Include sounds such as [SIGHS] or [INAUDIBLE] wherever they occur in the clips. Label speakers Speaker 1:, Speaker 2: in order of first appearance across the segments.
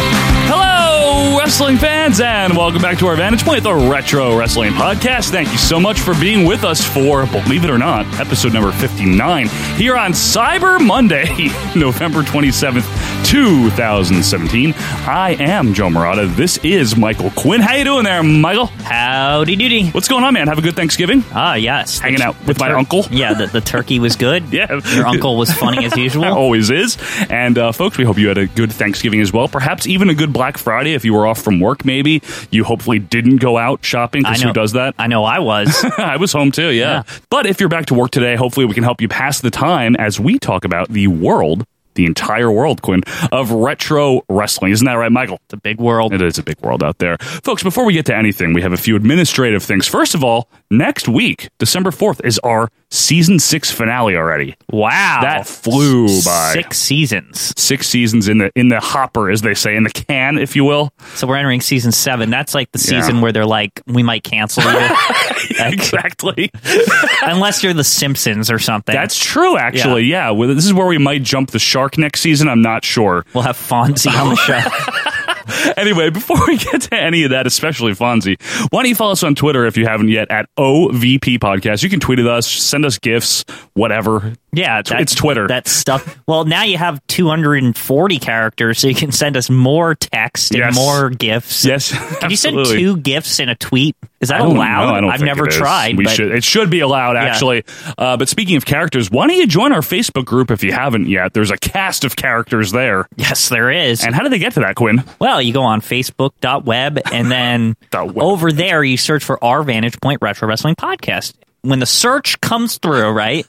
Speaker 1: Hello, wrestling fans, and welcome back to our Vantage Point, the Retro Wrestling Podcast. Thank you so much for being with us for, believe it or not, episode number 59 here on Cyber Monday, [LAUGHS] November 27th, 2017. I am Joe Murata. This is Michael Quinn. How you doing there, Michael?
Speaker 2: Howdy doody.
Speaker 1: What's going on, man? Have a good Thanksgiving.
Speaker 2: Ah, yes.
Speaker 1: Hanging out with my uncle.
Speaker 2: Yeah, the, the turkey was good.
Speaker 1: [LAUGHS] Yeah.
Speaker 2: Your uncle was funny
Speaker 1: [LAUGHS]
Speaker 2: as usual.
Speaker 1: Always is. And uh, folks, we hope you had a good Thanksgiving as well. Perhaps even a good Black Friday if you were off from work. Maybe you hopefully didn't go out shopping because who does that?
Speaker 2: I know I was.
Speaker 1: [LAUGHS] I was home too, yeah.
Speaker 2: Yeah.
Speaker 1: But if you're back to work today, hopefully we can help you pass the time as we talk about the world, the entire world, Quinn, of retro wrestling. Isn't that right, Michael?
Speaker 2: the big world.
Speaker 1: It is a big world out there. Folks, before we get to anything, we have a few administrative things. First of all, next week, December 4th, is our season six finale already.
Speaker 2: Wow.
Speaker 1: That flew by.
Speaker 2: Six seasons.
Speaker 1: Six seasons in the in the hopper, as they say, in the can, if you will.
Speaker 2: So we're entering season seven. That's like the
Speaker 1: Yeah.
Speaker 2: season where they're like, we might cancel you.
Speaker 1: [LAUGHS] [LAUGHS]
Speaker 2: Like,
Speaker 1: Exactly.
Speaker 2: Unless you're the Simpsons or something.
Speaker 1: That's true, actually. Yeah. Well, This is where we might jump the shark next season. I'm not sure.
Speaker 2: We'll have Fonzie on
Speaker 1: [LAUGHS]
Speaker 2: the show.
Speaker 1: anyway, [LAUGHS] before we get to any of that, especially Fonzie, why don't you follow us on Twitter if you haven't yet at OVP Podcast? You can tweet at us, send us gifts, whatever.
Speaker 2: Yeah,
Speaker 1: Tw- it's Twitter.
Speaker 2: That stuff. Well, now you have 240 characters, so you can send us more text and
Speaker 1: Yes.
Speaker 2: more gifts.
Speaker 1: Yes,
Speaker 2: Can you send
Speaker 1: absolutely.
Speaker 2: two gifts in a tweet? Is that
Speaker 1: I don't
Speaker 2: allowed?
Speaker 1: know. I don't
Speaker 2: have
Speaker 1: think
Speaker 2: never
Speaker 1: it is.
Speaker 2: tried.
Speaker 1: We
Speaker 2: but
Speaker 1: should. It should be allowed, actually. Uh, but speaking of characters, why don't you join our Facebook group if you haven't yet? There's a cast of characters there.
Speaker 2: Yes, there is.
Speaker 1: And how do they get to that, Quinn?
Speaker 2: well, you go on Facebook.web and then
Speaker 1: [LAUGHS] Dot web.
Speaker 2: over there you search for our Vantage Point Retro Wrestling Podcast. When the search comes through, right,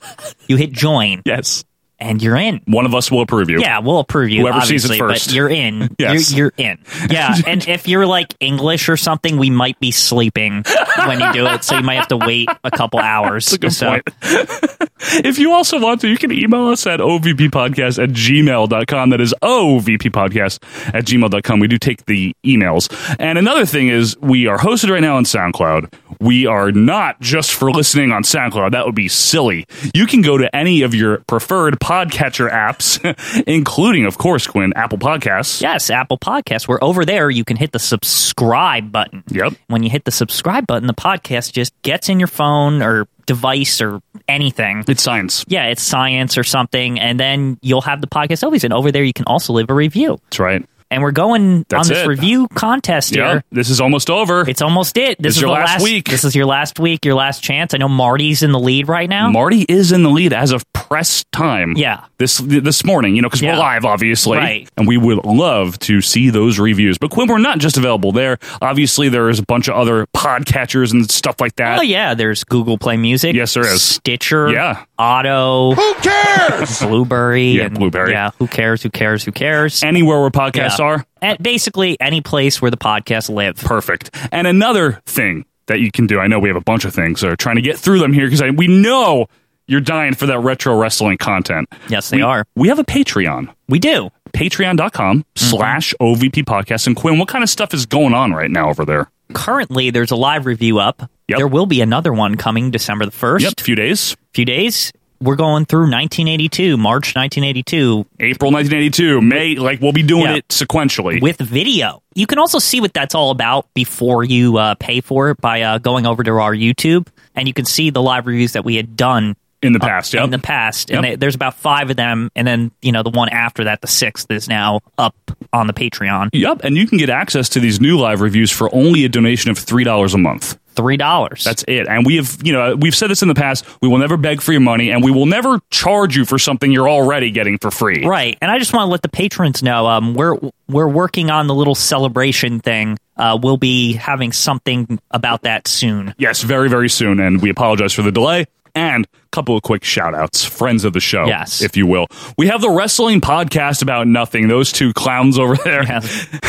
Speaker 2: you hit join
Speaker 1: Yes,
Speaker 2: and you're in.
Speaker 1: one of us will approve you.
Speaker 2: Yeah, we'll approve you.
Speaker 1: Whoever sees it
Speaker 2: obviously,
Speaker 1: first.
Speaker 2: But you're in.
Speaker 1: [LAUGHS] Yes.
Speaker 2: You're, you're in.
Speaker 1: [LAUGHS]
Speaker 2: Yeah. and if you're like English or something, we might be sleeping when you do it. So you might have to wait
Speaker 1: [LAUGHS]
Speaker 2: a couple hours.
Speaker 1: Good
Speaker 2: so
Speaker 1: point. [LAUGHS] if you also want to, you can email us at ovppodcast at gmail.com. That is ovppodcast at gmail.com. We do take the emails. And another thing is, we are hosted right now on SoundCloud. We are not just for listening on SoundCloud. That would be silly. You can go to any of your preferred podcatcher apps, [LAUGHS] including, of course, Quinn, Apple Podcasts.
Speaker 2: Yes, Apple Podcasts. We're over there. You can hit the subscribe button.
Speaker 1: Yep.
Speaker 2: When you hit the subscribe button, the podcast just gets in your phone or device or anything.
Speaker 1: It's science.
Speaker 2: Yeah, it's science or something, and then you'll have the podcast always. And over there, you can also leave a review.
Speaker 1: That's right.
Speaker 2: And we're going
Speaker 1: That's
Speaker 2: on this
Speaker 1: it.
Speaker 2: review contest
Speaker 1: Yeah.
Speaker 2: here.
Speaker 1: This is almost over.
Speaker 2: It's almost it. This,
Speaker 1: is
Speaker 2: is
Speaker 1: your
Speaker 2: the
Speaker 1: last week.
Speaker 2: This is your last week. Your last chance. I know Marty's in the lead right now.
Speaker 1: Marty is in the lead as of press time.
Speaker 2: Oh. Yeah.
Speaker 1: This this morning, you know, because
Speaker 2: Yeah.
Speaker 1: we're live, obviously.
Speaker 2: Right.
Speaker 1: And we would love to see those reviews. But Quinn, we're not just available there. Obviously, there is a bunch of other podcatchers and stuff like that.
Speaker 2: oh yeah, there's Google Play Music.
Speaker 1: Yes, there is.
Speaker 2: Stitcher.
Speaker 1: Yeah.
Speaker 2: Auto.
Speaker 3: Who cares?
Speaker 2: [LAUGHS] Blueberry.
Speaker 1: Yeah,
Speaker 2: and-
Speaker 1: Blueberry.
Speaker 2: Yeah, who cares? Who cares? Who cares?
Speaker 1: Anywhere where podcasts
Speaker 2: Yeah.
Speaker 1: are,
Speaker 2: At basically any place where the podcasts live.
Speaker 1: perfect. And another thing that you can do, I know we have a bunch of things, so trying to get through them here because we know you're dying for that retro wrestling content.
Speaker 2: Yes, they
Speaker 1: We-
Speaker 2: are.
Speaker 1: We have a Patreon.
Speaker 2: We do.
Speaker 1: Patreon.com
Speaker 2: Mm-hmm.
Speaker 1: slash OVP podcast. And Quinn, what kind of stuff is going on right now over there?
Speaker 2: Currently, there's a live review up.
Speaker 1: Yep.
Speaker 2: There will be another one coming December the 1st.
Speaker 1: Yep, few days.
Speaker 2: few days. We're going through 1982, March 1982,
Speaker 1: April 1982, May, like we'll be doing
Speaker 2: Yeah.
Speaker 1: it sequentially.
Speaker 2: with video. You can also see what that's all about before you uh, pay for it by uh, going over to our YouTube, and you can see the live reviews that we had done
Speaker 1: in the past, yep.
Speaker 2: in the past.
Speaker 1: Yep.
Speaker 2: And they, there's about five of them, and then you know the one after that, the sixth, is now up on the Patreon,
Speaker 1: Yep, and you can get access to these new live reviews for only a donation of $3 a month.
Speaker 2: three dollars.
Speaker 1: That's it. And we have, you know, we've said this in the past, we will never beg for your money and we will never charge you for something you're already getting for free.
Speaker 2: Right, and I just want to let the patrons know um, we're we're working on the little celebration thing. Uh, we'll be having something about that soon. [LAUGHS]
Speaker 1: Yes, very, very soon. And we apologize for the delay. And a couple of quick shout outs, friends of the show,
Speaker 2: Yes.
Speaker 1: if you will. We have the wrestling podcast about nothing. Those two clowns over there.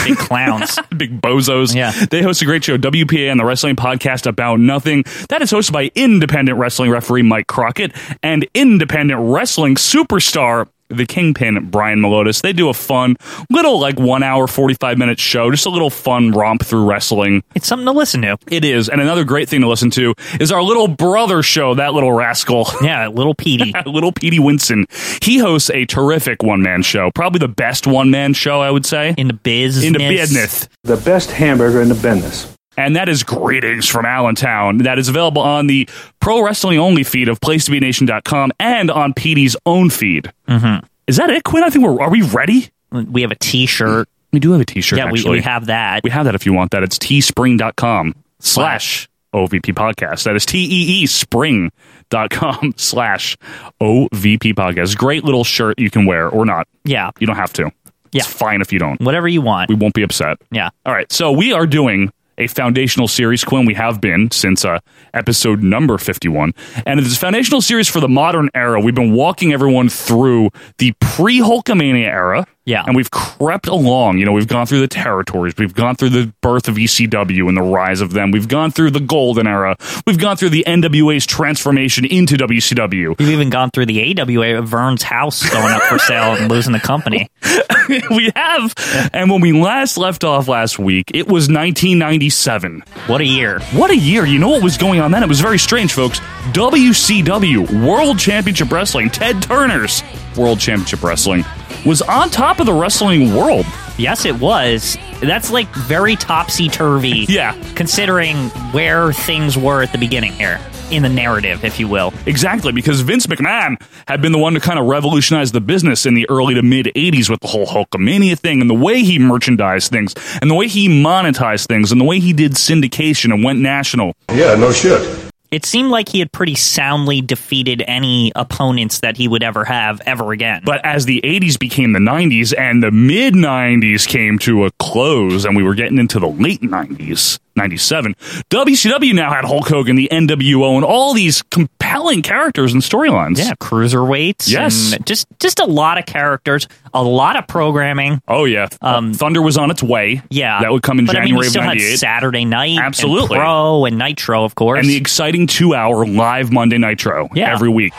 Speaker 2: Big clowns.
Speaker 1: Big bozos.
Speaker 2: Yeah.
Speaker 1: They host a great show, WPA and the Wrestling Podcast About Nothing. That is hosted by independent wrestling referee Mike Crockett and independent wrestling superstar, the Kingpin, Brian Melodis. They do a fun little, like, one hour, 45 minute show, just a little fun romp through wrestling.
Speaker 2: It's something to listen to.
Speaker 1: It is. And another great thing to listen to is our little brother show, That Little Rascal. [LAUGHS]
Speaker 2: Yeah, little Petey.
Speaker 1: Little Petey Winston. He hosts a terrific one man show, probably the best one man show, I would say,
Speaker 2: In the business.
Speaker 1: in the business.
Speaker 4: The best hamburger in the business.
Speaker 1: And that is Greetings from Allentown. That is available on the pro wrestling only feed of PlaceToBeNation.com and on PD's own feed. Mm-hmm. Is that it, Quinn? I think we're are we ready?
Speaker 2: We have a T-shirt.
Speaker 1: We do have a T-shirt.
Speaker 2: Yeah, we,
Speaker 1: actually.
Speaker 2: we have that.
Speaker 1: we have that if you want that. It's teespring.com slash OVP podcast. That is T E E spring.com [LAUGHS] slash OVP podcast. Great little shirt you can wear or not.
Speaker 2: yeah,
Speaker 1: You don't have to.
Speaker 2: Yeah.
Speaker 1: It's fine if you don't.
Speaker 2: whatever you want.
Speaker 1: We won't be upset.
Speaker 2: yeah,
Speaker 1: All right, so we are doing a foundational series, Quinn. We have been since uh, episode number 51. And it's a foundational series for the modern era. We've been walking everyone through the pre Hulkamania era.
Speaker 2: Yeah.
Speaker 1: And we've crept along. You know, we've gone through the territories. We've gone through the birth of ECW and the rise of them. We've gone through the golden era. We've gone through the NWA's transformation into WCW.
Speaker 2: we've even gone through the AWA of Vern's house going up for sale and losing the company.
Speaker 1: [LAUGHS] we have. And when we last left off last week, it was 1997.
Speaker 2: What a year!
Speaker 1: What a year. You know what was going on then? It was very strange, folks. WCW, World Championship Wrestling, Ted Turner's World Championship Wrestling, was on top of the wrestling world.
Speaker 2: Yes, it was. That's like very topsy turvy.
Speaker 1: [LAUGHS] Yeah.
Speaker 2: considering where things were at the beginning here in the narrative, if you will.
Speaker 1: Exactly, because Vince McMahon had been the one to kind of revolutionize the business in the early to mid 80s with the whole Hulkamania thing and the way he merchandised things and the way he monetized things and the way he did syndication and went national.
Speaker 5: Yeah, no shit.
Speaker 2: It seemed like he had pretty soundly defeated any opponents that he would ever have ever again.
Speaker 1: But as the 80s became the 90s and the mid 90s came to a close and we were getting into the late 90s, 97, WCW now had Hulk Hogan, the NWO, and all these compelling characters and storylines.
Speaker 2: yeah, cruiserweights.
Speaker 1: Yes.
Speaker 2: and just just a lot of characters, a lot of programming.
Speaker 1: Oh, yeah.
Speaker 2: Um,
Speaker 1: Thunder was on its way.
Speaker 2: Yeah,
Speaker 1: That would come in
Speaker 2: But, I mean,
Speaker 1: January
Speaker 2: you still
Speaker 1: of
Speaker 2: had
Speaker 1: 98.
Speaker 2: Saturday night,
Speaker 1: Absolutely.
Speaker 2: and Pro and Nitro, of course.
Speaker 1: and the exciting two hour live Monday Nitro
Speaker 2: Yeah.
Speaker 1: every week.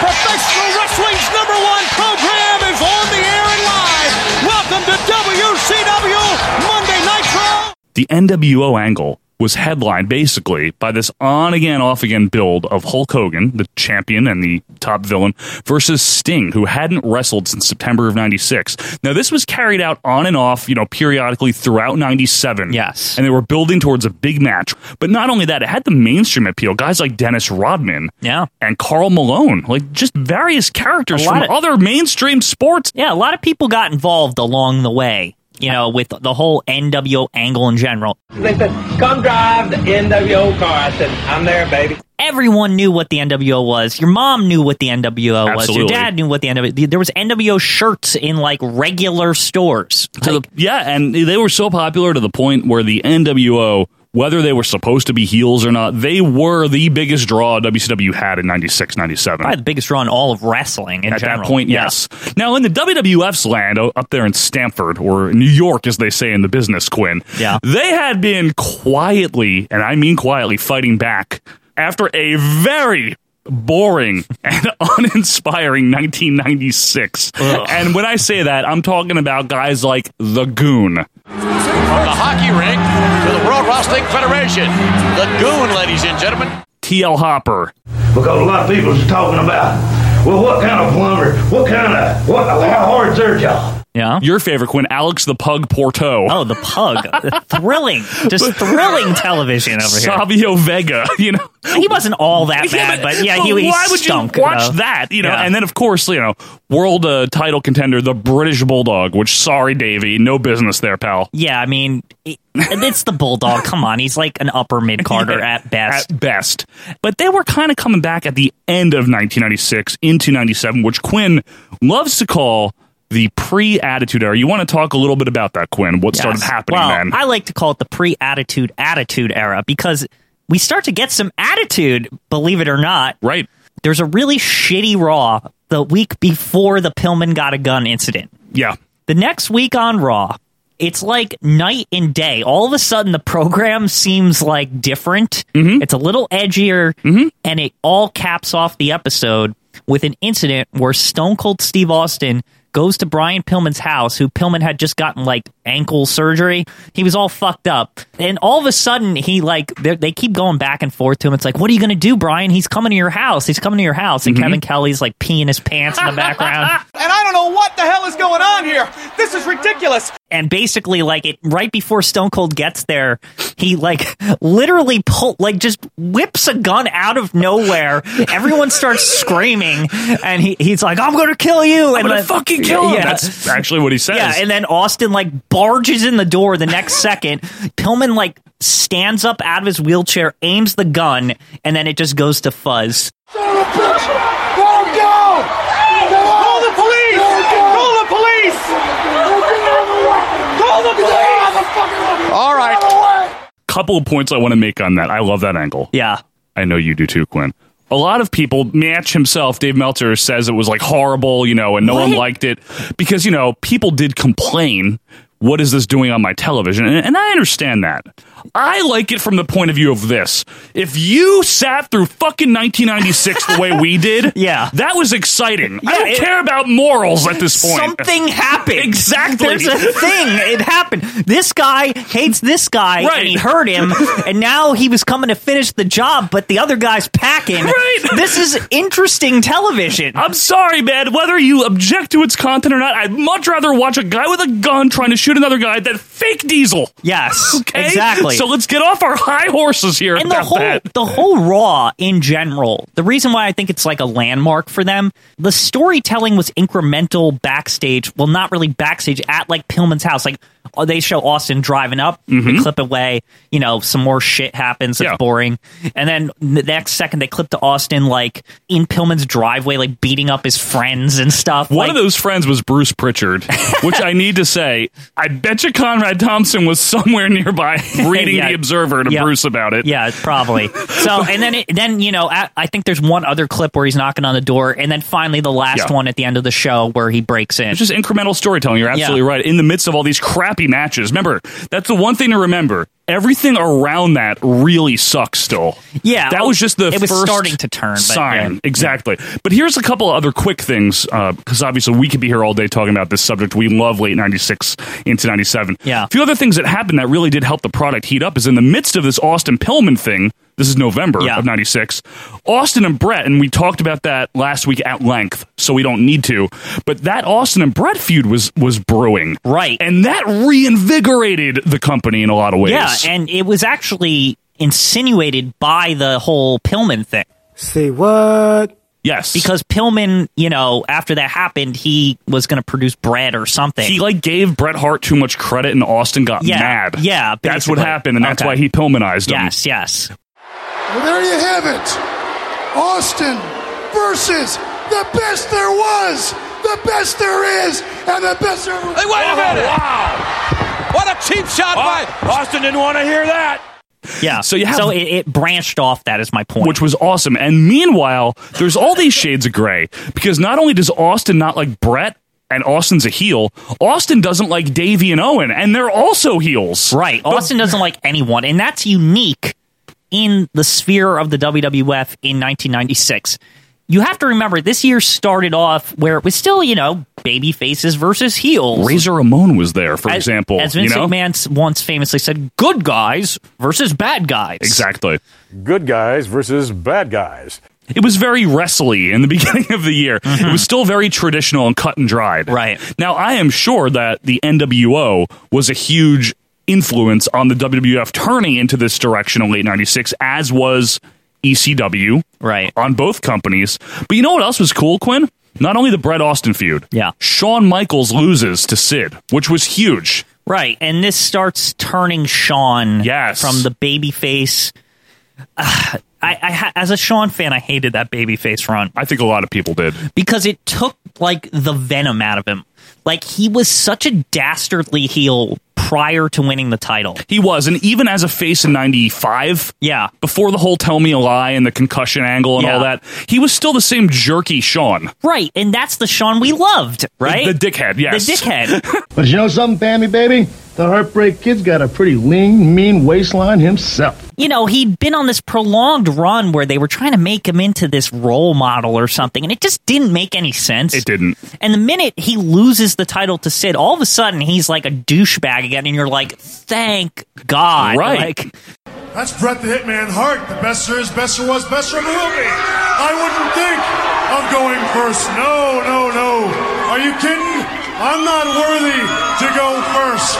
Speaker 6: Professional Wrestling's number one program is on the air and live. Welcome to WCW Monday Nitro.
Speaker 1: the NWO angle was headlined basically by this on again, off again build of Hulk Hogan, the champion and the top villain, versus Sting, who hadn't wrestled since September of 96. Now, this was carried out on and off, you know, periodically throughout 97.
Speaker 2: Yes.
Speaker 1: And they were building towards a big match. But not only that, it had the mainstream appeal. Guys like Dennis Rodman.
Speaker 2: Yeah.
Speaker 1: And Carl Malone, like just various characters
Speaker 2: A lot
Speaker 1: from
Speaker 2: of-
Speaker 1: other mainstream sports.
Speaker 2: yeah, a lot of people got involved along the way. You know, with the whole NWO angle in general,
Speaker 7: They said, come drive the NWO car. I said, I'm there, baby.
Speaker 2: everyone knew what the NWO was. Your mom knew what the NWO was. Your
Speaker 1: Absolutely.
Speaker 2: dad knew what the NWO. There was NWO shirts in like regular stores.
Speaker 1: to the, yeah, and they were so popular to the point where the NWO, whether they were supposed to be heels or not, they were the biggest draw WCW had in 96, 97.
Speaker 2: Probably the biggest draw in all of wrestling in
Speaker 1: At
Speaker 2: general.
Speaker 1: that point,
Speaker 2: Yeah.
Speaker 1: yes. Now, in the WWF's land, o- up there in Stamford, or New York, as they say in the business, Quinn,
Speaker 2: Yeah.
Speaker 1: they had been quietly, and I mean quietly, fighting back after a very boring [LAUGHS] and uninspiring 1996. And when I say that, I'm talking about guys like The Goon.
Speaker 6: From the hockey rink to the World Wrestling Federation. The Goon, ladies and gentlemen.
Speaker 1: T.L. Hopper,
Speaker 8: because a lot of people is talking about, well, what kind of plumber? What kind of what? How hard's their job?
Speaker 2: Yeah.
Speaker 1: your favorite Quinn, Alex the Pug Porto,
Speaker 2: Oh,
Speaker 1: [LAUGHS]
Speaker 2: the pug. thrilling. Just thrilling television over here.
Speaker 1: Savio Vega, [LAUGHS] you know.
Speaker 2: He wasn't all that bad, but, yeah, he, he
Speaker 1: why would
Speaker 2: stunk.
Speaker 1: you watch
Speaker 2: though.
Speaker 1: that? You know,
Speaker 2: Yeah.
Speaker 1: and then of course, you know, world uh, title contender, the British Bulldog. Which, sorry, Davey, no business there, pal.
Speaker 2: Yeah, I mean, it, it's the bulldog. Come on, he's like an upper
Speaker 1: [LAUGHS]
Speaker 2: mid carder at best.
Speaker 1: At best. But they were kind of coming back at the end of 1996 into 97, which Quinn loves to call the pre-attitude era. You want to talk a little bit about that, Quinn? What started
Speaker 2: Yes.
Speaker 1: happening
Speaker 2: well,
Speaker 1: then?
Speaker 2: I like to call it the pre-attitude attitude era because we start to get some attitude, believe it or not.
Speaker 1: Right.
Speaker 2: There's a really shitty Raw the week before the Pillman got a gun incident.
Speaker 1: Yeah.
Speaker 2: The next week on Raw, it's like night and day. All of a sudden, the program seems like different. It's a little edgier, and it all caps off the episode with an incident where Stone Cold Steve Austin goes to Brian Pillman's house, who Pillman had just gotten like ankle surgery. He was all fucked up, and all of a sudden, he like they they keep going back and forth to him. It's like, what are you gonna do, Brian? He's coming to your house. He's coming to your house, and Kevin Kelly's like peeing his pants in the background.
Speaker 6: And I don't know what the hell is going on here. This is ridiculous.
Speaker 2: and basically like it right before Stone Cold gets there, he like literally pull like just whips a gun out of nowhere.
Speaker 1: [LAUGHS]
Speaker 2: Everyone starts screaming, and he, he's like, "I'm gonna kill you!"
Speaker 1: I'm
Speaker 2: and
Speaker 1: gonna
Speaker 2: like-
Speaker 1: fucking kill him.
Speaker 2: Yeah.
Speaker 1: That's actually what he says.
Speaker 2: yeah, and then Austin like barges in the door the next second. Pillman like stands up out of his wheelchair, aims the gun, and then it just goes to fuzz.
Speaker 6: Call the police! Call the police! Call the police!
Speaker 3: All right.
Speaker 1: couple of points I want to make on that. I love that angle.
Speaker 2: Yeah,
Speaker 1: I know you do too, Quinn. A lot of people, Match himself, Dave Meltzer says it was like horrible, you know, and no one
Speaker 2: What?
Speaker 1: liked it because, you know, people did complain, what is this doing on my television? And, and I understand that. I like it from the point of view of this. If you sat through fucking 1996 the way we did,
Speaker 2: [LAUGHS] Yeah.
Speaker 1: that was exciting. I
Speaker 2: Yeah,
Speaker 1: don't
Speaker 2: it-
Speaker 1: care about morals at this point.
Speaker 2: Something happened.
Speaker 1: [LAUGHS] Exactly.
Speaker 2: There's a thing. It happened. This guy hates this guy,
Speaker 1: Right.
Speaker 2: and he hurt him,
Speaker 1: [LAUGHS]
Speaker 2: and now he was coming to finish the job, but the other guy's packing.
Speaker 1: Right.
Speaker 2: This is
Speaker 1: [LAUGHS]
Speaker 2: interesting television.
Speaker 1: I'm sorry, man. Whether you object to its content or not, I'd much rather watch a guy with a gun trying to shoot another guy than fake Diesel.
Speaker 2: yes.
Speaker 1: Okay?
Speaker 2: Exactly.
Speaker 1: So let's get off our high horses here
Speaker 2: and the
Speaker 1: about
Speaker 2: whole
Speaker 1: that.
Speaker 2: the whole raw in general the reason why i think it's like a landmark for them the storytelling was incremental backstage well not really backstage at like pillman's house like uh, they show austin driving up they clip away you know some more shit happens that's
Speaker 1: Mm-hmm. Yeah.
Speaker 2: boring and then the next second they clip to austin like in pillman's driveway like beating up his friends and stuff
Speaker 1: One
Speaker 2: like,
Speaker 1: of those friends was Bruce
Speaker 2: [LAUGHS]
Speaker 1: Pritchard, which I need to say, I bet you Conrad Thompson was somewhere nearby
Speaker 2: [LAUGHS]
Speaker 1: reading
Speaker 2: Yeah.
Speaker 1: the Observer to
Speaker 2: Yeah.
Speaker 1: Bruce about it.
Speaker 2: Yeah,
Speaker 1: [LAUGHS]
Speaker 2: probably. So, and then it, then you know, I, I think there's one other clip where he's knocking on the door, and then finally the last
Speaker 1: Yeah.
Speaker 2: one at the end of the show where he breaks in.
Speaker 1: It's just incremental storytelling. You're absolutely
Speaker 2: Yeah.
Speaker 1: right. In the midst of all these crappy matches, remember that's the one thing to remember. Everything around that really sucks. Still,
Speaker 2: Yeah,
Speaker 1: that
Speaker 2: oh,
Speaker 1: was just the
Speaker 2: it was
Speaker 1: first
Speaker 2: starting to turn, but
Speaker 1: sign
Speaker 2: yeah.
Speaker 1: exactly. But here's a couple other quick things because obviously we could be here all day talking about this subject. We love late '96 into '97.
Speaker 2: Yeah.
Speaker 1: a few other things that happened that really did help the product heat up is in the midst of this Austin Pillman thing. This is November
Speaker 2: Yeah.
Speaker 1: of '96. Austin and Brett, and we talked about that last week at length, so we don't need to. But that Austin and Brett feud was was brewing,
Speaker 2: Right.
Speaker 1: And that reinvigorated the company in a lot of ways.
Speaker 2: yeah, and it was actually insinuated by the whole Pillman thing
Speaker 5: Say what?
Speaker 1: yes,
Speaker 2: because Pillman, you know, after that happened, he was going to produce bread or something.
Speaker 1: he like gave Bret Hart too much credit, and Austin got
Speaker 2: Yeah,
Speaker 1: mad.
Speaker 2: yeah,
Speaker 1: that's what
Speaker 2: basically.
Speaker 1: happened, and that's
Speaker 2: Okay.
Speaker 1: why he Pillmanized him.
Speaker 2: yes, yes.
Speaker 9: Well, there you have it. Austin versus the best there was, the best there is, and the best there
Speaker 6: Hey, wait a minute! What a cheap shot by
Speaker 8: Austin didn't want to hear that.
Speaker 2: Yeah.
Speaker 1: So you have-
Speaker 2: so it, it branched off. That is my point.
Speaker 1: which was awesome. And meanwhile, there's all these shades of gray because not only does Austin not like Brett and Austin's a heel, Austin doesn't like Davey and Owen, and they're also heels.
Speaker 2: Right. Austin doesn't like anyone, and that's unique in the sphere of the WWF in 1996. You have to remember this year started off where it was still, you know, baby faces versus heels.
Speaker 1: Razor Ramon was there, for
Speaker 2: As-
Speaker 1: example.
Speaker 2: as Vince
Speaker 1: you know?
Speaker 2: McMahon s- once famously said, "Good guys versus bad guys."
Speaker 1: Exactly.
Speaker 4: Good guys versus bad guys.
Speaker 1: It was very wrestly in the [LAUGHS] beginning of the year. It was still very traditional and cut and dried.
Speaker 2: Right.
Speaker 1: Now, I am sure that the NWO was a huge influence on the WWF turning into this direction in late 96, as was ECW.
Speaker 2: Right.
Speaker 1: On both companies. But you know what else was cool, Quinn? Not only the Bret Austin feud.
Speaker 2: Yeah.
Speaker 1: Shawn Michaels loses to Sid, which was huge.
Speaker 2: Right, and this starts turning Sean
Speaker 1: Yes.
Speaker 2: from the baby face. [SIGHS] Ah, I, I, ha- as a Sean fan, I hated that baby face run.
Speaker 1: I think a lot of people did.
Speaker 2: because it took like the venom out of him. Like he was such a dastardly heel prior to winning the title.
Speaker 1: He was, and even as a face in '95,
Speaker 2: Yeah.
Speaker 1: before the whole "tell me a lie" and the concussion angle and all
Speaker 2: Yeah.
Speaker 1: that, he was still the same jerky Sean,
Speaker 2: Right. And that's the Sean we loved, right?
Speaker 1: The dickhead, yes, [LAUGHS]
Speaker 2: The dickhead.
Speaker 8: But you know something, Bambi baby? The Heartbreak Kid's got a pretty lean, mean waistline himself.
Speaker 2: you know, he'd been on this prolonged run where they were trying to make him into this role model or something, and it just didn't make any sense.
Speaker 1: It didn't.
Speaker 2: And the minute he loses the title to Sid, all of a sudden he's like a douchebag again, and you're like, thank God.
Speaker 1: Right.
Speaker 2: Like,
Speaker 9: That's Brett the Hitman Hart. The best there is, best there was, best there ever will be. I wouldn't think of going first. No, no, no. Are you kidding? I'm not worthy to go first.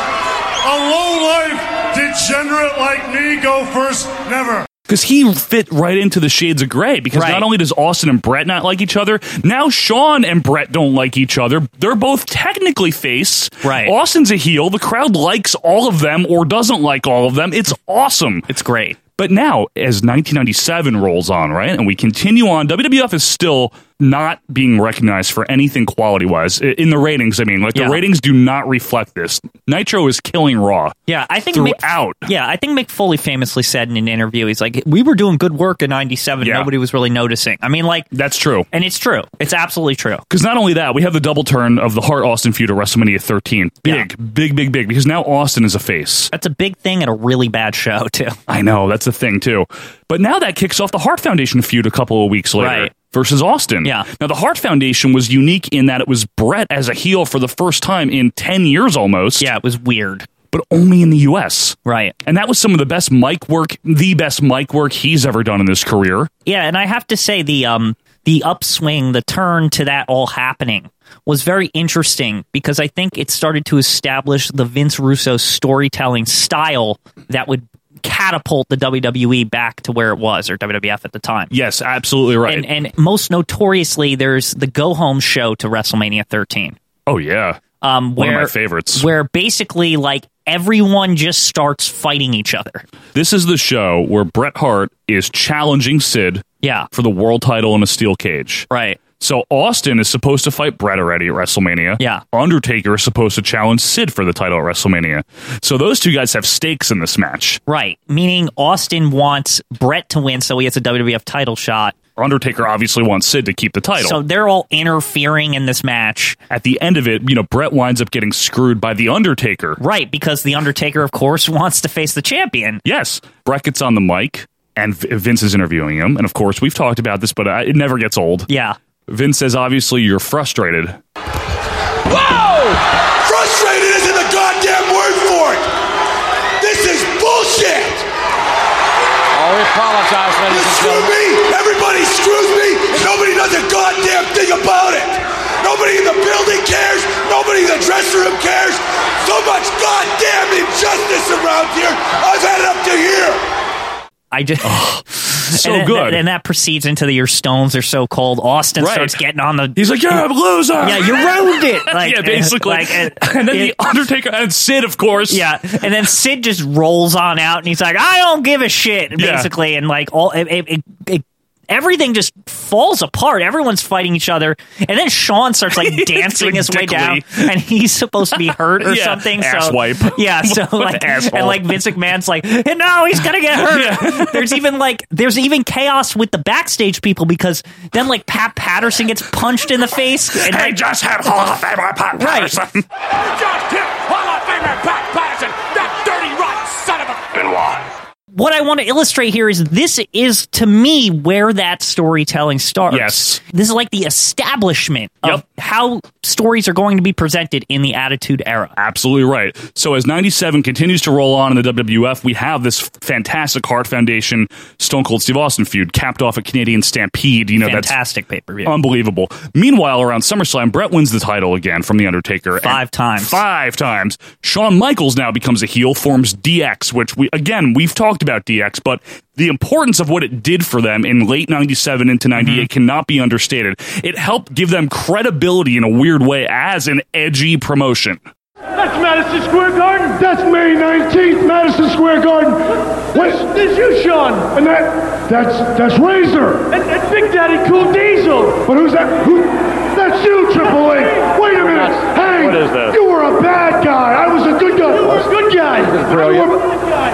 Speaker 9: A low-life degenerate like me go first? Never.
Speaker 1: Because he fit right into the shades of gray. Because
Speaker 2: Right.
Speaker 1: not only does Austin and Brett not like each other, now Sean and Brett don't like each other. They're both technically face.
Speaker 2: Right.
Speaker 1: Austin's a heel. The crowd likes all of them or doesn't like all of them. It's awesome.
Speaker 2: it's great.
Speaker 1: But now, as 1997 rolls on, right, and we continue on, WWF is still not being recognized for anything quality wise in the ratings. I mean, like
Speaker 2: Yeah.
Speaker 1: the ratings do not reflect this. Nitro is killing Raw.
Speaker 2: Yeah, I think
Speaker 1: Throughout.
Speaker 2: Mick, yeah, I think Mick Foley famously said in an interview, he's like, "We were doing good work in '97.
Speaker 1: Yeah.
Speaker 2: Nobody was really noticing." I mean, like,
Speaker 1: That's true.
Speaker 2: and it's true. It's absolutely true.
Speaker 1: Because not only that, we have the double turn of the Hart Austin feud at WrestleMania 13. Big,
Speaker 2: Yeah.
Speaker 1: big, big, big. Because now Austin is a face.
Speaker 2: That's a big thing at a really bad show, [LAUGHS] too.
Speaker 1: I know that's the thing too. But now that kicks off the Hart Foundation feud a couple of weeks later.
Speaker 2: Right.
Speaker 1: Versus Austin.
Speaker 2: Yeah.
Speaker 1: Now, the Hart Foundation was unique in that it was Brett as a heel for the first time in 10 years almost.
Speaker 2: Yeah, it was weird.
Speaker 1: But only in the U.S.
Speaker 2: Right.
Speaker 1: And that was some of the best mic work, the best mic work he's ever done in his career.
Speaker 2: Yeah, and I have to say the um the upswing, the turn to that all happening was very interesting because I think it started to establish the Vince Russo storytelling style that would catapult the WWE back to where it was or WWF at the time.
Speaker 1: Yes, absolutely right.
Speaker 2: And and most notoriously there's the go home show to WrestleMania 13.
Speaker 1: oh, yeah.
Speaker 2: Um
Speaker 1: One of
Speaker 2: where
Speaker 1: my favorites.
Speaker 2: Where basically like everyone just starts fighting each other.
Speaker 1: This is the show where Bret Hart is challenging Sid
Speaker 2: Yeah.
Speaker 1: for the world title in a steel cage.
Speaker 2: Right.
Speaker 1: So Austin is supposed to fight Bret already at WrestleMania.
Speaker 2: Yeah.
Speaker 1: Undertaker is supposed to challenge Sid for the title at WrestleMania. So those two guys have stakes in this match.
Speaker 2: Right. Meaning Austin wants Brett to win so he gets a WWF title shot.
Speaker 1: Undertaker obviously wants Sid to keep the title.
Speaker 2: So they're all interfering in this match.
Speaker 1: at the end of it, you know, Bret winds up getting screwed by the Undertaker.
Speaker 2: Right, because The Undertaker, of course, [LAUGHS] wants to face the champion.
Speaker 1: Yes, Bret gets on the mic and V- Vince is interviewing him. And of course, we've talked about this, but I, it never gets old.
Speaker 2: Yeah.
Speaker 1: Vince says, obviously, you're frustrated.
Speaker 9: Frustrated isn't a goddamn word for it. This is bullshit.
Speaker 6: Oh, we apologize, ladies
Speaker 9: You
Speaker 6: and
Speaker 9: screw
Speaker 6: gentlemen.
Speaker 9: me. Everybody screws me, and nobody does a goddamn thing about it. Nobody in the building cares. Nobody in the dressing room cares. So much goddamn injustice around here. I've had it up to here.
Speaker 2: I just [LAUGHS]
Speaker 1: So
Speaker 2: and then-
Speaker 1: good.
Speaker 2: and that proceeds into the your stones are so cold. Austin
Speaker 1: Right.
Speaker 2: starts getting on the
Speaker 1: He's like, you're a loser.
Speaker 2: yeah, you ruined it. Like,
Speaker 1: [LAUGHS] yeah, basically.
Speaker 2: like, it-
Speaker 1: [LAUGHS] and then
Speaker 2: it-
Speaker 1: the Undertaker and Sid, of course.
Speaker 2: [LAUGHS] yeah, and then Sid just rolls on out, and he's like, "I don't give a shit,"
Speaker 1: Yeah.
Speaker 2: basically, and like all it, it, it, it- everything just falls apart. Everyone's fighting each other, and then Sean starts
Speaker 1: [LAUGHS]
Speaker 2: like dancing
Speaker 1: like
Speaker 2: his way down,
Speaker 1: dickly.
Speaker 2: and he's supposed to be hurt
Speaker 1: [LAUGHS]
Speaker 2: or
Speaker 1: Yeah,
Speaker 2: something. So
Speaker 1: asswipe.
Speaker 2: [LAUGHS]
Speaker 1: [LAUGHS]
Speaker 2: yeah, so
Speaker 1: What
Speaker 2: like
Speaker 1: an asshole.
Speaker 2: and like Vince McMahon's like, "Hey, "No, he's gonna get hurt." [LAUGHS] There's even like there's even chaos with the backstage people because then like Pat Patterson gets punched in the face, and
Speaker 1: I
Speaker 2: like,
Speaker 1: just had Hall of Famer Pat
Speaker 2: Right.
Speaker 1: Patterson.
Speaker 2: what I want to illustrate here is this is to me where that storytelling starts.
Speaker 1: Yes.
Speaker 2: This is like the establishment of
Speaker 1: Yep.
Speaker 2: how stories are going to be presented in the Attitude Era.
Speaker 1: Absolutely right. So as 97 continues to roll on in the WWF, we have this fantastic Hart Foundation Stone Cold Steve Austin feud capped off at Canadian Stampede. You know, that's Um,
Speaker 2: Fantastic pay per view.
Speaker 1: unbelievable. Meanwhile, around SummerSlam, Brett wins the title again from The Undertaker.
Speaker 2: Five
Speaker 1: And
Speaker 2: times.
Speaker 1: Five times. Shawn Michaels now becomes a heel, forms DX, which we, again, we've talked about DX, but the importance of what it did for them in late 97 into 98
Speaker 2: Mm-hmm.
Speaker 1: cannot be understated. It helped give them credibility in a weird way as an edgy promotion.
Speaker 8: That's Madison Square Garden. That's May 19th, Madison Square Garden. What's this you, Sean? And that that's that's Razor. And, and Big Daddy Cool Diesel. But who's that? Who? That's you, Triple H. Wait a minute. Hang!
Speaker 4: What is this?
Speaker 8: You were a bad guy. I was a good guy. You were a good guy.
Speaker 4: Brilliant.
Speaker 8: You were-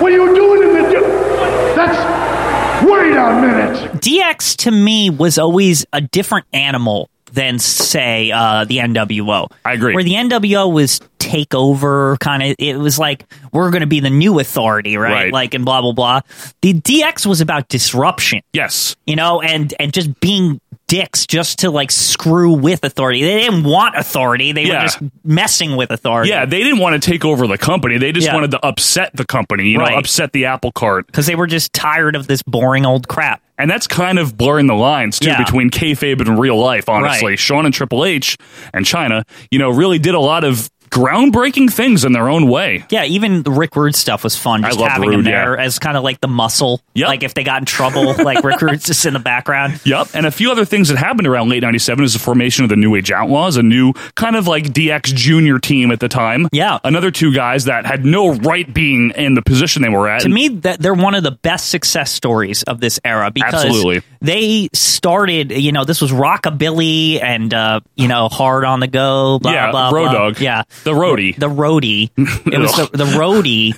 Speaker 8: What are you doing in the? di- That's. Wait a minute.
Speaker 2: DX to me was always a different animal than say uh, the NWO.
Speaker 1: I agree.
Speaker 2: Where the NWO was takeover kind of it was like we're going to be the new authority, right?
Speaker 1: Right.
Speaker 2: Like and blah blah blah. The DX was about disruption,
Speaker 1: Yes.
Speaker 2: you know, and and just being dicks just to like screw with authority. They didn't want authority. They
Speaker 1: Yeah.
Speaker 2: were just messing with authority.
Speaker 1: Yeah, they didn't want to take over the company. They just
Speaker 2: Yeah.
Speaker 1: wanted to upset the company, you
Speaker 2: Right.
Speaker 1: know, upset the apple cart.
Speaker 2: Cuz they were just tired of this boring old crap.
Speaker 1: And that's kind of blurring the lines too
Speaker 2: Yeah.
Speaker 1: between kayfabe and real life. Honestly,
Speaker 2: Right.
Speaker 1: Sean and Triple H and China, you know, really did a lot of groundbreaking things in their own way.
Speaker 2: Yeah, even the Rick Rude stuff was fun.
Speaker 1: I
Speaker 2: Just
Speaker 1: loved
Speaker 2: having him
Speaker 1: Rude,
Speaker 2: there
Speaker 1: yeah.
Speaker 2: as kind of like the muscle.
Speaker 1: Yep.
Speaker 2: Like if they got in trouble, like Rick Rude's just in
Speaker 1: [LAUGHS]
Speaker 2: the background.
Speaker 1: Yep. And a few other things that happened around late 97 is the formation of the New Age Outlaws, a new kind of like DX junior team at the time.
Speaker 2: Yeah.
Speaker 1: Another two guys that had no right being in the position they were at.
Speaker 2: To me, that they're one of the best success stories of this era because
Speaker 1: Absolutely.
Speaker 2: they started. You know, this was rockabilly and uh, you know hard on the go. Blah,
Speaker 1: Yeah,
Speaker 2: blah,
Speaker 1: Road
Speaker 2: blah.
Speaker 1: Dog.
Speaker 2: Yeah,
Speaker 1: The roadie.
Speaker 2: the roadie. It was the, the
Speaker 1: [LAUGHS]
Speaker 2: roadie,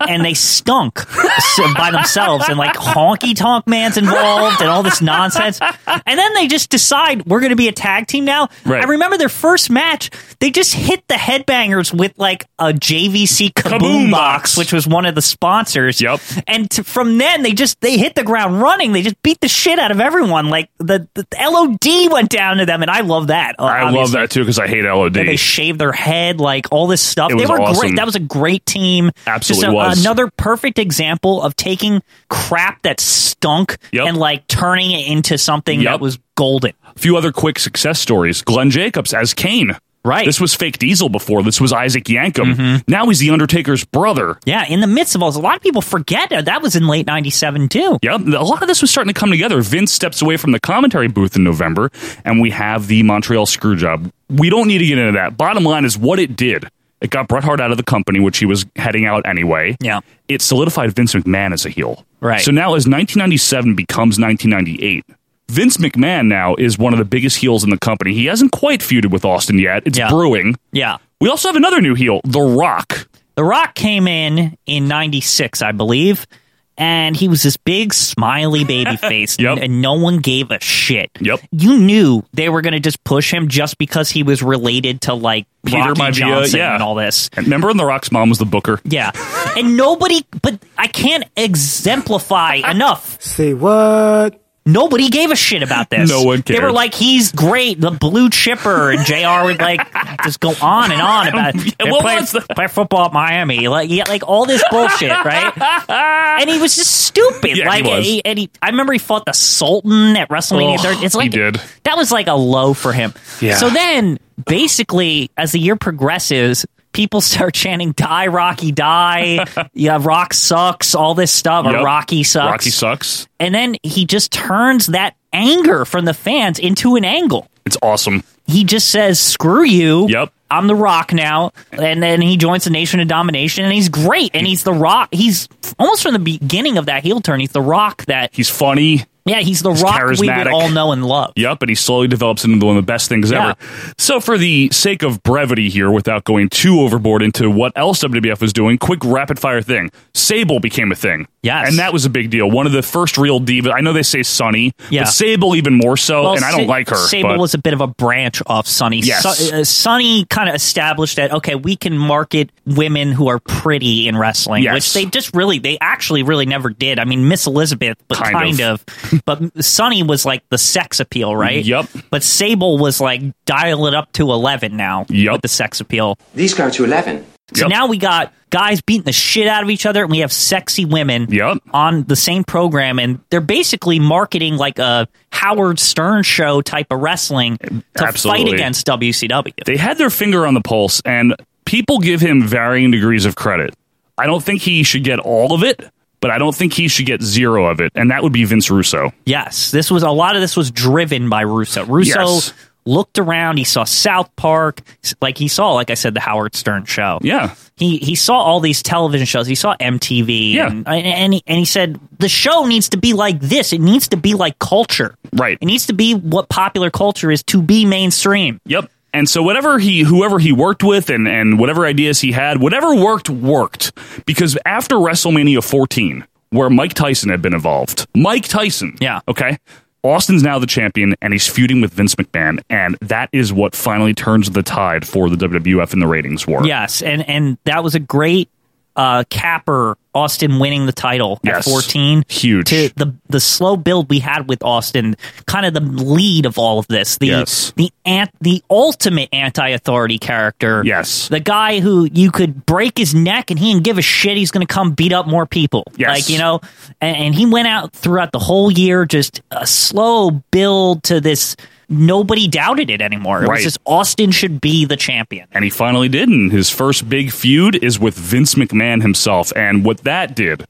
Speaker 2: and they stunk so- by themselves, and like honky tonk man's involved, and all this nonsense. And then they just decide we're going to be a tag team now.
Speaker 1: Right.
Speaker 2: I remember their first match; they just hit the headbangers with like a JVC kaboom,
Speaker 1: Kaboom
Speaker 2: box,
Speaker 1: box.
Speaker 2: which was one of the sponsors.
Speaker 1: Yep.
Speaker 2: And t- from then they just they hit the ground running. They just beat the shit out of everyone. Like the, the LOD went down to them, and I love that.
Speaker 1: I love that too because I hate LOD.
Speaker 2: And they shaved their head, like all this stuff.
Speaker 1: It
Speaker 2: They
Speaker 1: was
Speaker 2: were
Speaker 1: awesome.
Speaker 2: great. That was a great team.
Speaker 1: Absolutely
Speaker 2: Just a-
Speaker 1: was.
Speaker 2: another perfect example of taking crap that stunk
Speaker 1: Yep.
Speaker 2: and like turning it into something
Speaker 1: Yep.
Speaker 2: that was golden.
Speaker 1: A few other quick success stories. Glenn Jacobs as Kane.
Speaker 2: Right. Mm-hmm.
Speaker 1: This was fake Diesel before. This was Isaac Yankum. Now he's the Undertaker's brother.
Speaker 2: Yeah, in the midst of all this, a lot of people forget that that was in late '97 too.
Speaker 1: Yep. A lot of this was starting to come together. Vince steps away from the commentary booth in November, and we have the Montreal Screwjob. We don't need to get into that. Bottom line is what it did. It got Bret Hart out of the company, which he was heading out anyway.
Speaker 2: Yeah.
Speaker 1: It solidified Vince McMahon as a heel.
Speaker 2: Right.
Speaker 1: So now, as 1997 becomes 1998, Vince McMahon now is one of the biggest heels in the company. He hasn't quite feuded with Austin yet. It's
Speaker 2: Yeah.
Speaker 1: brewing.
Speaker 2: Yeah.
Speaker 1: We also have another new heel, The Rock.
Speaker 2: The Rock came in in 96, I believe, and he was this big
Speaker 1: [LAUGHS]
Speaker 2: smiley baby face
Speaker 1: Yep.
Speaker 2: and, and no one gave a shit.
Speaker 1: Yep.
Speaker 2: You knew they were going to just push him just because he was related to like
Speaker 1: Peter
Speaker 2: Rocky
Speaker 1: Maivia,
Speaker 2: Johnson
Speaker 1: yeah.
Speaker 2: and all this.
Speaker 1: And remember when The Rock's mom was the booker?
Speaker 2: Yeah. and nobody but I can't exemplify enough.
Speaker 5: Say what?
Speaker 2: Nobody gave a shit about this.
Speaker 1: No one
Speaker 2: They were
Speaker 1: cared.
Speaker 2: like, he's great, the blue chipper. And JR would like just go on and on about it.
Speaker 1: [LAUGHS] Yeah, what
Speaker 2: play,
Speaker 1: was the-
Speaker 2: play football at Miami. Like, yeah, like all this
Speaker 1: [LAUGHS]
Speaker 2: bullshit, right? And he was just stupid.
Speaker 1: Yeah, he
Speaker 2: like,
Speaker 1: was.
Speaker 2: and he- I remember he fought the Sultan at WrestleMania
Speaker 1: Ugh,
Speaker 2: 30. It's
Speaker 1: he
Speaker 2: like,
Speaker 1: did.
Speaker 2: that was like a low for him.
Speaker 1: Yeah.
Speaker 2: So then, basically, as the year progresses, people start chanting "Die
Speaker 1: [LAUGHS]
Speaker 2: Rocky, die!" yeah, Rock sucks. All this stuff. Or
Speaker 1: Yep.
Speaker 2: Rocky sucks.
Speaker 1: Rocky sucks.
Speaker 2: And then he just turns that anger from the fans into an angle.
Speaker 1: It's awesome.
Speaker 2: He just says, "Screw you."
Speaker 1: Yep.
Speaker 2: I'm the Rock now, and then he joins the Nation of Domination, and he's great. And he's the Rock. He's almost from the beginning of that heel turn. He's the Rock that,
Speaker 1: He's funny.
Speaker 2: yeah, he's the Rock we would
Speaker 1: charismatic.
Speaker 2: all know and love.
Speaker 1: Yep, and he slowly develops into one of the best things
Speaker 2: Yeah.
Speaker 1: ever. So, for the sake of brevity here, without going too overboard into what else WWF was doing, quick rapid fire thing. Sable became a thing.
Speaker 2: Yes.
Speaker 1: And that was a big deal. One of the first real diva. I know they say Sunny,
Speaker 2: Yeah.
Speaker 1: but Sable even more so,
Speaker 2: Well,
Speaker 1: and I don't
Speaker 2: Sa-
Speaker 1: like her.
Speaker 2: Sable
Speaker 1: but
Speaker 2: was a bit of a branch off Sunny.
Speaker 1: Yes.
Speaker 2: Su- uh, Sunny kind of established that okay, we can market women who are pretty in wrestling,
Speaker 1: Yes.
Speaker 2: which they just really, they actually really never did. I mean, Miss Elizabeth, but
Speaker 1: Kind
Speaker 2: kind,
Speaker 1: of.
Speaker 2: of. but Sunny was like the sex appeal, right?
Speaker 1: Yep.
Speaker 2: But Sable was like dial it up to eleven now.
Speaker 1: Yep.
Speaker 2: With the sex appeal.
Speaker 7: These go to 11.
Speaker 2: So
Speaker 1: Yep.
Speaker 2: now we got guys beating the shit out of each other, and we have sexy women
Speaker 1: Yep.
Speaker 2: on the same program, and they're basically marketing like a Howard Stern show type of wrestling to
Speaker 1: Absolutely.
Speaker 2: fight against WCW.
Speaker 1: they had their finger on the pulse, and people give him varying degrees of credit. I don't think he should get all of it, but I don't think he should get zero of it, and that would be Vince Russo.
Speaker 2: yes, this was a lot of this was driven by Russo. Russo
Speaker 1: Yes.
Speaker 2: looked around, he saw South Park, s- like he saw, like I said, the Howard Stern show.
Speaker 1: Yeah.
Speaker 2: He, he saw all these television shows. He saw MTV.
Speaker 1: Yeah.
Speaker 2: And, and, and he, and he said, the show needs to be like this. It needs to be like culture.
Speaker 1: Right.
Speaker 2: It needs to be what popular culture is to be mainstream.
Speaker 1: Yep. And so whatever he whoever he worked with and and whatever ideas he had, whatever worked worked because after WrestleMania 14 where Mike Tyson had been involved. Mike Tyson.
Speaker 2: Yeah.
Speaker 1: Okay. Austin's now the champion and he's feuding with Vince McMahon and that is what finally turns the tide for the WWF in the ratings war.
Speaker 2: Yes, and and that was a great uh, capper. Austin winning the title
Speaker 1: Yes.
Speaker 2: at fourteen,
Speaker 1: Huge.
Speaker 2: To the the slow build we had with Austin, kind of the lead of all of this. The
Speaker 1: Yes.
Speaker 2: the ant, the ultimate anti-authority character.
Speaker 1: Yes.
Speaker 2: the guy who you could break his neck and he didn't give a shit. He's going to come beat up more people.
Speaker 1: Yes.
Speaker 2: like you know, and, and he went out throughout the whole year, just a slow build to this. Nobody doubted it anymore. It
Speaker 1: Right.
Speaker 2: was just Austin should be the champion.
Speaker 1: And he finally did. And his first big feud is with Vince McMahon himself. And what that did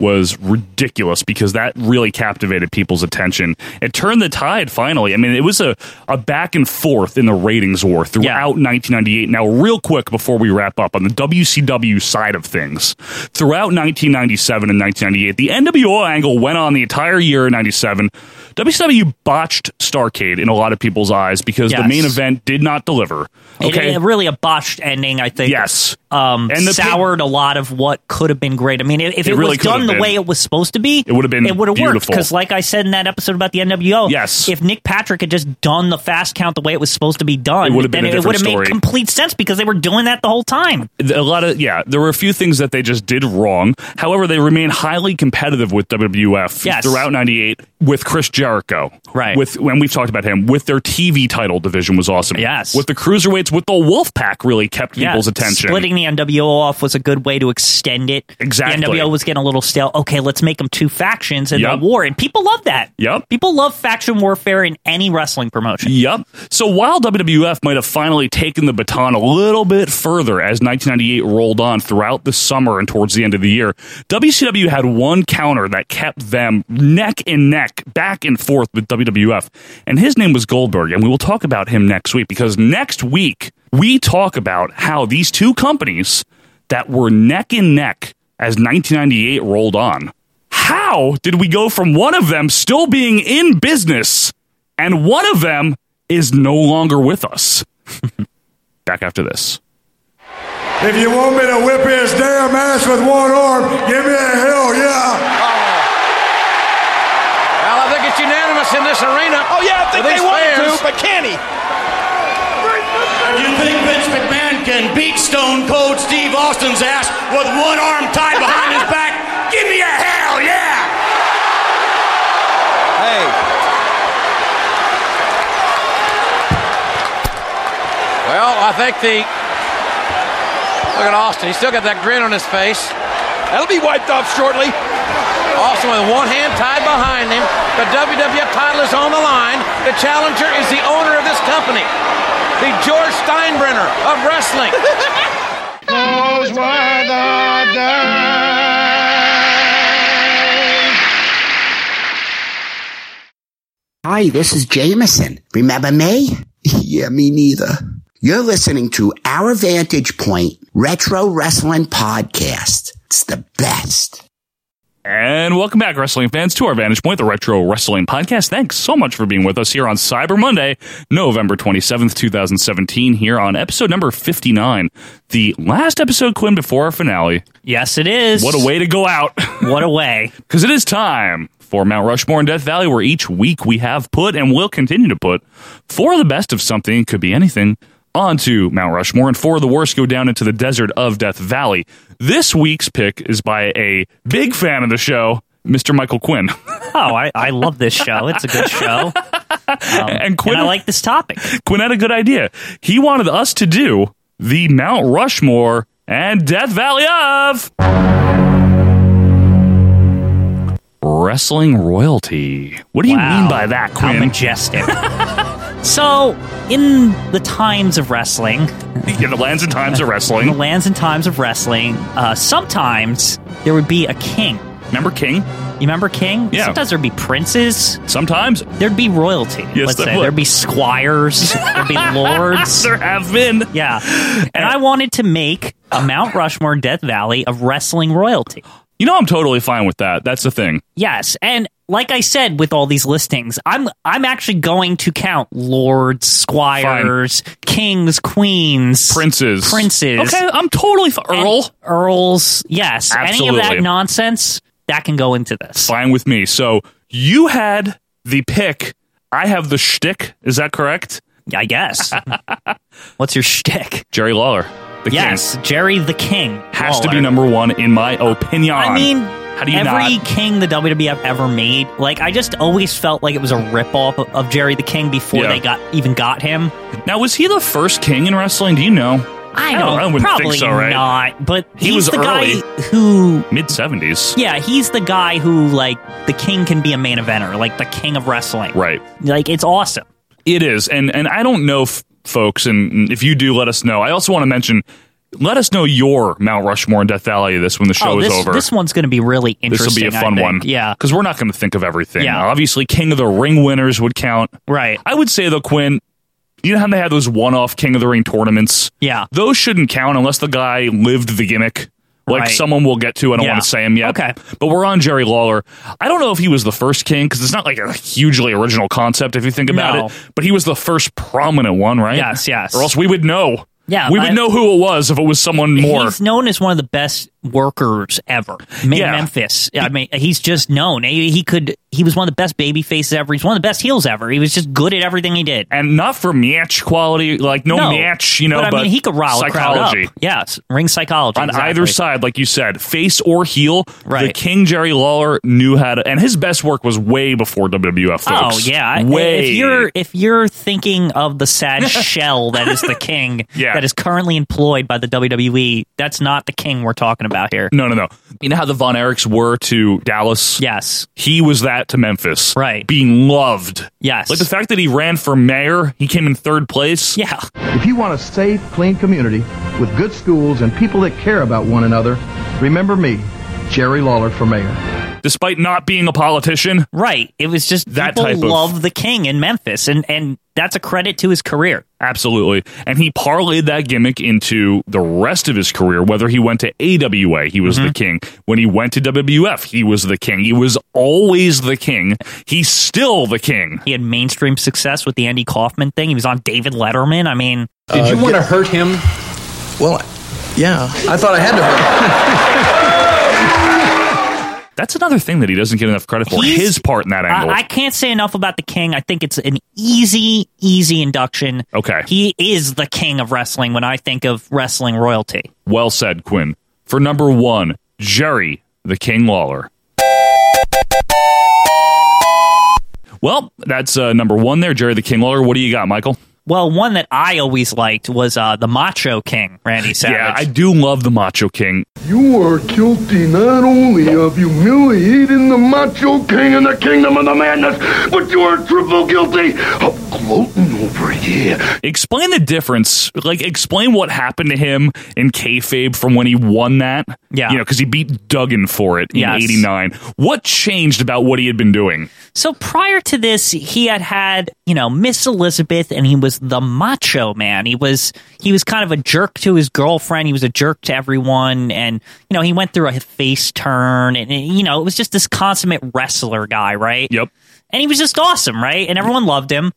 Speaker 1: was ridiculous because that really captivated people's attention. It turned the tide finally. I mean, it was a, a back and forth in the ratings war throughout
Speaker 2: Yeah.
Speaker 1: 1998. Now, real quick before we wrap up on the WCW side of things, throughout 1997 and 1998, the NWO angle went on the entire year in 97. WCW botched Starcade in a lot of people's eyes because the
Speaker 2: Yes.
Speaker 1: main event did not deliver.
Speaker 2: It-
Speaker 1: Okay.
Speaker 2: it- really a botched ending, I think.
Speaker 1: Yes.
Speaker 2: Um,
Speaker 1: And the
Speaker 2: soured a lot of what could have been great. I mean, if, if
Speaker 1: It
Speaker 2: it,
Speaker 1: really
Speaker 2: was
Speaker 1: could have
Speaker 2: done the
Speaker 1: been.
Speaker 2: way it was supposed to be,
Speaker 1: It would have been
Speaker 2: it would have worked.
Speaker 1: beautiful.
Speaker 2: Because, like I said in that episode about the NWO,
Speaker 1: Yes.
Speaker 2: if Nick Patrick had just done the fast count the way it was supposed to be
Speaker 1: It
Speaker 2: done,
Speaker 1: would have been
Speaker 2: then
Speaker 1: a
Speaker 2: it would
Speaker 1: different
Speaker 2: have made
Speaker 1: story.
Speaker 2: complete sense because they were doing that the whole time.
Speaker 1: a lot of yeah there were a few things that they just did wrong however they remain highly competitive with wwf
Speaker 2: Yes.
Speaker 1: throughout 98 with chris jericho
Speaker 2: Right.
Speaker 1: with when we've talked about him with their tv title division was awesome
Speaker 2: Yes.
Speaker 1: with the cruiserweights with the wolf pack really kept
Speaker 2: Yeah,
Speaker 1: people's attention
Speaker 2: Splitting the NWO off was a good way to extend it.
Speaker 1: Exactly.
Speaker 2: The NWO was getting a little stale. Okay, let's make them two factions and
Speaker 1: Yup.
Speaker 2: they'll war. And people love that.
Speaker 1: Yup.
Speaker 2: People love faction warfare in any wrestling promotion.
Speaker 1: Yep. So while WWF might have finally taken the baton a little bit further as 1998 rolled on throughout the summer and towards the end of the year, WCW had one counter that kept them neck and neck, back and forth with WWF. And his name was Goldberg, and we will talk about him next week because next week we talk about how these two companies that were neck and neck as 1998 rolled on. How did we go from one of them still being in business and one of them is no longer with us. [LAUGHS] Back after this.
Speaker 9: If you want me to whip his damn ass with one arm, give me a hell yeah.
Speaker 6: Well, I think it's unanimous in this arena.
Speaker 7: Oh, yeah, I think
Speaker 6: With
Speaker 7: they
Speaker 6: these
Speaker 7: wanted to,
Speaker 6: fans.
Speaker 7: but can he?
Speaker 9: You think Vince McMahon can beat Stone Cold Steve Austin's ass with one arm tied behind his back? Give me a hell yeah!
Speaker 7: Hey. Well, I think the. Look at Austin. He's still got that grin on his face. That'll be wiped off shortly. Austin with one hand tied behind him. The WWF title is on the line. The challenger is the owner of this company, the George Steinbrenner of wrestling.
Speaker 9: Those were the
Speaker 5: Hi, this is Jameson. Remember me? [LAUGHS] yeah, me neither. You're listening to Our Vantage Point Retro Wrestling Podcast. It's the best.
Speaker 1: And welcome back, wrestling fans, to our Vantage Point, the Retro Wrestling Podcast. Thanks so much for being with us here on Cyber Monday, November 27th, 2017, here on episode number 59, the last episode, Quinn, before our finale.
Speaker 2: Yes, it is.
Speaker 1: What a way to go out! [LAUGHS]
Speaker 2: What a way.
Speaker 1: Because it is time for Mount Rushmore and Death Valley, where each week we have put and will continue to put for the best of something, could be anything, onto Mount Rushmore, and for the worst go down into the desert of Death Valley. This week's pick is by a big fan of the show, Mr. Michael Quinn. [LAUGHS]
Speaker 2: Oh, I, I love this show. It's a good show. Um,
Speaker 1: and Quinn,
Speaker 2: and I like this topic.
Speaker 1: Quinn had a good idea. He wanted us to do the Mount Rushmore and Death Valley of wrestling royalty. What do you
Speaker 2: Wow.
Speaker 1: mean by that,
Speaker 2: How
Speaker 1: Quinn?
Speaker 2: majestic. so, in the times of wrestling,
Speaker 1: Yeah, the lands and times of
Speaker 2: the
Speaker 1: wrestling.
Speaker 2: lands and times of wrestling, uh, sometimes there would be a king.
Speaker 1: Remember King?
Speaker 2: You remember king?
Speaker 1: Yeah.
Speaker 2: Sometimes there'd be princes.
Speaker 1: Sometimes
Speaker 2: There'd be royalty.
Speaker 1: Yes,
Speaker 2: let's
Speaker 1: there
Speaker 2: say.
Speaker 1: would.
Speaker 2: There'd
Speaker 1: [LAUGHS]
Speaker 2: be squires. there'd be lords.
Speaker 1: there have been.
Speaker 2: Yeah. And I wanted to make a Mount Rushmore Death Valley of wrestling royalty.
Speaker 1: You know, I'm totally fine with that. That's the thing.
Speaker 2: Yes, and like I said with all these listings, I'm I'm actually going to count lords, squires, kings, queens,
Speaker 1: Princes.
Speaker 2: princes.
Speaker 1: Okay, I'm totally f- Earl.
Speaker 2: earls. Yes, any of
Speaker 1: Absolutely.
Speaker 2: that nonsense that can go into this.
Speaker 1: Fine with me. So you had the pick. I have the shtick. Is that correct?
Speaker 2: I
Speaker 1: [LAUGHS]
Speaker 2: guess. What's your shtick?
Speaker 1: Jerry Lawler. The
Speaker 2: yes,
Speaker 1: king.
Speaker 2: Jerry the King
Speaker 1: Has to be
Speaker 2: Lawler.
Speaker 1: number one in my opinion.
Speaker 2: I mean,
Speaker 1: how do you
Speaker 2: every
Speaker 1: not?
Speaker 2: king the WWF ever made, like I just always felt like it was a ripoff of- of Jerry the King before
Speaker 1: Yeah.
Speaker 2: they got even got him.
Speaker 1: Now, was he the first king in wrestling? Do you know?
Speaker 2: I
Speaker 1: I don't-
Speaker 2: don't,
Speaker 1: I wouldn't think
Speaker 2: probably
Speaker 1: so, right?
Speaker 2: not, but
Speaker 1: He
Speaker 2: he's
Speaker 1: was
Speaker 2: the
Speaker 1: early.
Speaker 2: guy who
Speaker 1: Mid 70s.
Speaker 2: yeah, he's the guy who like the king can be a main eventer, like the king of wrestling.
Speaker 1: Right.
Speaker 2: Like it's awesome.
Speaker 1: It is, and and I don't know, f- folks, and if you do, let us know. I also want to mention, let us know your Mount Rushmore and Death Valley of this when the show
Speaker 2: oh,
Speaker 1: is
Speaker 2: this,
Speaker 1: over.
Speaker 2: this one's going to be really
Speaker 1: This
Speaker 2: interesting.
Speaker 1: will be a
Speaker 2: I
Speaker 1: fun
Speaker 2: think.
Speaker 1: one,
Speaker 2: Yeah.
Speaker 1: because we're not going to think of everything.
Speaker 2: Yeah.
Speaker 1: obviously, King of the Ring winners would count.
Speaker 2: Right.
Speaker 1: I would say though, Quinn, you know how they had those one-off King of the Ring tournaments?
Speaker 2: Yeah.
Speaker 1: those shouldn't count unless the guy lived the gimmick. Like
Speaker 2: Right.
Speaker 1: someone we'll get to. I don't
Speaker 2: Yeah.
Speaker 1: want to say him yet.
Speaker 2: Okay.
Speaker 1: But we're on Jerry Lawler. I don't know if he was the first king because it's not like a hugely original concept if you think about
Speaker 2: No.
Speaker 1: it. But he was the first prominent one, right?
Speaker 2: Yes, yes.
Speaker 1: Or else we would know.
Speaker 2: Yeah,
Speaker 1: We would
Speaker 2: I-
Speaker 1: know who it was if it was someone more.
Speaker 2: He's known as one of the best workers ever. Made
Speaker 1: Yeah.
Speaker 2: Memphis. I mean, he's just known. He, he could. He was one of the best baby faces ever. He's one of the best heels ever. He was just good at everything he did.
Speaker 1: And not for match quality, like no, match, you know,
Speaker 2: but I
Speaker 1: but,
Speaker 2: mean, he could rile a
Speaker 1: psychology.
Speaker 2: crowd up. Yes, ring psychology
Speaker 1: on
Speaker 2: exactly.
Speaker 1: either side, like you said, face or heel. The
Speaker 2: Right.
Speaker 1: King Jerry Lawler knew how to, and his best work was way before WWF.
Speaker 2: Oh
Speaker 1: folks.
Speaker 2: yeah, I-
Speaker 1: way.
Speaker 2: If you're if you're thinking of
Speaker 1: [LAUGHS]
Speaker 2: the sad shell that is the king
Speaker 1: Yeah.
Speaker 2: that is currently employed by the WWE, that's not the king we're talking about here.
Speaker 1: no, no, no. You know how the Von Erichs were to Dallas.
Speaker 2: Yes,
Speaker 1: he was that to Memphis.
Speaker 2: Right.
Speaker 1: being loved.
Speaker 2: yes,
Speaker 1: Like the fact that he ran for mayor, he came in third place.
Speaker 2: yeah.
Speaker 10: If you want a safe, clean community with good schools and people that care about one another, remember me, Jerry Lawler for mayor.
Speaker 1: Despite not being a politician,
Speaker 2: Right. It was just
Speaker 1: That
Speaker 2: people
Speaker 1: type of-
Speaker 2: love the king in Memphis, and and that's a credit to his career.
Speaker 1: Absolutely. And he parlayed that gimmick into the rest of his career, whether he went to AWA, he was
Speaker 2: Mm-hmm.
Speaker 1: the king. When he went to WWF, he was the king. He was always the king. He's still the king.
Speaker 2: He had mainstream success with the Andy Kaufman thing. He was on David Letterman. I mean,
Speaker 11: Did you want to hurt him? Well, yeah. I thought I had to hurt him.
Speaker 1: That's another thing that he doesn't get enough credit for
Speaker 2: He's-
Speaker 1: his part in that
Speaker 2: I,
Speaker 1: angle.
Speaker 2: I can't say enough about the king. I think it's an easy, easy induction.
Speaker 1: Okay.
Speaker 2: He is the king of wrestling when I think of wrestling royalty.
Speaker 1: well said, Quinn. For number one, Jerry, the King Lawler. Well, that's uh, number one there, Jerry the King Lawler. What do you got, Michael?
Speaker 2: Well, one that I always liked was uh, the Macho King, Randy Savage.
Speaker 1: Yeah, I do love the Macho King.
Speaker 8: You are guilty not only of humiliating the Macho King in the Kingdom of the Madness, but you are triple guilty of gloating over here.
Speaker 1: Explain the difference. Like, explain what happened to him in kayfabe from when he won that.
Speaker 2: Yeah.
Speaker 1: you know, because he beat Duggan for it in
Speaker 2: Yes.
Speaker 1: '89. What changed about what he had been doing?
Speaker 2: So prior to this, he had had you know Miss Elizabeth, and he was the macho man. He was he was kind of a jerk to his girlfriend. He was a jerk to everyone, and you know he went through a face turn, and you know it was just this consummate wrestler guy, right?
Speaker 1: Yep.
Speaker 2: and he was just awesome, right? And everyone loved him.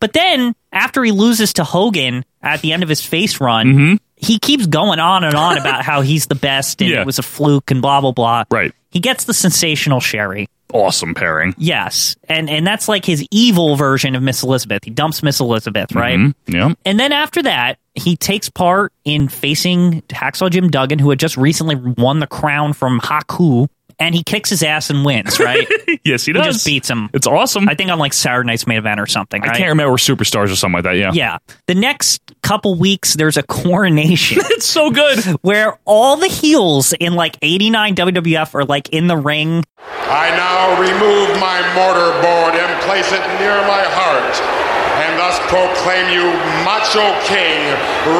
Speaker 2: But then after he loses to Hogan at the end of his face run,
Speaker 1: Mm-hmm.
Speaker 2: he keeps going on and
Speaker 1: [LAUGHS]
Speaker 2: on about how he's the best and
Speaker 1: Yeah.
Speaker 2: it was a fluke and blah blah blah.
Speaker 1: Right.
Speaker 2: He gets the sensational Sherry.
Speaker 1: Awesome pairing.
Speaker 2: Yes, and and that's like his evil version of Miss Elizabeth. He dumps Miss Elizabeth, right?
Speaker 1: Mhm. Yeah.
Speaker 2: And then after that, he takes part in facing Hacksaw Jim Duggan, who had just recently won the crown from Haku, and he kicks his ass and wins, right?
Speaker 1: Yes, [LAUGHS] he
Speaker 2: He
Speaker 1: does.
Speaker 2: just beats him.
Speaker 1: It's awesome.
Speaker 2: I think on like Saturday Night's Main Event or something.
Speaker 1: I
Speaker 2: right?
Speaker 1: can't remember superstars or something like that. Yeah.
Speaker 2: Yeah, the next couple weeks there's a coronation.
Speaker 1: [LAUGHS] It's so good.
Speaker 2: Where all the heels in like 89 WWF are like in the ring
Speaker 9: I now remove my mortar board and place it near my heart, and thus proclaim you Macho King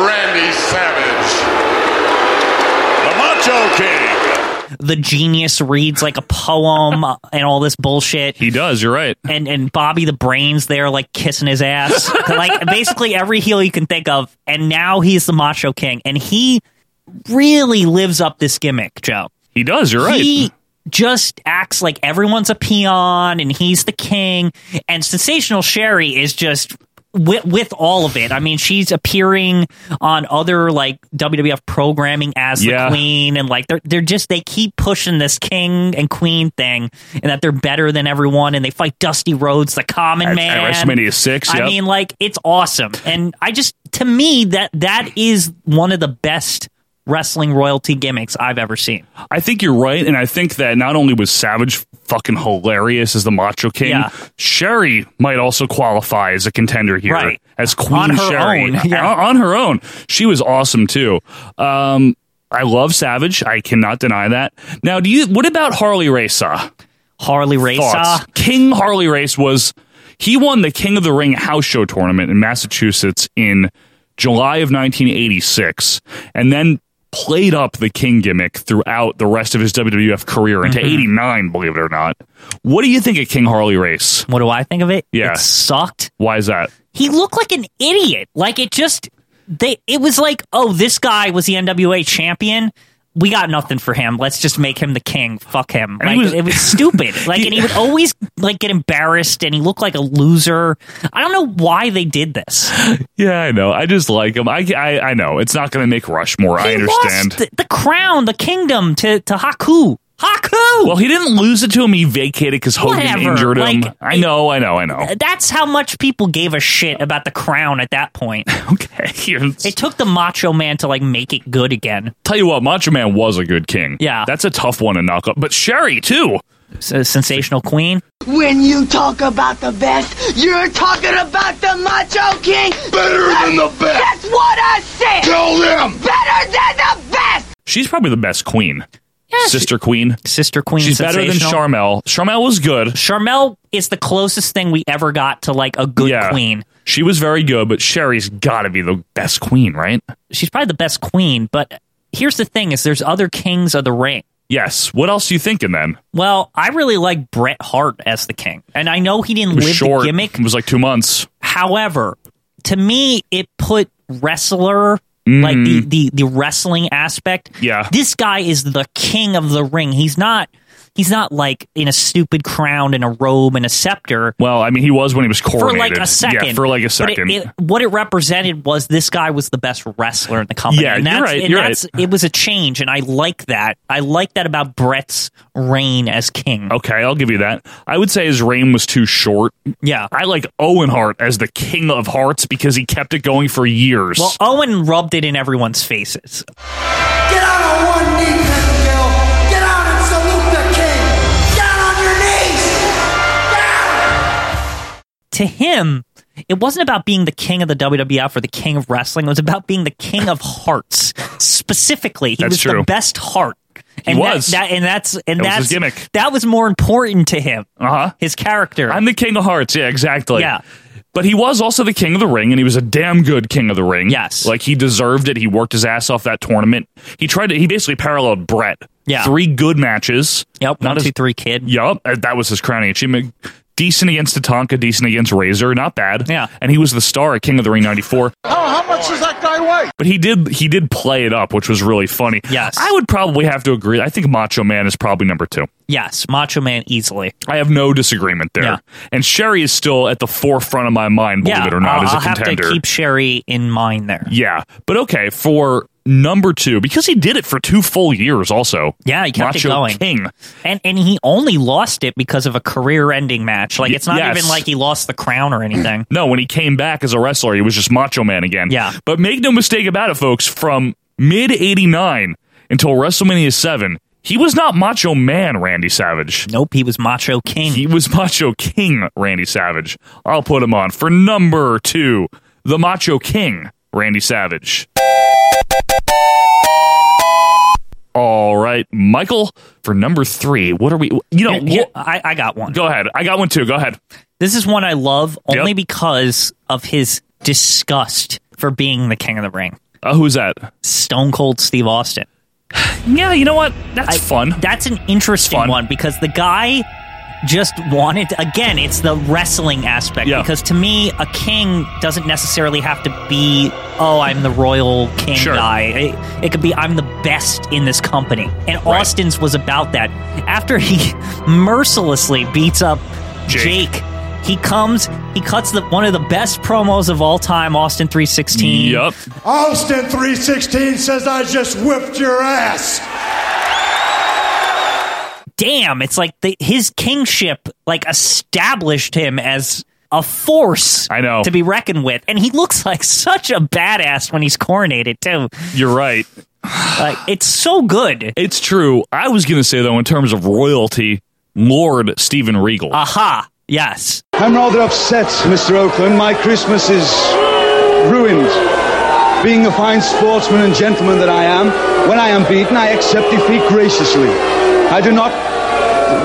Speaker 9: Randy Savage. The Macho King.
Speaker 2: the genius reads like a poem [LAUGHS] uh, and all this bullshit.
Speaker 1: He does. You're right.
Speaker 2: And and Bobby the Brains there like kissing his ass, [LAUGHS] like basically every heel you can think of. And now he's the Macho King, and he really lives up this gimmick, Joe.
Speaker 1: He does. You're right.
Speaker 2: He just acts like everyone's a peon and he's the king. And Sensational Sherry is just with, with all of it. I mean, she's appearing on other like WWF programming as
Speaker 1: Yeah.
Speaker 2: the queen, and like they're they're just they keep pushing this king and queen thing, and that they're better than everyone, and they fight Dusty Rhodes, the Common
Speaker 1: At- at
Speaker 2: Man,
Speaker 1: WrestleMania 6,
Speaker 2: I
Speaker 1: yep.
Speaker 2: mean, like it's awesome, and I just to me that that is one of the best wrestling royalty gimmicks I've ever seen.
Speaker 1: I think you're right, and I think that not only was Savage fucking hilarious as the Macho King,
Speaker 2: Yeah.
Speaker 1: Sherry might also qualify as a contender here,
Speaker 2: Right.
Speaker 1: as Queen
Speaker 2: On her
Speaker 1: Sherry
Speaker 2: own, yeah.
Speaker 1: [LAUGHS] on, on her own. She was awesome too. Um, I love Savage. I cannot deny that. Now, do you? What about Harley Racesaw?
Speaker 2: Harley Racesaw?
Speaker 1: King Harley Race was he won the King of the Ring house show tournament in Massachusetts in July of 1986, and then played up the King gimmick throughout the rest of his WWF career into
Speaker 2: Mhm.
Speaker 1: '89. Believe it or not, what do you think of King Harley Race?
Speaker 2: What do I think of it?
Speaker 1: Yeah,
Speaker 2: sucked.
Speaker 1: Why is that?
Speaker 2: he looked like an idiot. Like it just they it was like, oh, this guy was the NWA champion. We got nothing for him. Let's just make him the king. Fuck him.
Speaker 1: And he
Speaker 2: Like,
Speaker 1: was-
Speaker 2: it
Speaker 1: [LAUGHS]
Speaker 2: was stupid. Like and he would always like get embarrassed and he looked like a loser. I don't know why they did this.
Speaker 1: Yeah, I know. I just like him. I I, I know it's not going to make Rushmore. I understand.
Speaker 2: Lost the, the crown, the kingdom to to Haku. Haku.
Speaker 1: Well, he didn't lose it to him. He vacated because Hogan
Speaker 2: Whatever.
Speaker 1: injured him.
Speaker 2: Like,
Speaker 1: I know. I know. I know.
Speaker 2: That's how much people gave a shit about the crown at that point.
Speaker 1: [LAUGHS] okay.
Speaker 2: It took the Macho Man to like make it good again.
Speaker 1: Tell you what, Macho Man was a good king.
Speaker 2: Yeah.
Speaker 1: That's a tough one to knock up. But Sherry, too.
Speaker 2: uh, sensational queen.
Speaker 12: When you talk about the best, you're talking about the Macho King.
Speaker 8: Better than the best.
Speaker 12: That's what I said.
Speaker 8: Tell them.
Speaker 12: Better than the best.
Speaker 1: She's probably the best queen. Sister Queen.
Speaker 2: Sister Queen.
Speaker 1: She's better than Charmel.
Speaker 2: sensational.
Speaker 1: Charmel was good.
Speaker 2: Charmel is the closest thing we ever got to like a good queen.
Speaker 1: She was very good, but Sherry's got to be the best queen, right?
Speaker 2: She's probably the best queen, but here's the thing is there's other kings of the ring.
Speaker 1: Yes. What else are you thinking then?
Speaker 2: Well, I really like Bret Hart as the king. And I know he didn't
Speaker 1: It was
Speaker 2: live
Speaker 1: short.
Speaker 2: the gimmick.
Speaker 1: It was like two months.
Speaker 2: However, to me it put wrestler like the, the the wrestling aspect.
Speaker 1: Mm. Yeah.
Speaker 2: This guy is the king of the ring. He's not he's not like in a stupid crown and a robe and a scepter.
Speaker 1: Well, I mean, he was when he was
Speaker 2: for
Speaker 1: coronated.
Speaker 2: like a second.
Speaker 1: Yeah, for like a
Speaker 2: But it-
Speaker 1: second.
Speaker 2: it- what it represented was this guy was the best wrestler in the company.
Speaker 1: Yeah,
Speaker 2: and
Speaker 1: you're
Speaker 2: that's,
Speaker 1: right,
Speaker 2: And
Speaker 1: you're
Speaker 2: that's,
Speaker 1: right.
Speaker 2: It was a change, and I like that. I like that about Brett's reign as king.
Speaker 1: Okay, I'll give you that. I would say his reign was too short.
Speaker 2: Yeah.
Speaker 1: I like Owen Hart as the king of hearts because he kept it going for years.
Speaker 2: Well, Owen rubbed it in everyone's faces.
Speaker 6: Get out on one knee, Pettingill. Get out and salute the king. Down on your knees.
Speaker 2: To him, it wasn't about being the king of the WWF or the king of wrestling. It was about being the king of hearts. Specifically, he
Speaker 1: That's
Speaker 2: was
Speaker 1: true.
Speaker 2: the best heart.
Speaker 1: He
Speaker 2: and that-
Speaker 1: was.
Speaker 2: that, and that's and
Speaker 1: That was
Speaker 2: that's
Speaker 1: his gimmick.
Speaker 2: That was more important to him.
Speaker 1: Uh huh.
Speaker 2: His character.
Speaker 1: I'm the king of hearts. Yeah, exactly.
Speaker 2: Yeah.
Speaker 1: But he was also the king of the ring, and he was a damn good king of the ring.
Speaker 2: Yes.
Speaker 1: Like he deserved it. He worked his ass off that tournament. He tried to. He basically paralleled Brett.
Speaker 2: Yeah.
Speaker 1: Three good matches.
Speaker 2: Yep,
Speaker 1: Not
Speaker 2: one,
Speaker 1: as-
Speaker 2: two, three, kid.
Speaker 1: Yup. uh, That was his crowning achievement. Decent against Tatanka. Decent against Razor. Not bad.
Speaker 2: Yeah.
Speaker 1: And he was the star at King of the Ring '94.
Speaker 6: [LAUGHS] How, how much does that guy weigh?
Speaker 1: But he did he did play it up, which was really funny.
Speaker 2: Yes.
Speaker 1: I would probably have to agree. I think Macho Man is probably number two.
Speaker 2: Yes, Macho Man easily.
Speaker 1: I have no disagreement there.
Speaker 2: Yeah.
Speaker 1: And Sherry is still at the forefront of my mind, believe
Speaker 2: yeah,
Speaker 1: it or not,
Speaker 2: I'll,
Speaker 1: as a
Speaker 2: I'll
Speaker 1: contender.
Speaker 2: have to keep Sherry in mind there.
Speaker 1: yeah. But okay, for number two, because he did it for two full years also.
Speaker 2: Yeah, he kept
Speaker 1: Macho
Speaker 2: it going.
Speaker 1: King.
Speaker 2: And and he only lost it because of a career-ending match. Like it's not
Speaker 1: yes.
Speaker 2: even like he lost the crown or anything. [CLEARS THROAT]
Speaker 1: No, when he came back as a wrestler, he was just Macho Man again.
Speaker 2: Yeah.
Speaker 1: But make no mistake about it, folks, from mid 89 until WrestleMania 7, he was not Macho Man Randy Savage.
Speaker 2: nope, he was Macho King.
Speaker 1: He was Macho King Randy Savage. I'll put him on for number two, the Macho King Randy Savage. All right, Michael, for number three, what are we? You know,
Speaker 2: Here- here-
Speaker 1: wh-
Speaker 2: I, I got one.
Speaker 1: go ahead. I got one too. Go ahead.
Speaker 2: This is one I love only
Speaker 1: Yep.
Speaker 2: because of his disgust for being the king of the ring.
Speaker 1: Uh, who's that?
Speaker 2: Stone Cold Steve Austin.
Speaker 1: Yeah, you know what? That's fun. [LAUGHS]
Speaker 2: That's an interesting
Speaker 1: Fun.
Speaker 2: one because the guy just wanted again it's the wrestling aspect because to me a king doesn't necessarily have to be oh i'm the royal king
Speaker 1: Sure.
Speaker 2: guy it, it could be i'm the best in this company and austin's was about that after he [LAUGHS] mercilessly beats up jake, he comes he cuts the one of the best promos of all time austin 316
Speaker 1: yep
Speaker 9: Austin 316 says I just whipped your ass.
Speaker 2: damn, it's like the, his kingship like established him as a force I know to be reckoned with. And he looks like [LAUGHS] such a badass when he's coronated too.
Speaker 1: You're right.
Speaker 2: Like it's so good.
Speaker 1: It's true. I was going to say though, in terms of royalty, Lord Steven Regal.
Speaker 2: Aha. Yes.
Speaker 13: I'm rather upset, Mr. Oakland. My Christmas is ruined. Being the fine sportsman and gentleman that I am, when I am beaten, I accept defeat graciously. I do not,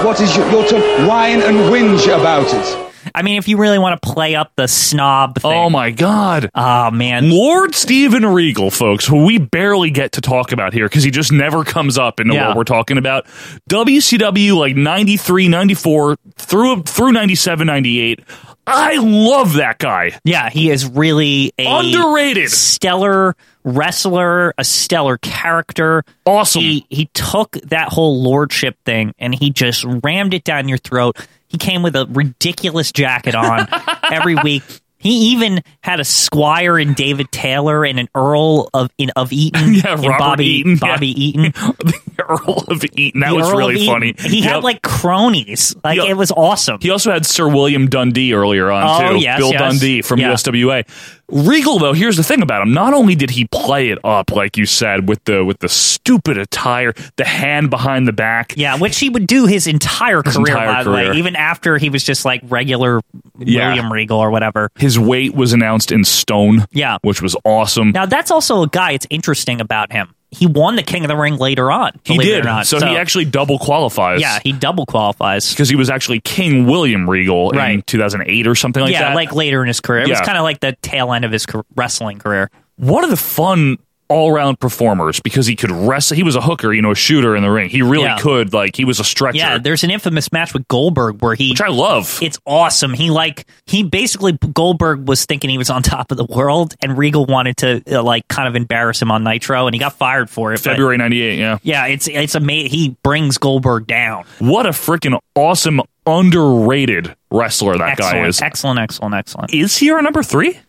Speaker 13: what is your, your term, whine and whinge about it.
Speaker 2: I mean, if you really want to play up the snob thing. Oh
Speaker 1: my god.
Speaker 2: Oh man.
Speaker 1: Lord Steven Regal, folks, who we barely get to talk about here because he just never comes up into
Speaker 2: Yeah.
Speaker 1: what we're talking about. WCW like 93, 94 through through 97, 98. I love that guy. [LAUGHS]
Speaker 2: Yeah, he is really a
Speaker 1: Underrated.
Speaker 2: stellar wrestler, a stellar character.
Speaker 1: Awesome.
Speaker 2: He he took that whole lordship thing and he just rammed it down your throat. He came with a ridiculous jacket
Speaker 1: [LAUGHS]
Speaker 2: on every week. He even had a squire in David Taylor and an earl of in of
Speaker 1: [LAUGHS]
Speaker 2: Eaton,
Speaker 1: Yeah,
Speaker 2: in
Speaker 1: Robert
Speaker 2: Bobby
Speaker 1: Eaton,
Speaker 2: Bobby Eaton.
Speaker 1: Earl of Eaton. [LAUGHS] That
Speaker 2: The
Speaker 1: was
Speaker 2: Earl of
Speaker 1: really funny.
Speaker 2: Eaton. He had, like, cronies. Like it was awesome.
Speaker 1: He also had Sir William Dundee earlier on
Speaker 2: Oh,
Speaker 1: too.
Speaker 2: yes,
Speaker 1: Bill
Speaker 2: yes.
Speaker 1: Dundee from
Speaker 2: Yeah.
Speaker 1: USWA. Regal though, here's the thing about him. Not only did he play it up, like you said, with the with the stupid attire, the hand behind the back.
Speaker 2: Yeah, which he would do his entire
Speaker 1: His
Speaker 2: career,
Speaker 1: entire
Speaker 2: by the
Speaker 1: career.
Speaker 2: way, even after he was just like regular
Speaker 1: Yeah.
Speaker 2: William Regal or whatever.
Speaker 1: His weight was announced in stone.
Speaker 2: Yeah.
Speaker 1: Which was awesome.
Speaker 2: Now that's also a guy. It's interesting about him. He won the King of the Ring later on.
Speaker 1: He
Speaker 2: believe it
Speaker 1: did.
Speaker 2: or not.
Speaker 1: so, he actually double qualifies.
Speaker 2: Yeah, he double qualifies.
Speaker 1: Because he was actually King William Regal in 2008 or something like
Speaker 2: yeah,
Speaker 1: that.
Speaker 2: like later in his career, it was
Speaker 1: Yeah.
Speaker 2: kind of like the tail end of his car- wrestling career.
Speaker 1: one of the fun all-round performers because he could wrestle. He was a hooker, you know, a shooter in the ring. He really
Speaker 2: Yeah.
Speaker 1: could. Like he was a stretcher.
Speaker 2: Yeah, there's an infamous match with Goldberg where he, which I
Speaker 1: love.
Speaker 2: It's awesome. He like he basically Goldberg was thinking he was on [LAUGHS] top of the world, and Regal wanted to uh, like kind of embarrass him on Nitro, and he got fired for it. but-
Speaker 1: February '98. Yeah.
Speaker 2: yeah, it's it's amazing. He brings Goldberg down.
Speaker 1: What a freaking awesome, underrated wrestler that guy
Speaker 2: Excellent,
Speaker 1: is.
Speaker 2: excellent, excellent, excellent.
Speaker 1: Is he our number three?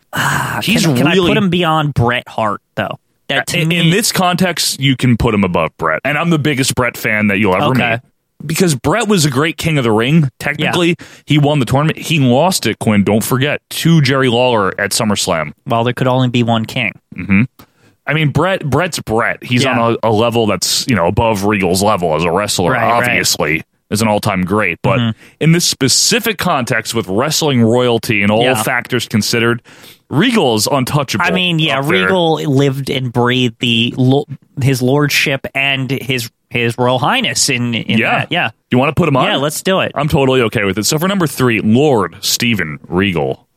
Speaker 1: He's
Speaker 2: can, can
Speaker 1: really-
Speaker 2: I put him beyond Bret Hart though? That to
Speaker 1: Uh, in,
Speaker 2: me,
Speaker 1: in this context, you can put him above Brett. And I'm the biggest Brett fan that you'll ever
Speaker 2: Okay.
Speaker 1: meet. Because Brett was a great king of the ring, technically. He won the tournament. He lost it, Quinn, don't forget, to Jerry Lawler at SummerSlam.
Speaker 2: Well, there could only be one king.
Speaker 1: hmm I mean, Brett. Brett's Brett. He's
Speaker 2: Yeah.
Speaker 1: on a, a level that's, you know, above Regal's level as a wrestler,
Speaker 2: Right, right. Mm-hmm.
Speaker 1: obviously. Is an all time great, but in this specific context with wrestling royalty and all
Speaker 2: Yeah.
Speaker 1: factors considered, Regal is untouchable.
Speaker 2: I mean, yeah,
Speaker 1: up there.
Speaker 2: Regal lived and breathed the lo- his lordship and his his royal highness in in
Speaker 1: yeah.
Speaker 2: that. Yeah,
Speaker 1: You want to put him on?
Speaker 2: Yeah, let's do it.
Speaker 1: I'm totally okay with it. So for number three, Lord Steven Regal.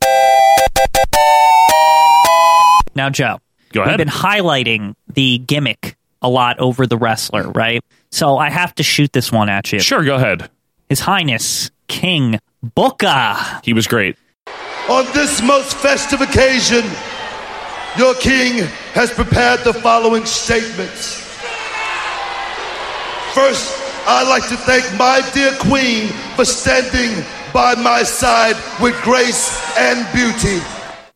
Speaker 2: Now, Joe,
Speaker 1: Go ahead.
Speaker 2: We've been highlighting the gimmick a lot over the wrestler, right? So I have to shoot this one at you.
Speaker 1: Sure, go ahead.
Speaker 2: His Highness King Booker.
Speaker 1: He was great.
Speaker 14: On this most festive occasion, your king has prepared the following statements. First, I'd like to thank my dear queen for standing by my side with grace and beauty.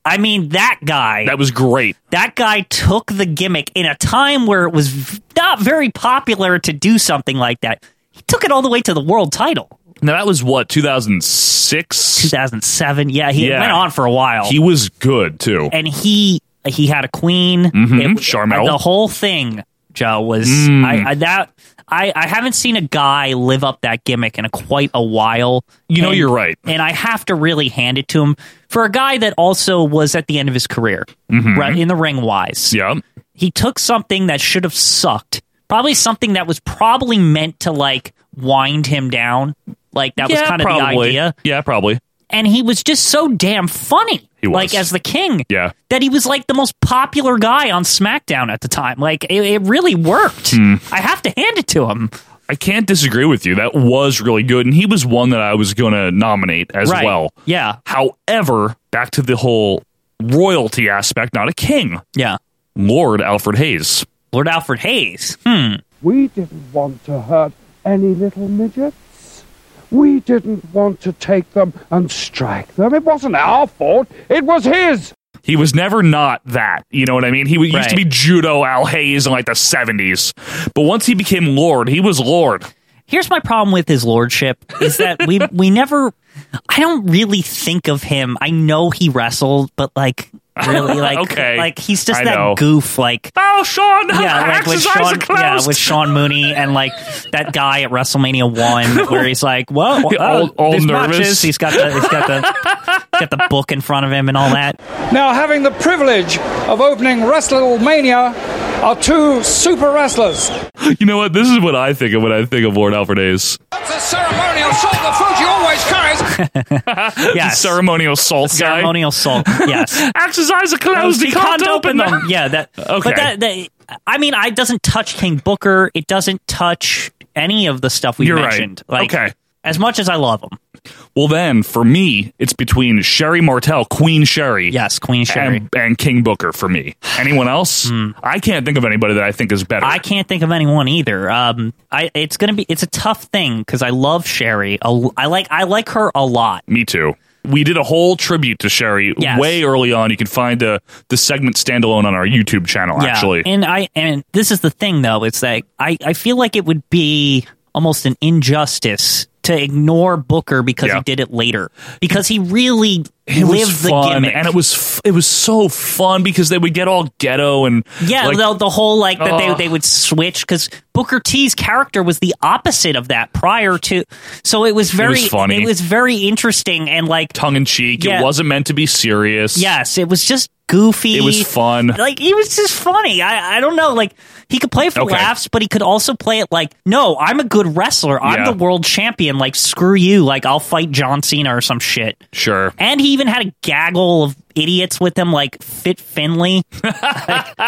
Speaker 2: I mean, that guy. That
Speaker 1: was great.
Speaker 2: That guy took the gimmick in a time where it was v- not very popular to do something like that. He took it all the way to the world title.
Speaker 1: Now that was what 2006,
Speaker 2: 2007. Yeah, he it went on for a while.
Speaker 1: He was good too.
Speaker 2: and he he had a queen.
Speaker 1: Mhm,
Speaker 2: It-
Speaker 1: Charmel.
Speaker 2: The whole thing, Joe, was
Speaker 1: Mm.
Speaker 2: I, I that I, I haven't seen a guy live up that gimmick in a, quite a while.
Speaker 1: You know,
Speaker 2: And-
Speaker 1: you're right.
Speaker 2: and I have to really hand it to him for a guy that also was at the end of his career,
Speaker 1: Mhm.
Speaker 2: right in the ring wise.
Speaker 1: Yeah,
Speaker 2: he took something that should have sucked, probably something that was probably meant to like wind him down. Like that was
Speaker 1: Yeah,
Speaker 2: kind of the
Speaker 1: probably.
Speaker 2: idea
Speaker 1: Yeah, probably.
Speaker 2: and he was just so damn funny.
Speaker 1: He was.
Speaker 2: Like as the king.
Speaker 1: Yeah.
Speaker 2: That he was like the most popular guy on SmackDown at the time. Like it, it really worked.
Speaker 1: Hmm.
Speaker 2: I have to hand it to him.
Speaker 1: I can't disagree with you. That was really good, and he was one that I was going to nominate as
Speaker 2: Right.
Speaker 1: well.
Speaker 2: Yeah.
Speaker 1: However, back to the whole royalty aspect, not a king.
Speaker 2: Yeah.
Speaker 1: Lord Alfred Hayes.
Speaker 2: Lord Alfred Hayes. Hmm.
Speaker 15: We didn't want to hurt any little midgets. We didn't want to take them and strike them. It wasn't our fault, it was his.
Speaker 1: He was never not that. You know what I mean? He used
Speaker 2: Right.
Speaker 1: to be Judo Al Hayes in like the 70s. But once he became Lord, he was Lord.
Speaker 2: Here's my problem with his lordship is
Speaker 1: [LAUGHS]
Speaker 2: that we we never I don't really think of him. I know he wrestled, but like
Speaker 1: [LAUGHS]
Speaker 2: really like
Speaker 1: Okay.
Speaker 2: like he's just
Speaker 1: I
Speaker 2: that
Speaker 1: know.
Speaker 2: goof like
Speaker 1: [LAUGHS] Oh, Sean!
Speaker 2: yeah, like with
Speaker 1: Axe's eyes
Speaker 2: Sean,
Speaker 1: are closed.
Speaker 2: yeah, with Sean Mooney and like that guy at WrestleMania
Speaker 1: [LAUGHS]
Speaker 2: one, where he's like, "Well,
Speaker 1: All-
Speaker 2: oh,
Speaker 1: all
Speaker 2: this match
Speaker 1: nervous.
Speaker 2: is- He's got the he's got the he's got the book in front of him and
Speaker 1: [LAUGHS]
Speaker 2: all that.
Speaker 16: Now, having the privilege of opening WrestleMania are two super wrestlers.
Speaker 1: [LAUGHS] You know what? This is what I think of when I think of Lord Alfred Hayes.
Speaker 6: That's a ceremonial salt that Fuji always carries.
Speaker 1: yes. ceremonial salt guy. [LAUGHS]
Speaker 2: Ceremonial salt. Yes.
Speaker 1: Axe's eyes are closed. He can't, open [LAUGHS] them.
Speaker 2: Yeah, that.
Speaker 1: Okay.
Speaker 2: But that, that- I mean, I it doesn't touch King Booker. It doesn't touch any of the stuff we
Speaker 1: You're right.
Speaker 2: mentioned. Like,
Speaker 1: Okay.
Speaker 2: As much as I love him,
Speaker 1: Well, then for me, it's between Sherry Martel, Queen Sherry.
Speaker 2: Yes, Queen Sherry. Hmm.
Speaker 1: And, and King Booker for me. Anyone else? I can't think of anybody that I think is better.
Speaker 2: I can't think of anyone either. Um, I it's gonna be it's a tough thing because I love Sherry. A l- I like I like her a lot.
Speaker 1: me too. We did a whole tribute to Sherry
Speaker 2: Yes.
Speaker 1: way early on. You can find uh, the segment standalone on our YouTube channel, actually.
Speaker 2: Yeah. And I and this is the thing though, it's like I, I feel like it would be almost an injustice to ignore Booker because he did it later. Because he really
Speaker 1: It was
Speaker 2: lived the
Speaker 1: fun,
Speaker 2: gimmick.
Speaker 1: and it was f- it was so fun because they would get all ghetto and
Speaker 2: yeah,
Speaker 1: like, uh.
Speaker 2: the, the whole like that
Speaker 1: Ugh.
Speaker 2: they, they would switch because Booker T's character was the opposite of that prior to, so it was very
Speaker 1: was funny.
Speaker 2: it was very interesting and like
Speaker 1: tongue in cheek.
Speaker 2: Yeah.
Speaker 1: It wasn't meant to be serious.
Speaker 2: Yes, it was just goofy.
Speaker 1: It was fun.
Speaker 2: Like he was just funny. I I don't know. Like he could play for
Speaker 1: Okay.
Speaker 2: laughs, but he could also play it like, no, I'm a good wrestler. I'm
Speaker 1: Yeah.
Speaker 2: the world champion. Like screw you. Like I'll fight John Cena or some shit.
Speaker 1: Sure.
Speaker 2: And he even had a gaggle of idiots with him, like Fit Finley, [LAUGHS] like,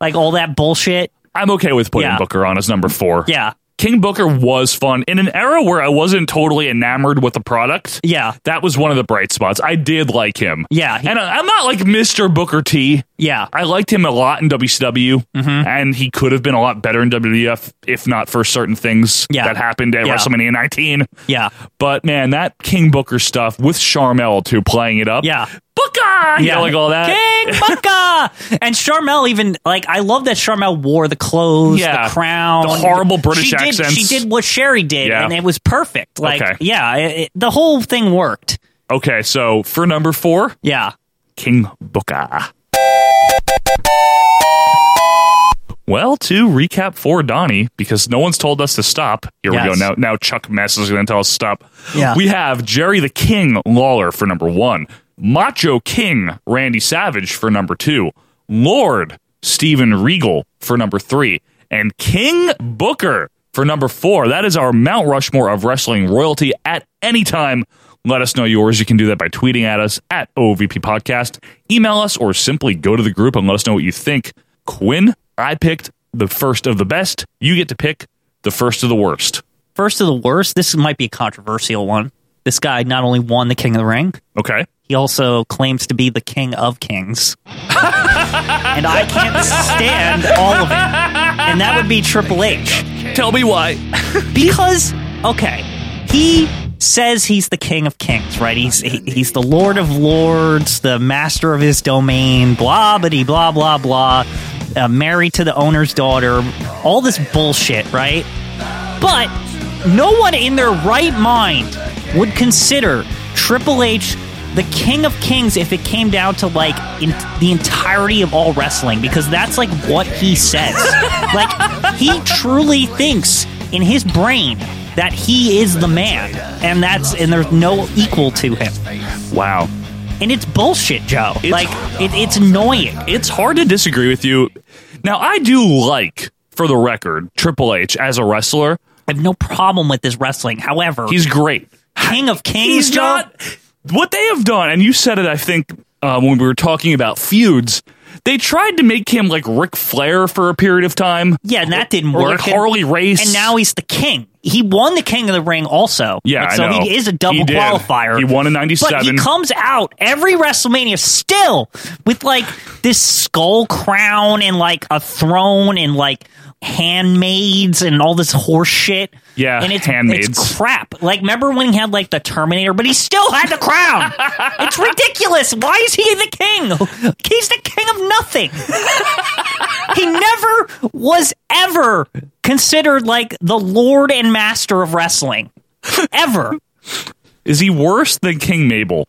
Speaker 2: like all that bullshit.
Speaker 1: I'm okay with putting
Speaker 2: Yeah.
Speaker 1: Booker on as number four.
Speaker 2: Yeah.
Speaker 1: King Booker was fun in an era where I wasn't totally enamored with the product.
Speaker 2: Yeah.
Speaker 1: That was one of the bright spots. I did like him.
Speaker 2: Yeah. he-
Speaker 1: And I- I'm not like Mr. Booker T.
Speaker 2: Yeah.
Speaker 1: I liked him a lot in WCW,
Speaker 2: Mm-hmm.
Speaker 1: and he could have been a lot better in WWF if not for certain things
Speaker 2: Yeah.
Speaker 1: that happened at
Speaker 2: Yeah.
Speaker 1: WrestleMania 19.
Speaker 2: yeah.
Speaker 1: But man, that King Booker stuff with Charmel too playing it up.
Speaker 2: Yeah.
Speaker 1: Booker! Yeah. Yelling all that. [LAUGHS]
Speaker 2: King Booker! and Charmel even, like, I love that Charmel wore the clothes,
Speaker 1: Yeah.
Speaker 2: the crown.
Speaker 1: The horrible British
Speaker 2: she did,
Speaker 1: accents.
Speaker 2: She did what Sherry did,
Speaker 1: Yeah.
Speaker 2: and it was perfect. Like,
Speaker 1: Okay.
Speaker 2: yeah, it, it- the whole thing worked.
Speaker 1: Okay, so for number four,
Speaker 2: Yeah.
Speaker 1: King Booker. Well, to recap for Donnie, because no one's told us to stop. Here we
Speaker 2: Yes.
Speaker 1: go. Now, now Chuck Mess is going to tell us to stop.
Speaker 2: Yeah.
Speaker 1: We have Jerry the King Lawler for number one, Macho King Randy Savage for number two, Lord Steven Regal for number three, and King Booker for number four. That is our Mount Rushmore of wrestling royalty at any time. Let us know yours. You can do that by tweeting at us at OVP Podcast, email us, or simply go to the group and let us know what you think. Quinn, I picked the first of the best. You get to pick the first of the worst.
Speaker 2: First of the worst, this might be a controversial one. This guy not only won the King of the Ring,
Speaker 1: Okay.
Speaker 2: he also claims to be the King
Speaker 1: [LAUGHS]
Speaker 2: of Kings. and I can't stand all of it. And that would be Triple H.
Speaker 1: Tell me why.
Speaker 2: because okay, he says he's the king of kings, right? He's he, he's the lord of lords, the master of his domain, blah bitty blah blah blah, uh, married to the owner's daughter, all this bullshit, right? But no one in their right mind would consider Triple H the king of kings if it came down to like in the entirety of all wrestling because that's like what he says. like he truly thinks in his brain that he is the man and that's and there's no equal to him.
Speaker 1: Wow.
Speaker 2: And it's bullshit, Joe. like it, it's annoying.
Speaker 1: It's hard to disagree with you. Now, I do like, for the record, Triple H as a wrestler.
Speaker 2: I have no problem with this wrestling. However,
Speaker 1: He's great.
Speaker 2: king of kings,
Speaker 1: He's
Speaker 2: Joe.
Speaker 1: not. What they have done, and you said it, I think, uh, when we were talking about feuds, They tried to make him like Ric Flair for a period of time.
Speaker 2: Yeah, and that didn't
Speaker 1: Or
Speaker 2: work.
Speaker 1: like Harley
Speaker 2: and,
Speaker 1: Race.
Speaker 2: and now he's the king. He won the King of the Ring, also.
Speaker 1: Yeah,
Speaker 2: Like,
Speaker 1: I
Speaker 2: so
Speaker 1: know.
Speaker 2: he is a double
Speaker 1: He did.
Speaker 2: qualifier.
Speaker 1: He won in '97.
Speaker 2: But he comes out every WrestleMania still with like this skull crown and like a throne and like handmaids and all this horse shit.
Speaker 1: Yeah,
Speaker 2: and it's
Speaker 1: handmaids.
Speaker 2: It's crap. Like, remember when he had like the Terminator, but he still had
Speaker 1: [LAUGHS]
Speaker 2: the crown. it's ridiculous. Why is he the king? He's the king of nothing. [LAUGHS] he never was ever considered like the lord and master of wrestling. Ever.
Speaker 1: Is he worse than King Mabel?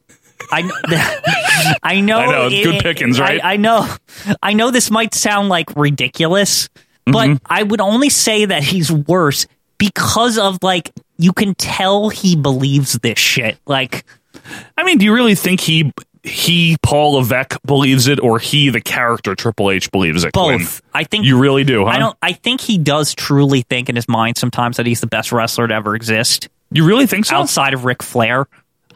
Speaker 2: I [LAUGHS] I know.
Speaker 1: I know, good pickings,
Speaker 2: I-
Speaker 1: right?
Speaker 2: I, know. [LAUGHS] I know this might sound like ridiculous, but
Speaker 1: Mm-hmm.
Speaker 2: I would only say that he's worse because of like you can tell he believes this shit. Like,
Speaker 1: I mean, do you really think he he Paul Levesque believes it, or he the character Triple H believes it? Both.
Speaker 2: I think
Speaker 1: you really do. Huh?
Speaker 2: I don't. I think he does truly think in his mind sometimes that he's the best wrestler to ever exist.
Speaker 1: You really think so?
Speaker 2: Outside of Ric Flair,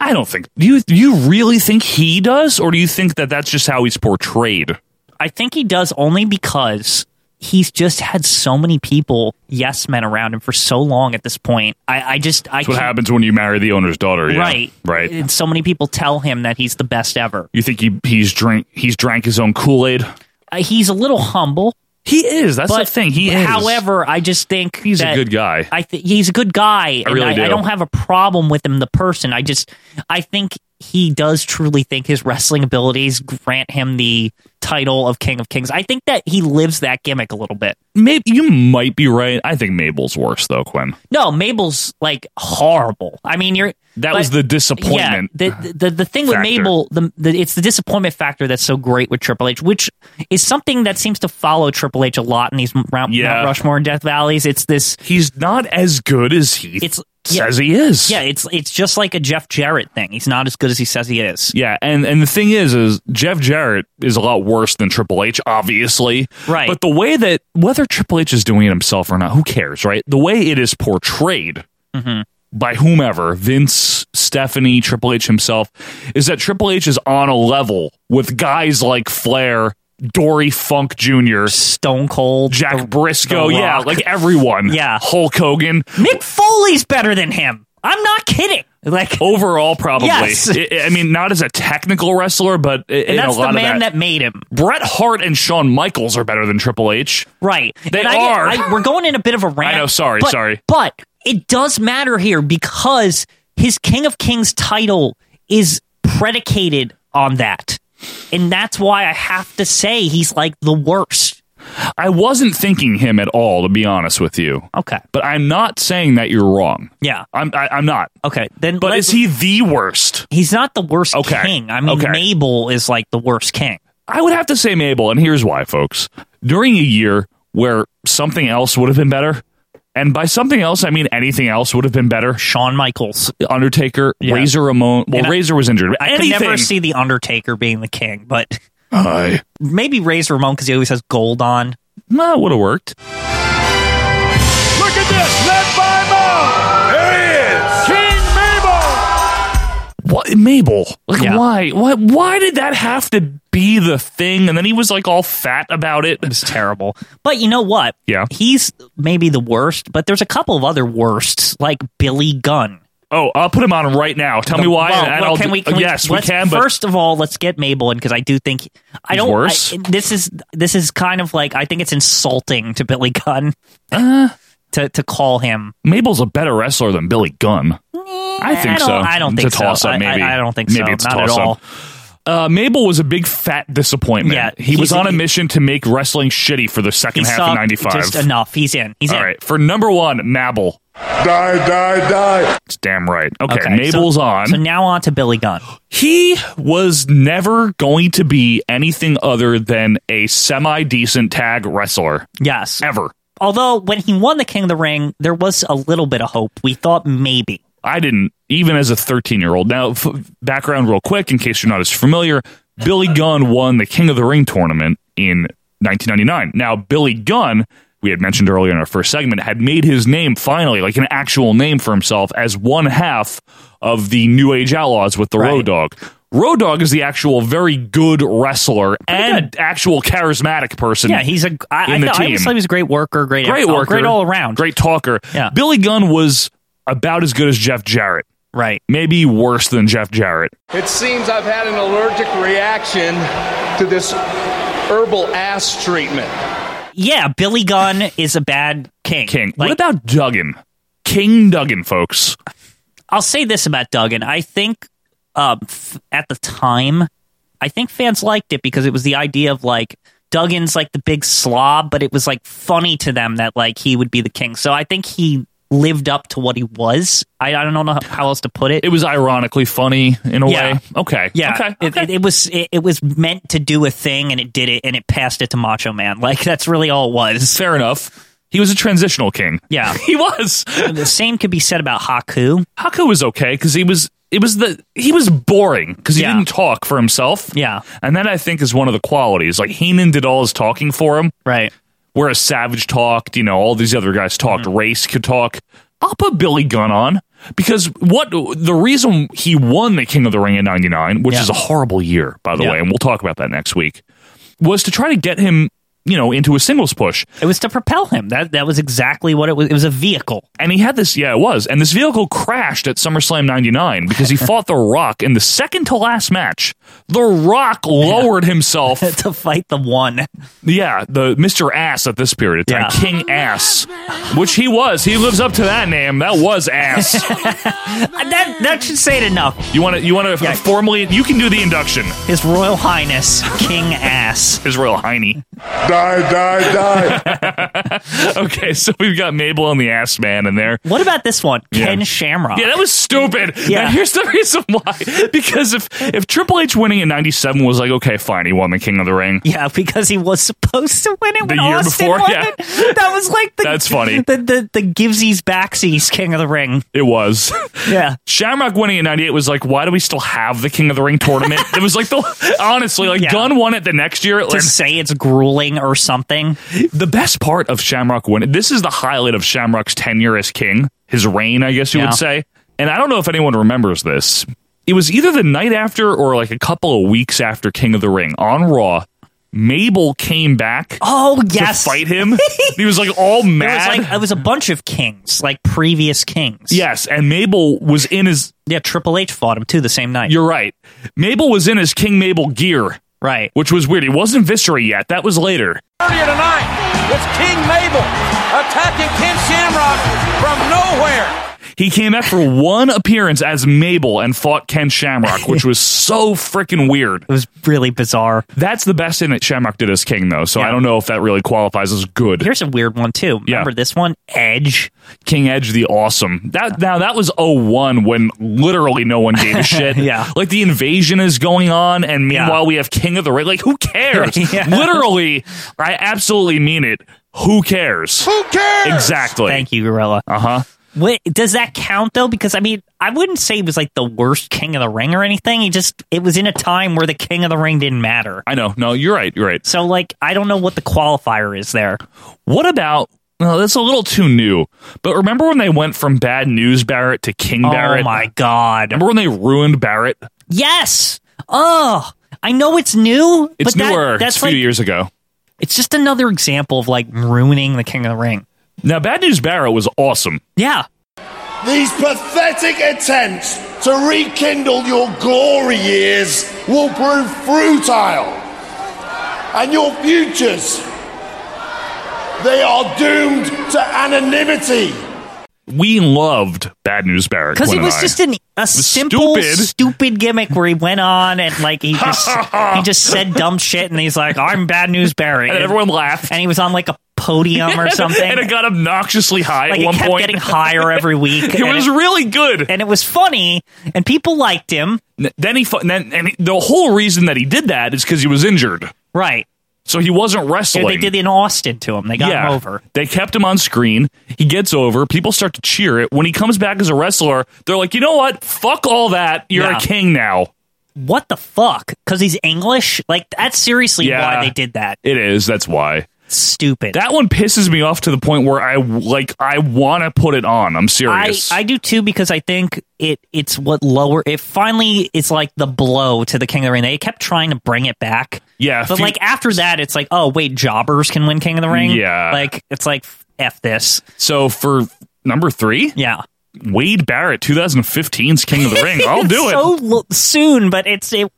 Speaker 1: I don't think. Do you do you really think he does, or do you think that that's just how he's portrayed?
Speaker 2: I think he does only because he's just had so many people yes men around him for so long at this point. I, I just I
Speaker 1: That's what
Speaker 2: can't-
Speaker 1: happens when you marry the owner's daughter, yeah.
Speaker 2: Right.
Speaker 1: Right.
Speaker 2: And so many people tell him that he's the best ever.
Speaker 1: You think he he's drink he's drank his own Kool Aid?
Speaker 2: Uh, he's a little humble.
Speaker 1: He is. That's the
Speaker 2: but-
Speaker 1: thing. He is.
Speaker 2: However, I just think
Speaker 1: He's
Speaker 2: that-
Speaker 1: a good guy.
Speaker 2: I th- he's a good guy. and
Speaker 1: really
Speaker 2: I, I
Speaker 1: do.
Speaker 2: don't have a problem with him, the person. I just, I think he does truly think his wrestling abilities grant him the title of King of Kings. I think that he lives that gimmick a little bit.
Speaker 1: Maybe you might be right. I think Mabel's worse though, Quinn.
Speaker 2: No, Mabel's like horrible. I mean, you're
Speaker 1: That was the disappointment
Speaker 2: Yeah, the, the the thing with
Speaker 1: factor.
Speaker 2: Mabel, the, the it's the disappointment factor that's so great with Triple H, which is something that seems to follow Triple H a lot in these Mount, Mount
Speaker 1: Yeah.
Speaker 2: Rushmore and Death Valleys. It's this
Speaker 1: He's not as good as he
Speaker 2: it's
Speaker 1: says he is.
Speaker 2: Yeah, it's it's just like a Jeff Jarrett thing. He's not as good as he says he is.
Speaker 1: Yeah, and and the thing is, is Jeff Jarrett is a lot worse than Triple H, obviously. Right. But the way that whether Triple H is doing it himself or not, who cares, right? The way it is portrayed
Speaker 2: Mm-hmm.
Speaker 1: by whomever, Vince, Stephanie, Triple H himself, is that Triple H is on a level with guys like Flair. Dory Funk Jr.,
Speaker 2: Stone Cold,
Speaker 1: Jack Briscoe,
Speaker 2: The
Speaker 1: yeah,
Speaker 2: Rock.
Speaker 1: like
Speaker 2: [LAUGHS]
Speaker 1: everyone, yeah, Hulk Hogan,
Speaker 2: Mick Foley's better than him. I'm not kidding. Like
Speaker 1: overall, probably.
Speaker 2: Yes.
Speaker 1: I- I mean, not as a technical wrestler, but i- in
Speaker 2: And that's
Speaker 1: a lot
Speaker 2: the
Speaker 1: of
Speaker 2: man
Speaker 1: that
Speaker 2: that made him.
Speaker 1: Bret Hart and Shawn Michaels are better than Triple H.
Speaker 2: Right.
Speaker 1: They
Speaker 2: And I get-
Speaker 1: are.
Speaker 2: I- we're going in a bit of a rant.
Speaker 1: I know, sorry,
Speaker 2: but-
Speaker 1: sorry.
Speaker 2: But it does matter here because his King of Kings title is predicated on that. And that's why I have to say he's like the worst.
Speaker 1: I wasn't thinking him at all, to be honest with you.
Speaker 2: Okay.
Speaker 1: But I'm not saying that you're wrong.
Speaker 2: Yeah.
Speaker 1: I'm I, I'm not.
Speaker 2: Okay. Then
Speaker 1: But
Speaker 2: let's-
Speaker 1: is he the worst?
Speaker 2: He's not the worst
Speaker 1: Okay.
Speaker 2: king. I mean
Speaker 1: Okay.
Speaker 2: Mabel is like the worst king.
Speaker 1: I would have to say Mabel, and here's why, folks. During a year where something else would have been better, and by something else I mean anything else would have been better.
Speaker 2: Shawn Michaels.
Speaker 1: Undertaker,
Speaker 2: Yeah.
Speaker 1: Razor Ramon. Well,
Speaker 2: And I-
Speaker 1: Razor was injured.
Speaker 2: I
Speaker 1: anything.
Speaker 2: could never see the Undertaker being the king, but
Speaker 1: [SIGHS] I
Speaker 2: maybe Razor Ramon because he always has gold on.
Speaker 1: that would have worked.
Speaker 6: Look at this, led by Mom. There he is. King Mabel.
Speaker 1: What Mabel? Like
Speaker 2: Yeah.
Speaker 1: why? Why? Why did that have to be the thing? And then he was like all fat about it. It
Speaker 2: was terrible. But you know what?
Speaker 1: Yeah.
Speaker 2: He's maybe the worst, but there's a couple of other worsts, like Billy Gunn.
Speaker 1: Oh, I'll put him on right now. Tell me why.
Speaker 2: Well,
Speaker 1: and
Speaker 2: well,
Speaker 1: I'll
Speaker 2: can
Speaker 1: do-
Speaker 2: we, can
Speaker 1: yes, we
Speaker 2: let's-
Speaker 1: can. But
Speaker 2: first of all, let's get Mabel in because I do think I
Speaker 1: He's
Speaker 2: don't. I-
Speaker 1: worse?
Speaker 2: this is this is kind of like I think it's insulting to Billy Gunn
Speaker 1: Uh.
Speaker 2: to to call him.
Speaker 1: Mabel's a better wrestler than Billy Gunn. I think
Speaker 2: don't-
Speaker 1: so.
Speaker 2: I don't
Speaker 1: It's
Speaker 2: think
Speaker 1: a
Speaker 2: so.
Speaker 1: toss-up,
Speaker 2: I- I-
Speaker 1: maybe.
Speaker 2: I don't think
Speaker 1: maybe
Speaker 2: so.
Speaker 1: It's a
Speaker 2: Not at
Speaker 1: toss-up.
Speaker 2: all.
Speaker 1: Uh, Mabel was a big fat disappointment.
Speaker 2: Yeah,
Speaker 1: he was
Speaker 2: he's-
Speaker 1: on a mission to make wrestling shitty for the second
Speaker 2: He
Speaker 1: half of
Speaker 2: sucked.
Speaker 1: '95.
Speaker 2: Just enough. He's in. He's
Speaker 1: All
Speaker 2: in.
Speaker 1: right, for number one, Mabel.
Speaker 14: Die, die, die.
Speaker 1: It's damn right. Okay,
Speaker 2: Okay,
Speaker 1: Mabel's
Speaker 2: so-
Speaker 1: on.
Speaker 2: So now on to Billy Gunn.
Speaker 1: He was never going to be anything other than a semi decent tag wrestler.
Speaker 2: Yes.
Speaker 1: Ever.
Speaker 2: Although when he won the King of the Ring, there was a little bit of hope. We thought maybe.
Speaker 1: I didn't, even as a 13 year old. Now, f- background real quick, in case you're not as familiar Billy Gunn won the King of the Ring tournament in 1999. Now, Billy Gunn, we had mentioned earlier in our first segment, had made his name finally, like an actual name for himself, as one half of the New Age Outlaws with the Road Dog. Road Dog is the actual very good wrestler and actual charismatic person.
Speaker 2: Yeah, he's a. I,
Speaker 1: in
Speaker 2: I,
Speaker 1: the
Speaker 2: thought- I
Speaker 1: team.
Speaker 2: always thought he was a great worker, great,
Speaker 1: great
Speaker 2: all-
Speaker 1: worker,
Speaker 2: great all around.
Speaker 1: great talker.
Speaker 2: Yeah.
Speaker 1: Billy Gunn was about as good as Jeff Jarrett.
Speaker 2: Right,
Speaker 1: maybe worse than Jeff Jarrett.
Speaker 17: It seems I've had an allergic reaction to this herbal ass treatment.
Speaker 2: Yeah, Billy Gunn is a bad king.
Speaker 1: King. what about Duggan? King Duggan, folks.
Speaker 2: I'll say this about Duggan. I think uh, f- at the time, I think fans liked it because it was the idea of like Duggan's like the big slob, but it was like funny to them that like he would be the king. So I think he lived up to what he was. I, I don't know how else to put it.
Speaker 1: It was ironically funny in a
Speaker 2: Yeah.
Speaker 1: way. Okay.
Speaker 2: Yeah,
Speaker 1: Okay.
Speaker 2: It, it, it was it, it was meant to do a thing, and it did it, and it passed it to Macho Man. Like that's really all it was.
Speaker 1: Fair enough. He was a transitional king.
Speaker 2: Yeah,
Speaker 1: [LAUGHS] he was.
Speaker 2: The same could be said about Haku.
Speaker 1: Haku was okay because he was it was the he was boring because he didn't talk for himself.
Speaker 2: Yeah,
Speaker 1: and that I think is one of the qualities. Like Heenan did all his talking for him,
Speaker 2: right?
Speaker 1: Whereas Savage talked, you know, all these other guys talked.
Speaker 18: Mm-hmm.
Speaker 1: Race could talk. I'll put Billy Gunn on because what the reason he won the King of the Ring in '99, which
Speaker 18: Yeah.
Speaker 1: is a horrible year by the
Speaker 18: Yeah.
Speaker 1: way, and we'll talk about that next week, was to try to get him, you know, into a singles push.
Speaker 2: It was to propel him. That that was exactly what it was. It was a vehicle. [LAUGHS]
Speaker 1: And he had this, yeah, it was. And this vehicle crashed at SummerSlam
Speaker 18: [LAUGHS]
Speaker 1: 99 because he fought The Rock in the second to last match. The Rock lowered
Speaker 18: [LAUGHS]
Speaker 1: himself
Speaker 2: to fight the one.
Speaker 1: Yeah, the Mr. Ass at this period of time,
Speaker 2: Yeah.
Speaker 1: King Ass, which he was. He lives up to that name. That was Ass.
Speaker 2: that that should say it enough.
Speaker 1: You want to you want to formally you can do the induction.
Speaker 2: His Royal Highness King Ass.
Speaker 1: His Royal Heiny.
Speaker 2: Die, die, die.
Speaker 1: [LAUGHS] okay, so we've got Mabel and the Ass Man in there.
Speaker 2: What about this one?
Speaker 1: Yeah.
Speaker 2: Ken Shamrock.
Speaker 1: Yeah, that was stupid.
Speaker 2: Yeah.
Speaker 1: Now, here's the reason why. [LAUGHS] Because if if Triple H winning in '97 was like, okay, fine, he won the King of the Ring.
Speaker 2: Yeah, because he was supposed to win it
Speaker 1: The
Speaker 2: when
Speaker 1: year
Speaker 2: Austin
Speaker 1: before,
Speaker 2: won
Speaker 1: yeah.
Speaker 2: it. That was like the
Speaker 1: That's funny.
Speaker 2: The the, the givesies backsies King of the Ring.
Speaker 1: It was. [LAUGHS]
Speaker 2: Yeah.
Speaker 1: Shamrock winning in 98 was like, why do we still have the King of the Ring tournament? it was like, [LAUGHS] the honestly, like,
Speaker 2: Yeah.
Speaker 1: Gunn won it the next year.
Speaker 2: To say it's grueling or something.
Speaker 1: The best part of Shamrock winning, this is the highlight of Shamrock's tenure as king, his reign, I guess you
Speaker 2: Yeah.
Speaker 1: would say. And I don't know if anyone remembers this. It was either the night after or like a couple of weeks after King of the Ring on Raw. Mabel came back.
Speaker 2: Oh yes,
Speaker 1: to fight [LAUGHS] him. he was like all
Speaker 2: There was
Speaker 1: mad.
Speaker 2: like it was a bunch of kings, like previous kings.
Speaker 1: Yes, and Mabel was in his
Speaker 2: Yeah, Triple H fought him too the same night.
Speaker 1: You're right. Mabel was in his King Mabel gear.
Speaker 2: Right.
Speaker 1: Which was weird. He wasn't Viscera yet. That was later.
Speaker 7: Earlier tonight, it's King Mabel attacking Ken Shamrock from nowhere.
Speaker 1: He came back
Speaker 2: [LAUGHS]
Speaker 1: for one appearance as Mabel and fought Ken Shamrock, which
Speaker 2: [LAUGHS]
Speaker 1: was so freaking weird. It
Speaker 2: was really bizarre.
Speaker 1: That's the best thing that Shamrock did as King, though, so I don't know if that really qualifies as good.
Speaker 2: Here's a weird one, too. Remember this one? Edge.
Speaker 1: King Edge the Awesome. That Now, that was 01 when literally no one
Speaker 2: [LAUGHS]
Speaker 1: gave a shit.
Speaker 2: Yeah.
Speaker 1: Like the invasion is going on, and meanwhile we have King of the Ring. Like, who cares?
Speaker 2: [LAUGHS] Yeah.
Speaker 1: Literally, I absolutely mean it. Who cares? Who cares? Exactly.
Speaker 2: Thank you, Gorilla.
Speaker 1: Uh huh.
Speaker 2: Wait, does that count though? Because I mean, I wouldn't say he was like the worst King of the Ring or anything. He just it was in a time where the King of the Ring didn't matter.
Speaker 1: I know. No, you're right. You're right.
Speaker 2: So like, I don't know what the qualifier is there.
Speaker 1: What about? Well, that's a little too new. But remember when they went from Bad News Barrett to King
Speaker 2: Oh
Speaker 1: Barrett?
Speaker 2: my God!
Speaker 1: Remember when they ruined Barrett?
Speaker 2: Yes. Oh, I know it's new.
Speaker 1: It's
Speaker 2: but that-
Speaker 1: newer. it's
Speaker 2: that's
Speaker 1: a few
Speaker 2: like
Speaker 1: years ago.
Speaker 2: it's just another example of like ruining the King of the Ring.
Speaker 1: Now, Bad News Barrett was awesome.
Speaker 2: Yeah.
Speaker 14: These pathetic attempts to rekindle your glory years will prove futile. And your futures, they are doomed to anonymity.
Speaker 1: We loved Bad News Barrett
Speaker 2: Because it
Speaker 1: Gwen
Speaker 2: was
Speaker 1: and I.
Speaker 2: just an, a
Speaker 1: was
Speaker 2: simple,
Speaker 1: stupid.
Speaker 2: stupid. gimmick where he went on and like
Speaker 1: [LAUGHS]
Speaker 2: he just he just said dumb shit and he's like, "I'm bad news Barry,"
Speaker 1: And everyone laughed.
Speaker 2: [LAUGHS] And he was on like a podium or
Speaker 1: [LAUGHS]
Speaker 2: something.
Speaker 1: and it got obnoxiously high
Speaker 2: like
Speaker 1: at
Speaker 2: it
Speaker 1: one
Speaker 2: kept
Speaker 1: point.
Speaker 2: getting higher every
Speaker 1: [LAUGHS]
Speaker 2: week.
Speaker 1: It
Speaker 2: and
Speaker 1: was really
Speaker 2: [LAUGHS]
Speaker 1: good.
Speaker 2: and it was funny, and people liked him.
Speaker 1: N- Then he fu- then and he- the whole reason that he did that is because he was injured,
Speaker 2: Right?
Speaker 1: so he wasn't
Speaker 2: So
Speaker 1: wrestling.
Speaker 2: they did an Austin to him. They got him over.
Speaker 1: They kept him on screen. He gets over. People start to cheer it. When he comes back as a wrestler, they're like, you know what? Fuck all that. You're
Speaker 2: Yeah.
Speaker 1: a king now.
Speaker 2: What the fuck? Because he's English. Like that's seriously
Speaker 1: Yeah.
Speaker 2: why they did that.
Speaker 1: It is. That's why.
Speaker 2: stupid.
Speaker 1: That one pisses me off to the point where I like I want to put it on. I'm
Speaker 2: I,
Speaker 1: serious.
Speaker 2: I do too because I think it it's what lower it finally it's like the blow to the King of the Ring. They kept trying to bring it back.
Speaker 1: Yeah,
Speaker 2: But
Speaker 1: few-
Speaker 2: like after that it's like, oh wait, jobbers can win King of the Ring.
Speaker 1: Yeah.
Speaker 2: Like it's like F this.
Speaker 1: so for number three,
Speaker 2: yeah,
Speaker 1: Wade Barrett, 2015's King of the
Speaker 2: [LAUGHS]
Speaker 1: Ring. I'll do
Speaker 2: so
Speaker 1: it.
Speaker 2: lo- soon, but it's it,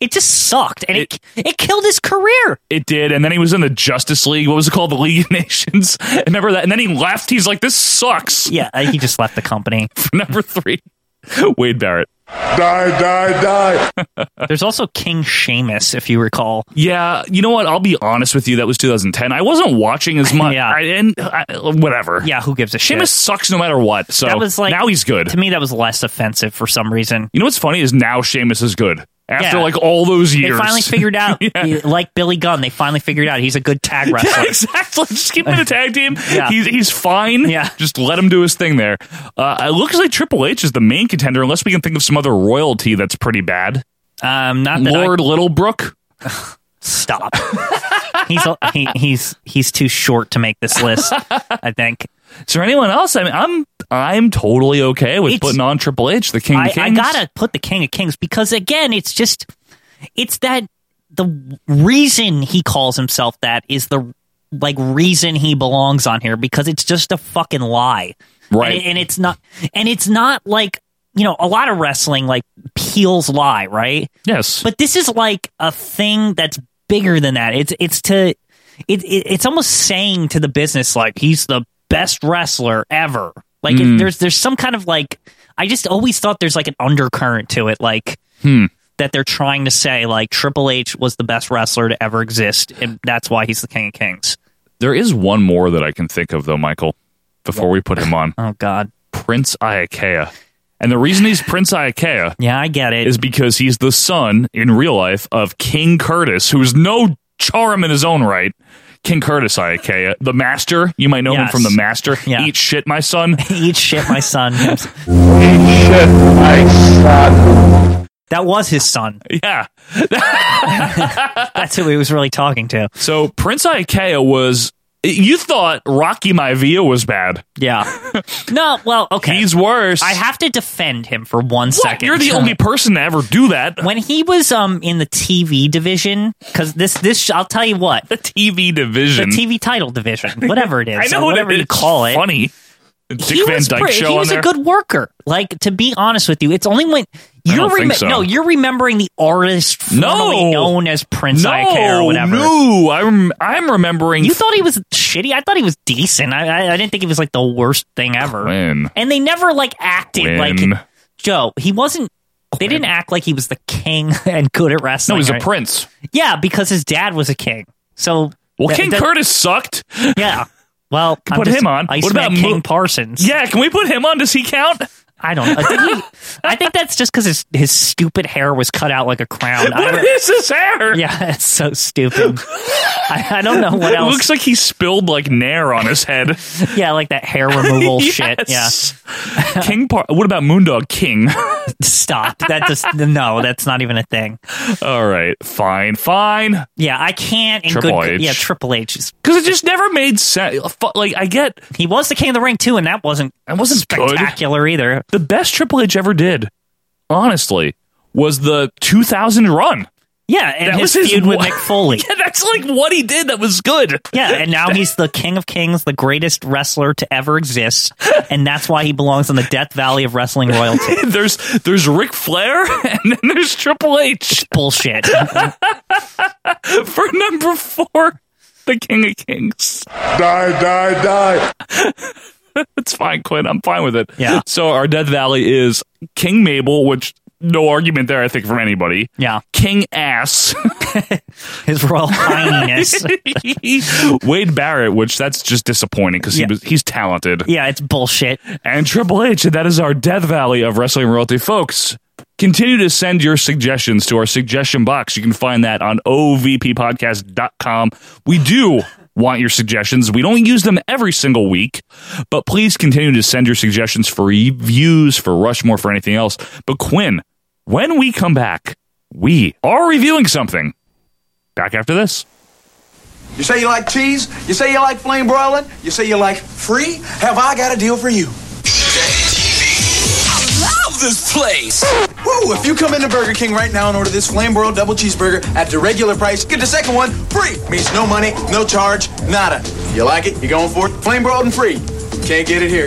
Speaker 2: it just sucked and it it, killed his career.
Speaker 1: It did, and then he was in the Justice League. What was it called? The League of [LAUGHS] Nations. Remember that? And then he left. He's like, "This sucks." [LAUGHS]
Speaker 2: Yeah, uh, he just left the company.
Speaker 1: number three, Wade Barrett.
Speaker 2: Die, die, die. There's also King Sheamus, if you recall.
Speaker 1: Yeah, you know what? I'll be honest with you. That was 2010. I wasn't watching
Speaker 2: [LAUGHS]
Speaker 1: as much. yeah, I, and I, whatever.
Speaker 2: Yeah, who gives a shit?
Speaker 1: Sheamus sucks no matter what. So
Speaker 2: that was like
Speaker 1: now he's good.
Speaker 2: To me, that was less offensive for some [LAUGHS] reason.
Speaker 1: You know what's funny is now Sheamus is good after
Speaker 2: Yeah.
Speaker 1: like all those years.
Speaker 2: They finally figured [LAUGHS] out, like Billy Gunn, they finally figured out he's a good [LAUGHS] tag wrestler.
Speaker 1: Yeah, [LAUGHS] exactly. Just keep him in a tag team.
Speaker 2: [LAUGHS] Yeah.
Speaker 1: He's he's fine. Yeah. Just let him do his thing there. Uh, it looks like Triple H is the main contender, unless we can think of some other royalty that's pretty bad.
Speaker 2: Um, not that I-
Speaker 1: Lord Littlebrook.
Speaker 2: Stop. he's a, he, he's he's too short to make this [LAUGHS] list. I think.
Speaker 1: Is there anyone else? I mean, I'm I'm totally okay with
Speaker 2: It's-
Speaker 1: putting on Triple H, the King
Speaker 2: I,
Speaker 1: of Kings.
Speaker 2: I gotta put the King of Kings because again, it's just it's that the reason he calls himself that is the like reason he belongs on here because it's just a fucking lie,
Speaker 1: Right.
Speaker 2: And, it- and it's not, and it's not like you know a lot of wrestling like peels lie, right?
Speaker 1: Yes,
Speaker 2: but this is like a thing that's bigger than that. It's it's to it, it it's almost saying to the business like he's the best wrestler ever. Like
Speaker 1: Mm.
Speaker 2: if there's there's some kind of like I just always thought there's like an undercurrent to it, like
Speaker 1: Hmm.
Speaker 2: that they're trying to say like Triple H was the best wrestler to ever exist, and that's why he's the King of Kings.
Speaker 1: There is one more that I can think of though, Michael, before we put him
Speaker 2: [LAUGHS]
Speaker 1: on.
Speaker 2: oh God.
Speaker 1: Prince Iakea. And the reason he's Prince Iakea
Speaker 2: Yeah, I get it. [LAUGHS]
Speaker 1: is because he's the son in real life of King Curtis, who's no charm in his own right. King Curtis Iakea, the master. You might know him
Speaker 2: Yes.
Speaker 1: from the
Speaker 2: [LAUGHS]
Speaker 1: master. Eat shit, my son. [LAUGHS]
Speaker 2: Eat shit, my son. That was his son.
Speaker 1: Yeah.
Speaker 2: That's who he was really talking to.
Speaker 1: So Prince Iakea was. You thought Rocky Maivia was bad.
Speaker 2: Yeah.
Speaker 1: [LAUGHS]
Speaker 2: No, well, okay.
Speaker 1: He's worse.
Speaker 2: I have to defend him for one
Speaker 1: What?
Speaker 2: second.
Speaker 1: You're the only person to ever do that.
Speaker 2: [LAUGHS] When he was um in the TV division, because this this I'll tell you what
Speaker 1: the TV division,
Speaker 2: the TV
Speaker 1: [LAUGHS]
Speaker 2: title division, whatever it is,
Speaker 1: I know
Speaker 2: or
Speaker 1: what
Speaker 2: whatever
Speaker 1: it
Speaker 2: you
Speaker 1: is.
Speaker 2: call it.
Speaker 1: Funny. The Dick
Speaker 2: he
Speaker 1: Van
Speaker 2: was
Speaker 1: Dyke
Speaker 2: pretty-
Speaker 1: show
Speaker 2: He
Speaker 1: on
Speaker 2: was a
Speaker 1: there?
Speaker 2: good worker. Like to be honest with you, it's only when you're
Speaker 1: don't think
Speaker 2: remem-
Speaker 1: so.
Speaker 2: no, you're remembering the artist
Speaker 1: No.
Speaker 2: formerly known as Prince
Speaker 1: no,
Speaker 2: Iker or whatever.
Speaker 1: No, I'm I'm remembering.
Speaker 2: You thought he was shitty. I thought he was decent. I, I, I didn't think he was like the worst thing ever.
Speaker 1: Quinn.
Speaker 2: And they never like acted
Speaker 1: Quinn.
Speaker 2: like Joe. He wasn't. They didn't act like he was the king [LAUGHS] and good at wrestling.
Speaker 1: No, he's a
Speaker 2: right?
Speaker 1: prince.
Speaker 2: Yeah, because his dad was a king. So
Speaker 1: Well,
Speaker 2: that-
Speaker 1: King
Speaker 2: that-
Speaker 1: Curtis sucked.
Speaker 2: Yeah. Well, I'm
Speaker 1: put
Speaker 2: just-
Speaker 1: him on.
Speaker 2: Iceman
Speaker 1: what about
Speaker 2: King
Speaker 1: Mo-
Speaker 2: Parsons?
Speaker 1: Yeah, can we put him on? Does he count?
Speaker 2: I don't. know. I think, he- I think that's just because his his stupid hair was cut out like a crown. I
Speaker 1: What
Speaker 2: don't-
Speaker 1: is his hair?
Speaker 2: yeah, [LAUGHS] it's so stupid. I, I don't know what
Speaker 1: It
Speaker 2: else.
Speaker 1: looks like he spilled like nair on his
Speaker 2: [LAUGHS]
Speaker 1: head.
Speaker 2: yeah, like that
Speaker 1: [LAUGHS]
Speaker 2: hair removal shit. Yeah. [LAUGHS]
Speaker 1: Yes. King Par. What about Moondog King? [LAUGHS]
Speaker 2: Stop. That just no. That's not even a thing.
Speaker 1: All right, fine, fine.
Speaker 2: Yeah, I can't. In
Speaker 1: Triple
Speaker 2: good,
Speaker 1: H.
Speaker 2: Yeah, Triple H. is-
Speaker 1: Because it just never made sense. Like I get
Speaker 2: He was the king of the ring too, and that wasn't that
Speaker 1: wasn't good.
Speaker 2: spectacular either.
Speaker 1: the best Triple H ever did, honestly, was the 2000 run.
Speaker 2: Yeah, and
Speaker 1: That
Speaker 2: his
Speaker 1: was his
Speaker 2: feud with
Speaker 1: one-
Speaker 2: Mick
Speaker 1: [LAUGHS]
Speaker 2: Foley.
Speaker 1: Yeah, that's like what he did that was good. [LAUGHS]
Speaker 2: Yeah, and now he's the king of kings, the greatest wrestler to ever exist, and that's why he belongs in the Death Valley of wrestling royalty.
Speaker 1: there's there's Ric Flair [LAUGHS] and then there's Triple H [LAUGHS]
Speaker 2: Bullshit.
Speaker 1: for number four, the King of Kings.
Speaker 14: Die, die, die.
Speaker 1: [LAUGHS] It's fine, Quinn. I'm fine with it.
Speaker 2: Yeah.
Speaker 1: So our Death Valley is King Mabel, which no argument there, I think, from anybody.
Speaker 2: Yeah,
Speaker 1: King Ass, [LAUGHS]
Speaker 2: his royal highness.
Speaker 1: Wade Barrett, which that's just disappointing because
Speaker 2: Yeah.
Speaker 1: he was he's talented.
Speaker 2: Yeah, it's bullshit.
Speaker 1: and Triple H. And that is our Death Valley of Wrestling Royalty, folks. Continue to send your suggestions to our suggestion box. You can find that on ovppodcast.com. We do want your suggestions. We don't use them every single week, but please continue to send your suggestions for reviews, for Rushmore, for anything else. But Quinn, when we come back, we are reviewing something. Back after this.
Speaker 18: You say you like cheese? You say you like flame broiling? You say you like free? Have I got a deal for you? I love this place! Woo! If you come into Burger King right now and order this flame broiled double cheeseburger at the regular price, get the second one free! Means no money, no charge, nada. You like it? You going for it? Flame broiled and free. Can't get it here.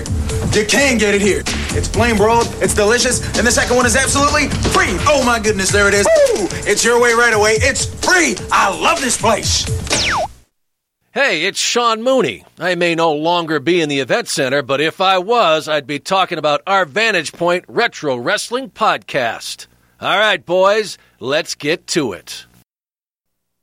Speaker 18: You can get it here. It's flame broiled, it's delicious, and the second one is absolutely free! Oh my goodness, there it is. Woo! It's your way right away. It's free! I love this place!
Speaker 19: Hey, it's Sean Mooney. I may no longer be in the event center, but if I was, I'd be talking about our Vantage Point Retro Wrestling Podcast. All right, boys, let's get to it.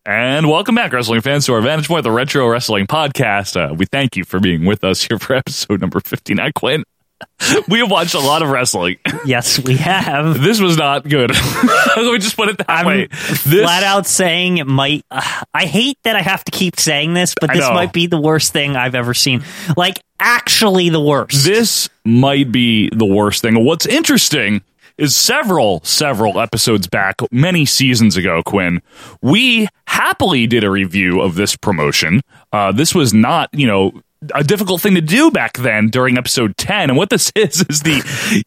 Speaker 1: And welcome back, wrestling fans, to our Vantage Point, the Retro Wrestling Podcast. Uh, we thank you for being with us here for [LAUGHS] episode number 59. Quinn, [LAUGHS] we have watched a lot of wrestling. [LAUGHS]
Speaker 2: Yes, we have.
Speaker 1: This was not good. [LAUGHS] we just put it that way. This,
Speaker 2: Flat out saying it might. Uh, I hate that I have to keep saying this, but
Speaker 1: I
Speaker 2: this
Speaker 1: know.
Speaker 2: might be the worst thing I've ever seen. Like, actually, the worst.
Speaker 1: This might be the worst thing. What's interesting is several, several episodes back, many seasons ago, Quinn, we happily did a review of this promotion. Uh, this was not, you know, a difficult thing to do back then during episode 10. And what this [LAUGHS] is, is the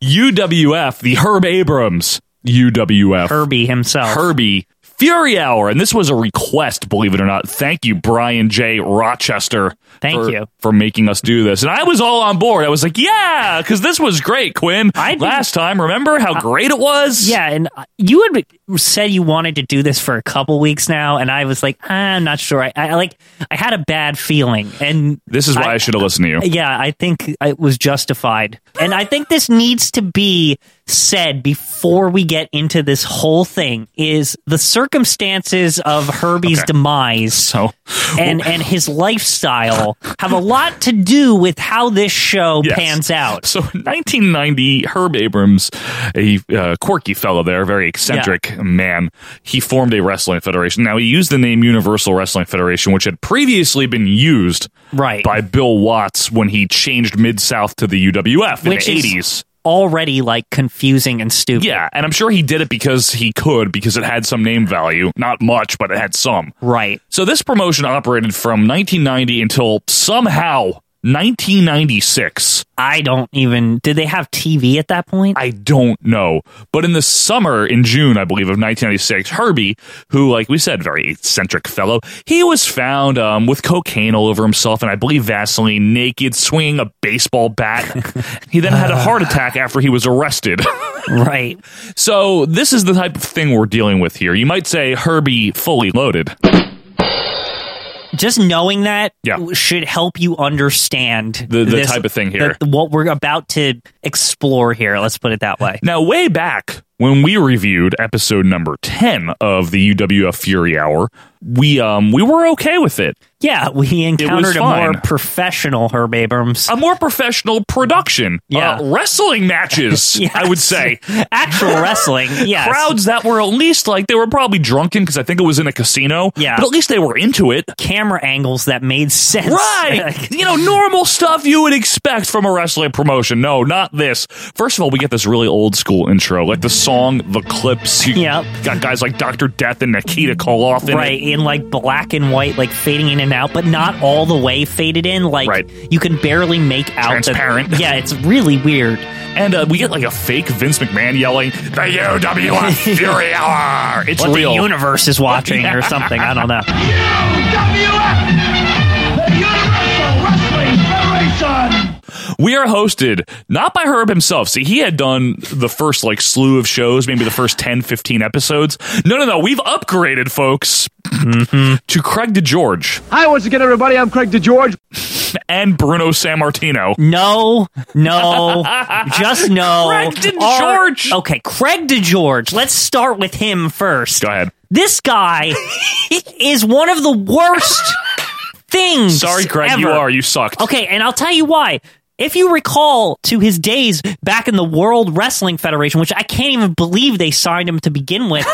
Speaker 1: UWF, the Herb Abrams UWF.
Speaker 2: Herbie himself.
Speaker 1: Herbie. Fury Hour, and this was a request, believe it or not. Thank you, Brian J. Rochester.
Speaker 2: Thank
Speaker 1: for-
Speaker 2: you.
Speaker 1: for making us do this. And I was all on board. I was like, yeah, because this was great, Quinn. Last time, remember how great it was?
Speaker 2: Yeah, and uh, you had said you wanted to do this for a couple weeks now, and I was like, "Ah, I'm not sure. I, I like, I had a bad feeling, and
Speaker 1: This is why I, should have listened to you.
Speaker 2: Yeah, I think it was justified. And I think this needs to be said before we get into this whole thing is the circumstances of Herbie's demise and and his lifestyle have a lot to do with how this show pans out.
Speaker 1: So in 1990, Herb Abrams, a uh, quirky fellow there, very eccentric man, he formed a wrestling federation. Now, he used the name Universal Wrestling Federation, which had previously been used
Speaker 2: right.
Speaker 1: by Bill Watts when he changed Mid South to the UWF in
Speaker 2: Which
Speaker 1: the
Speaker 2: is
Speaker 1: 80s.
Speaker 2: already like confusing and stupid.
Speaker 1: Yeah, and I'm sure he did it because he could, because it had some name value. Not much, but it had some.
Speaker 2: Right.
Speaker 1: So this promotion operated from 1990 until somehow 1996.
Speaker 2: I don't even. Did they have TV at that point?
Speaker 1: I don't know. But in the summer, in June, I believe, of 1996, Herbie, who, like we said, very eccentric fellow, he was found um, with cocaine all over himself and I believe Vaseline, naked, swinging a baseball bat. he then had a heart attack after he was arrested. [LAUGHS]
Speaker 2: right.
Speaker 1: So this is the type of thing we're dealing with here. You might say Herbie fully loaded.
Speaker 2: Just knowing that
Speaker 1: Yeah.
Speaker 2: w- should help you understand
Speaker 1: The- the type of thing here.
Speaker 2: the- what we're about to explore here. Let's put it
Speaker 1: [LAUGHS]
Speaker 2: that way.
Speaker 1: Now, way back when we reviewed episode number ten of the UWF Fury Hour, we um we were okay with it.
Speaker 2: Yeah, we encountered a more professional Herb Abrams,
Speaker 1: a more professional production.
Speaker 2: Yeah.
Speaker 1: Uh, wrestling
Speaker 2: [LAUGHS]
Speaker 1: matches. I would say
Speaker 2: actual
Speaker 1: [LAUGHS]
Speaker 2: wrestling. Yes.
Speaker 1: crowds that were at least like they were probably drunken because I think it was in a casino.
Speaker 2: Yeah.
Speaker 1: but at least they were into it.
Speaker 2: Camera angles that made sense. [LAUGHS]
Speaker 1: Right. you know, normal stuff you would expect from a wrestling promotion. No, not this. First of all, we get this really old school intro, like the song, the clips. You got guys like Dr. Death and Nikita Koloff in
Speaker 2: right
Speaker 1: it.
Speaker 2: in like black and white like fading in and out but not all the way faded in like you can barely make out transparent [LAUGHS] yeah it's really weird
Speaker 1: and uh, we get like a fake vince mcmahon yelling the UWF
Speaker 2: [LAUGHS]
Speaker 1: Fury Hour. It's
Speaker 2: what
Speaker 1: real.
Speaker 2: the
Speaker 1: [LAUGHS]
Speaker 2: universe is watching or something i don't know
Speaker 1: We are hosted not by Herb himself. See, he had done the first like slew of shows, maybe the first 10, 15 episodes. No, no, no. We've upgraded, folks, [CLEARS THROAT] to Craig DeGeorge.
Speaker 20: Hi, once again, everybody. I'm Craig DeGeorge.
Speaker 1: [LAUGHS] and Bruno Sammartino.
Speaker 2: No, no, just
Speaker 1: [LAUGHS]
Speaker 2: no.
Speaker 1: Craig
Speaker 2: DeGeorge. okay, Craig DeGeorge. Let's start with him first. Go
Speaker 1: ahead. [LAUGHS]
Speaker 2: This guy is one of the worst things.
Speaker 1: Sorry, Craig, you
Speaker 2: ever.
Speaker 1: are. You sucked.
Speaker 2: Okay, and I'll tell you why. If you recall to his days back in the World Wrestling Federation, which I can't
Speaker 1: [LAUGHS]
Speaker 2: even believe they signed him to begin with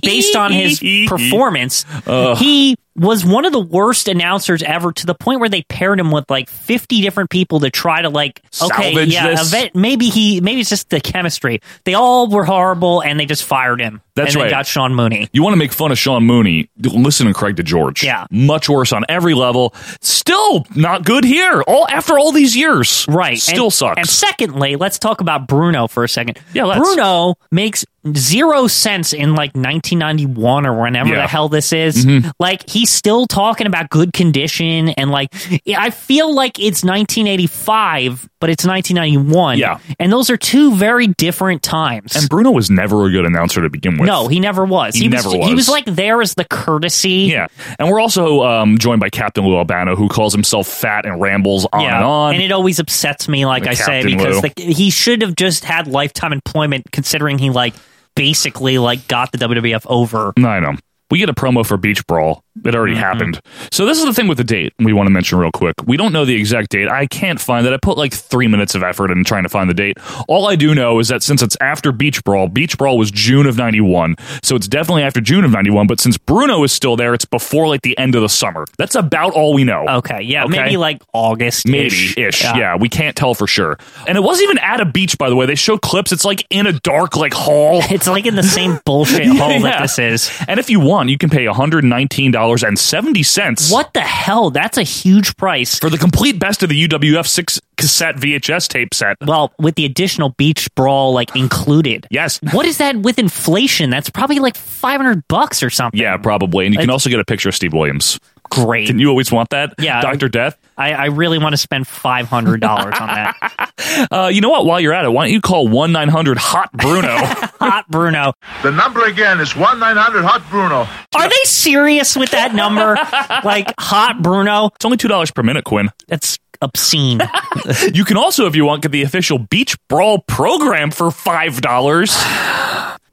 Speaker 2: based on his performance,
Speaker 1: Ugh.
Speaker 2: he was one of the worst announcers ever to the point where they paired him with like 50 different people to try to like okay
Speaker 1: Salvage
Speaker 2: yeah
Speaker 1: this.
Speaker 2: event- maybe he maybe it's just the chemistry they all were horrible and they just fired him
Speaker 1: That's
Speaker 2: and
Speaker 1: right.
Speaker 2: they got Sean Mooney
Speaker 1: You want to make fun of Sean Mooney? d- Listen to Craig DeGeorge. Yeah, much worse on every level. Still not good here. All after all these years,
Speaker 2: right?
Speaker 1: Still
Speaker 2: and,
Speaker 1: sucks.
Speaker 2: And secondly, let's talk about Bruno for a second.
Speaker 1: Yeah, let's.
Speaker 2: Bruno makes zero sense in like 1991 or whenever
Speaker 1: Yeah.
Speaker 2: the hell this is.
Speaker 1: Mhm.
Speaker 2: Like he's still talking about good condition and like I feel like it's 1985, but it's 1991. Yeah, and those are two very different times.
Speaker 1: And Bruno was never a good announcer to begin with.
Speaker 2: no, he never was.
Speaker 1: He
Speaker 2: was,
Speaker 1: never
Speaker 2: He
Speaker 1: was.
Speaker 2: was like there as the courtesy.
Speaker 1: Yeah, and we're also um, joined by Captain Lou Albano, who calls himself fat and rambles on and on.
Speaker 2: it always upsets me, like
Speaker 1: The
Speaker 2: I say,
Speaker 1: Captain
Speaker 2: because
Speaker 1: Lou.
Speaker 2: like he should have just had lifetime employment, considering he like basically like got the WWF over.
Speaker 1: Mm, I know. We get a promo for Beach Brawl. It
Speaker 2: Mm-hmm.
Speaker 1: already happened. So this is the thing with the date we want to mention real quick. We don't know the exact date. I can't find that. I put like three minutes of effort in trying to find the date. All I do know is that since it's after Beach Brawl, Beach Brawl was June of '91, so it's definitely after June of '91. But since Bruno is still there, it's before like the end of the summer. That's about all we know.
Speaker 2: Okay, yeah, maybe like August,
Speaker 1: maybe ish. Yeah. we can't tell for sure. And it wasn't even at a beach, by the way. They show clips. It's like in a dark like
Speaker 2: [LAUGHS]
Speaker 1: hall.
Speaker 2: It's like in
Speaker 1: [LAUGHS]
Speaker 2: the same bullshit hall that this is.
Speaker 1: And if you want, you can pay one hundred nineteen dollars and seventy cents.
Speaker 2: What the hell? That's a huge price
Speaker 1: for the complete best of the UWF six cassette VHS tape set.
Speaker 2: Well, with the additional beach brawl like included.
Speaker 1: yes.
Speaker 2: What is that with inflation? That's probably like five hundred bucks or something.
Speaker 1: Yeah, probably. And you can also get a picture of Steve Williams.
Speaker 2: Great.
Speaker 1: Can you always want that?
Speaker 2: Yeah.
Speaker 1: Doctor Death.
Speaker 2: I, I really want to spend five hundred dollars on that.
Speaker 1: [LAUGHS] Uh, you know what? While you're at it, why don't you call one nine hundred Hot
Speaker 2: [LAUGHS]
Speaker 1: Bruno?
Speaker 2: Hot Bruno.
Speaker 21: The number again is 1 900 Hot Bruno.
Speaker 2: Are they serious with that number? [LAUGHS] like hot Bruno?
Speaker 1: It's only two dollars per minute, Quinn.
Speaker 2: That's obscene. [LAUGHS]
Speaker 1: you can also, if you want, get the official Beach Brawl program for five dollars.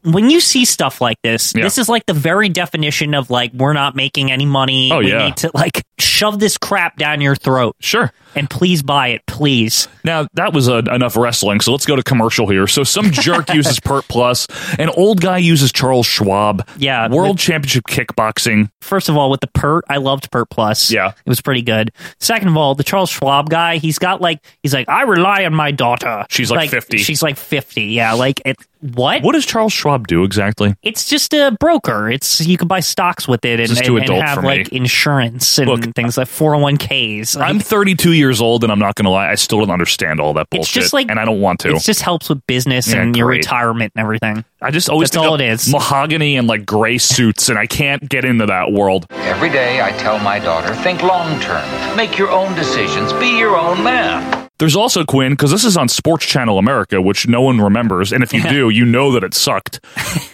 Speaker 2: when you see stuff like this,
Speaker 1: Yeah.
Speaker 2: this is like the very definition of like we're not making any money.
Speaker 1: Oh,
Speaker 2: we
Speaker 1: yeah.
Speaker 2: need to like shove this crap down your throat.
Speaker 1: Sure.
Speaker 2: And please buy it, please.
Speaker 1: Now that was uh, enough wrestling, so let's go to commercial here. So some
Speaker 2: [LAUGHS]
Speaker 1: jerk uses Pert Plus, an old guy uses Charles Schwab.
Speaker 2: Yeah.
Speaker 1: World Championship Kickboxing.
Speaker 2: First of all, with the Pert, I loved Pert Plus. Yeah. It was pretty good. Second of all, the Charles Schwab guy, he's got like he's like, I rely on my daughter.
Speaker 1: She's like 50.
Speaker 2: She's like fifty, yeah. Like it what?
Speaker 1: What does Charles Schwab do exactly?
Speaker 2: It's just a broker. It's you can buy stocks with it and,
Speaker 1: This is too
Speaker 2: and- and
Speaker 1: adult
Speaker 2: have
Speaker 1: for me.
Speaker 2: like insurance and things like 401ks. Like,
Speaker 1: I'm 32 years old, and I'm not going to lie, I still don't understand all that bullshit.
Speaker 2: it's just like
Speaker 1: and I don't want to.
Speaker 2: It just helps with business
Speaker 1: Yeah,
Speaker 2: and your
Speaker 1: great.
Speaker 2: retirement and everything.
Speaker 1: I just always
Speaker 2: that's
Speaker 1: think
Speaker 2: all
Speaker 1: of
Speaker 2: it is.
Speaker 1: mahogany and like gray suits, and I can't get into that world.
Speaker 22: Every day I tell my daughter, think long term, make your own decisions, be your own man.
Speaker 1: There's also Quinn because this is on Sports Channel America, which no one remembers, and if you do, you know that it
Speaker 2: [LAUGHS]
Speaker 1: sucked.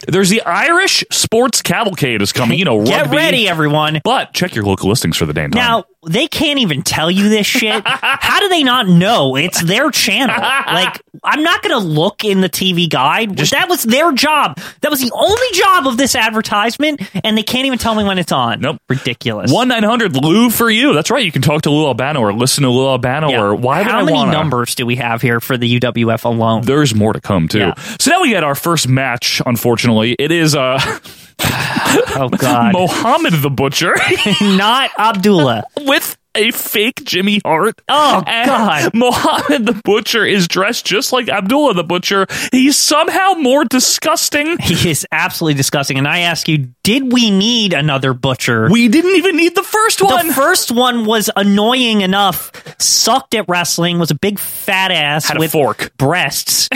Speaker 1: There's the Irish Sports Cavalcade is coming. You know,
Speaker 2: Get
Speaker 1: rugby.
Speaker 2: ready, everyone!
Speaker 1: But check your local listings for the day and time.
Speaker 2: Now they can't even tell you
Speaker 1: [LAUGHS]
Speaker 2: this shit. How do they not know? It's their channel. Like I'm not going to look in the TV guide. that was their job. That was the only job of this advertisement, and they can't even tell me when it's on. Nope, ridiculous.
Speaker 1: One nine hundred Lou for you. That's right. You can talk to Lou Albano or listen to Lou Albano or why would
Speaker 2: How
Speaker 1: I
Speaker 2: many
Speaker 1: wanna?
Speaker 2: numbers do we have here for the UWF alone?
Speaker 1: There's more to come too. So now we get our first match. Unfortunately, it is uh, [LAUGHS]
Speaker 2: oh god,
Speaker 1: Mohammed the Butcher,
Speaker 2: [LAUGHS]
Speaker 1: [LAUGHS]
Speaker 2: not Abdullah,
Speaker 1: with a fake Jimmy Hart.
Speaker 2: Oh God.
Speaker 1: Mohammed the Butcher is dressed just like Abdullah the Butcher. He's somehow more [LAUGHS] disgusting.
Speaker 2: He is absolutely disgusting. And I ask you, did we need another butcher?
Speaker 1: We didn't even need the first one.
Speaker 2: The first one was annoying enough, sucked at wrestling, was a big fat ass
Speaker 1: Had a
Speaker 2: with
Speaker 1: fork. [LAUGHS]
Speaker 2: breasts.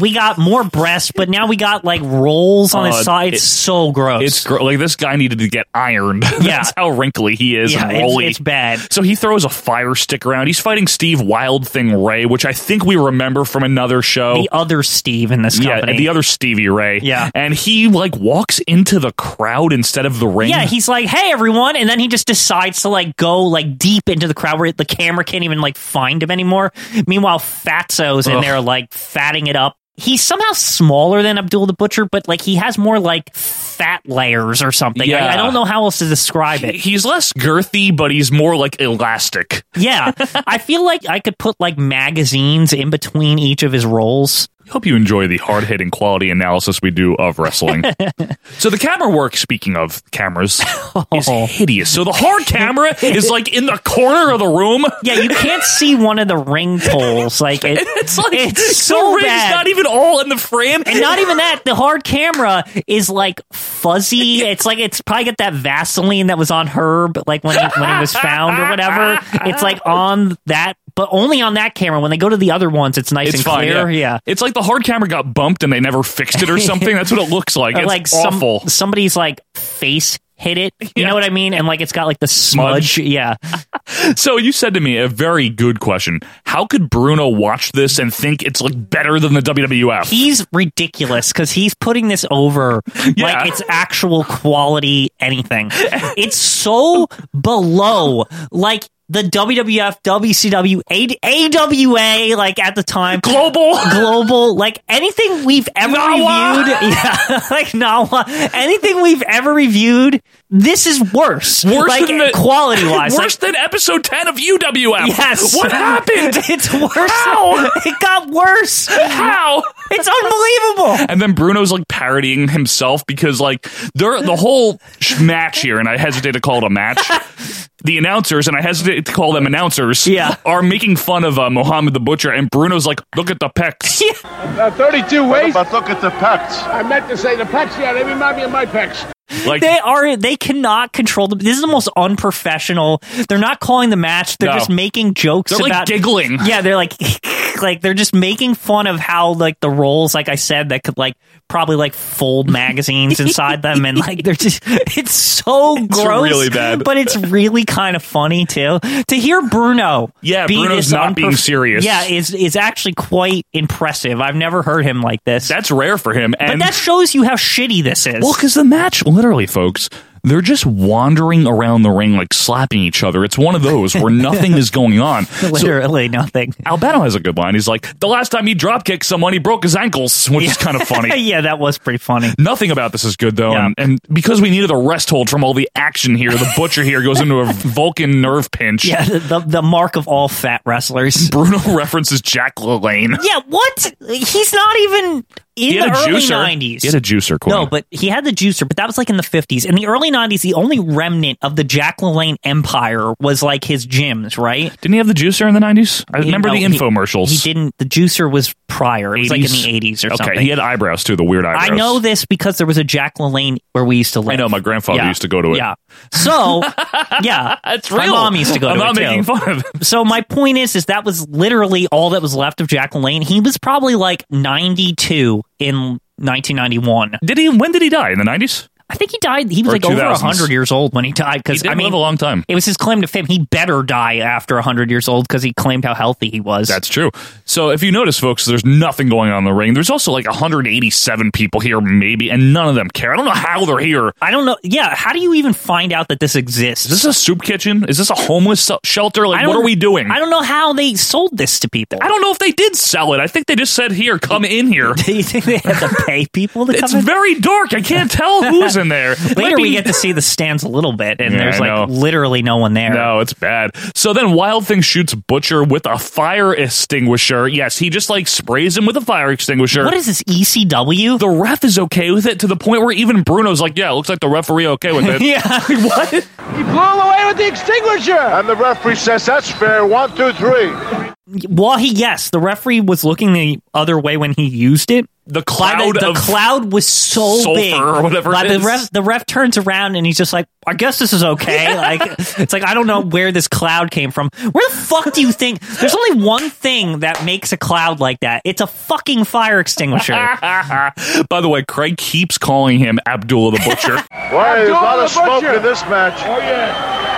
Speaker 2: we got more breasts, but now we got like rolls on
Speaker 1: Uh,
Speaker 2: his side.
Speaker 1: it-
Speaker 2: It's so gross.
Speaker 1: It's gr- like this guy needed to get ironed. [LAUGHS]
Speaker 2: Yeah.
Speaker 1: That's how wrinkly he is
Speaker 2: Yeah,
Speaker 1: and
Speaker 2: it's-
Speaker 1: rolly.
Speaker 2: it's bad.
Speaker 1: So he throws a fire stick around. He's fighting Steve Wild Thing Ray, which I think we remember from another show.
Speaker 2: the other Steve in this
Speaker 1: yeah,
Speaker 2: company.
Speaker 1: the other Stevie Ray. Yeah. And he like walks into the crowd instead of the ring.
Speaker 2: Yeah, he's like, "Hey, everyone," and then he just decides to like go like deep into the crowd where the camera can't even like find him anymore. Meanwhile, Fatso's in
Speaker 1: Ugh.
Speaker 2: there like fatting it up. He's somehow smaller than Abdul the Butcher, but like he has more like fat layers or something. Like,
Speaker 1: Yeah.
Speaker 2: I don't know how else to
Speaker 1: [LAUGHS]
Speaker 2: describe it.
Speaker 1: he's less girthy, but he's more like elastic.
Speaker 2: yeah, I feel like I could put like magazines in between each of his roles.
Speaker 1: Hope you enjoy the hard hitting quality analysis we do of
Speaker 2: [LAUGHS]
Speaker 1: wrestling. so the camera work, speaking of cameras,
Speaker 2: [LAUGHS]
Speaker 1: is
Speaker 2: Oh.
Speaker 1: hideous. So the hard camera is like in the corner of the room.
Speaker 2: Yeah, you can't see one of the ring poles. Like it,
Speaker 1: [LAUGHS] it's like
Speaker 2: it's
Speaker 1: the
Speaker 2: so
Speaker 1: ring's
Speaker 2: bad.
Speaker 1: not even all in the frame,
Speaker 2: and not even that. The hard camera is like fuzzy. It's like it's probably got that Vaseline that was on Herb, like when he, when he was found or whatever. It's like on that, but only on that camera. When they go to the other ones, it's nice
Speaker 1: It's
Speaker 2: and
Speaker 1: fine.
Speaker 2: clear.
Speaker 1: yeah. it's like the hard camera got bumped and they never fixed
Speaker 2: [LAUGHS]
Speaker 1: it or something. That's what it looks like.
Speaker 2: Or,
Speaker 1: It's
Speaker 2: some-
Speaker 1: awful.
Speaker 2: [LAUGHS] somebody's like face hit it. You know what I mean? And like it's got like the smudge. Yeah.
Speaker 1: so you said to me a very good question. How could Bruno watch this and think it's like better than the WWF?
Speaker 2: He's ridiculous because he's putting this over like it's actual quality anything. It's so below like the WWF, WCW, A- AWA, like at the time, [LAUGHS]
Speaker 1: global,
Speaker 2: global, like anything we've ever reviewed, [LAUGHS] yeah, like Nawa, anything we've ever reviewed, this is
Speaker 1: Worse
Speaker 2: worse, like,
Speaker 1: than the
Speaker 2: quality wise,
Speaker 1: Worse than episode ten of UWF.
Speaker 2: Yes.
Speaker 1: What happened?
Speaker 2: [LAUGHS] It's worse.
Speaker 1: How?
Speaker 2: It got worse.
Speaker 1: How?
Speaker 2: It's unbelievable.
Speaker 1: And then Bruno's like parodying himself because like they're the whole sh- match here, and I hesitate to call it a
Speaker 2: [LAUGHS]
Speaker 1: match. The announcers, and I hesitate to call them announcers, yeah. are making fun of uh, Mohammed the Butcher, and Bruno's like, "Look at the pecs."
Speaker 20: Uh, 32 waist. But look at the pecs. I meant to say the pecs. Yeah, they remind me of my pecs.
Speaker 1: Like
Speaker 2: [LAUGHS] they are they cannot control them. This is the most unprofessional. They're not calling the match. They're
Speaker 1: No.
Speaker 2: just making jokes
Speaker 1: They're, like,
Speaker 2: about
Speaker 1: giggling.
Speaker 2: Yeah, they're like [LAUGHS] like they're just making fun of how like the rolls like I said that could like probably like fold magazines inside them and like they're just [LAUGHS] it's so gross
Speaker 1: really bad.
Speaker 2: but it's really kind of funny too to hear Bruno
Speaker 1: Yeah,
Speaker 2: be
Speaker 1: Bruno's
Speaker 2: this
Speaker 1: not being serious.
Speaker 2: Yeah, is is actually quite impressive. I've never heard him like this.
Speaker 1: That's rare for him.
Speaker 2: but
Speaker 1: And
Speaker 2: that shows you how shitty this
Speaker 1: [LAUGHS]
Speaker 2: is.
Speaker 1: Well, because the match, literally, folks, they're just wandering around the ring, like slapping each other. It's one of those
Speaker 2: [LAUGHS]
Speaker 1: where nothing is going on.
Speaker 2: Literally nothing.
Speaker 1: Alberto has a good line. He's like, the last time he drop kicked someone, he broke his ankles, which is kind of funny.
Speaker 2: [LAUGHS] yeah, that was pretty funny.
Speaker 1: Nothing about this is good, though. And, and because we needed a rest hold from all the action here, the butcher here goes into a Vulcan nerve pinch.
Speaker 2: Yeah, the, the, the mark of all fat wrestlers.
Speaker 1: Bruno [LAUGHS] references Jack LaLanne.
Speaker 2: Yeah, what? He's not even [LAUGHS] in
Speaker 1: He
Speaker 2: the
Speaker 1: had a
Speaker 2: early
Speaker 1: juicer.
Speaker 2: 90s.
Speaker 1: He had a juicer, Corey.
Speaker 2: No, but he had the juicer, but that was like in the 50s. In the early 90s, the only remnant of the Jack LaLanne empire was like his gyms, right?
Speaker 1: Didn't he have the juicer in the 90s? I
Speaker 2: You
Speaker 1: remember
Speaker 2: know,
Speaker 1: the
Speaker 2: he-
Speaker 1: infomercials.
Speaker 2: He, didn't. The juicer was prior. It was like in the 80s or
Speaker 1: okay,
Speaker 2: something.
Speaker 1: he had eyebrows, too, the weird eyebrows.
Speaker 2: I know this because there was a Jack LaLanne where we used to live.
Speaker 1: I know my grandfather
Speaker 2: Yeah.
Speaker 1: used to go to it.
Speaker 2: Yeah.
Speaker 1: [LAUGHS]
Speaker 2: So, yeah,
Speaker 1: That's
Speaker 2: my
Speaker 1: real.
Speaker 2: mom used to go
Speaker 1: I'm
Speaker 2: to
Speaker 1: not
Speaker 2: it
Speaker 1: making
Speaker 2: too.
Speaker 1: fun of it.
Speaker 2: So my point is, is that was literally all that was left of Jack Lane. He was probably like 92 in 1991.
Speaker 1: Did he? When did he die? In the 90s?
Speaker 2: I think he died. He was
Speaker 1: Or
Speaker 2: like over
Speaker 1: 2000s.
Speaker 2: 100 years old when he died.
Speaker 1: He
Speaker 2: Because
Speaker 1: did
Speaker 2: I mean,
Speaker 1: live a long time.
Speaker 2: It was his claim to fame. He better die after 100 years old because he claimed how healthy he was.
Speaker 1: That's true. So if you notice, folks, there's nothing going on in the ring. There's also like 187 people here, maybe, and none of them care. I don't know how they're here.
Speaker 2: I don't know. Yeah, how do you even find out that this exists?
Speaker 1: Is this a soup kitchen? Is this a homeless so- shelter? Like,
Speaker 2: I
Speaker 1: what
Speaker 2: don't-
Speaker 1: are we doing?
Speaker 2: I don't know how they sold this to people.
Speaker 1: I don't know if they did sell it. I think they just said, "Here, come in [LAUGHS] here."
Speaker 2: [LAUGHS] Do you think they had
Speaker 1: [LAUGHS]
Speaker 2: to pay people to
Speaker 1: It's
Speaker 2: come in?
Speaker 1: very dark. I can't tell who's in [LAUGHS] there. It might
Speaker 2: Later, we
Speaker 1: be-
Speaker 2: get to see the stands a little bit, and
Speaker 1: Yeah, I
Speaker 2: there's like
Speaker 1: know.
Speaker 2: literally no one there.
Speaker 1: No, it's bad. So then Wild Thing shoots Butcher with a fire extinguisher. Yes, he just like sprays him with a fire extinguisher.
Speaker 2: What is this E ECW?
Speaker 1: The ref is okay with it to the point where even Bruno's like, yeah, it looks like the referee okay with [LAUGHS] it.
Speaker 2: yeah, [LAUGHS] what?
Speaker 20: He blew away with the extinguisher. And the referee says that's fair. One, two, three.
Speaker 2: While he yes, the referee was looking the other way when he used it.
Speaker 1: The
Speaker 2: By
Speaker 1: cloud
Speaker 2: the,
Speaker 1: of
Speaker 2: cloud was so
Speaker 1: sulfur
Speaker 2: big,
Speaker 1: or whatever
Speaker 2: By
Speaker 1: it
Speaker 2: the
Speaker 1: is.
Speaker 2: ref, the ref turns around and he's just like, "I guess this is okay." Like, it's like I don't know where this cloud came from. Where the fuck do you think? There's only one thing that makes a cloud like that. It's a fucking
Speaker 1: [LAUGHS]
Speaker 2: fire extinguisher.
Speaker 1: By the way, Craig keeps calling him Abdullah the Butcher.
Speaker 2: [LAUGHS]
Speaker 20: Why
Speaker 2: is a lot of
Speaker 20: smoke
Speaker 2: in
Speaker 20: this match? Oh yeah.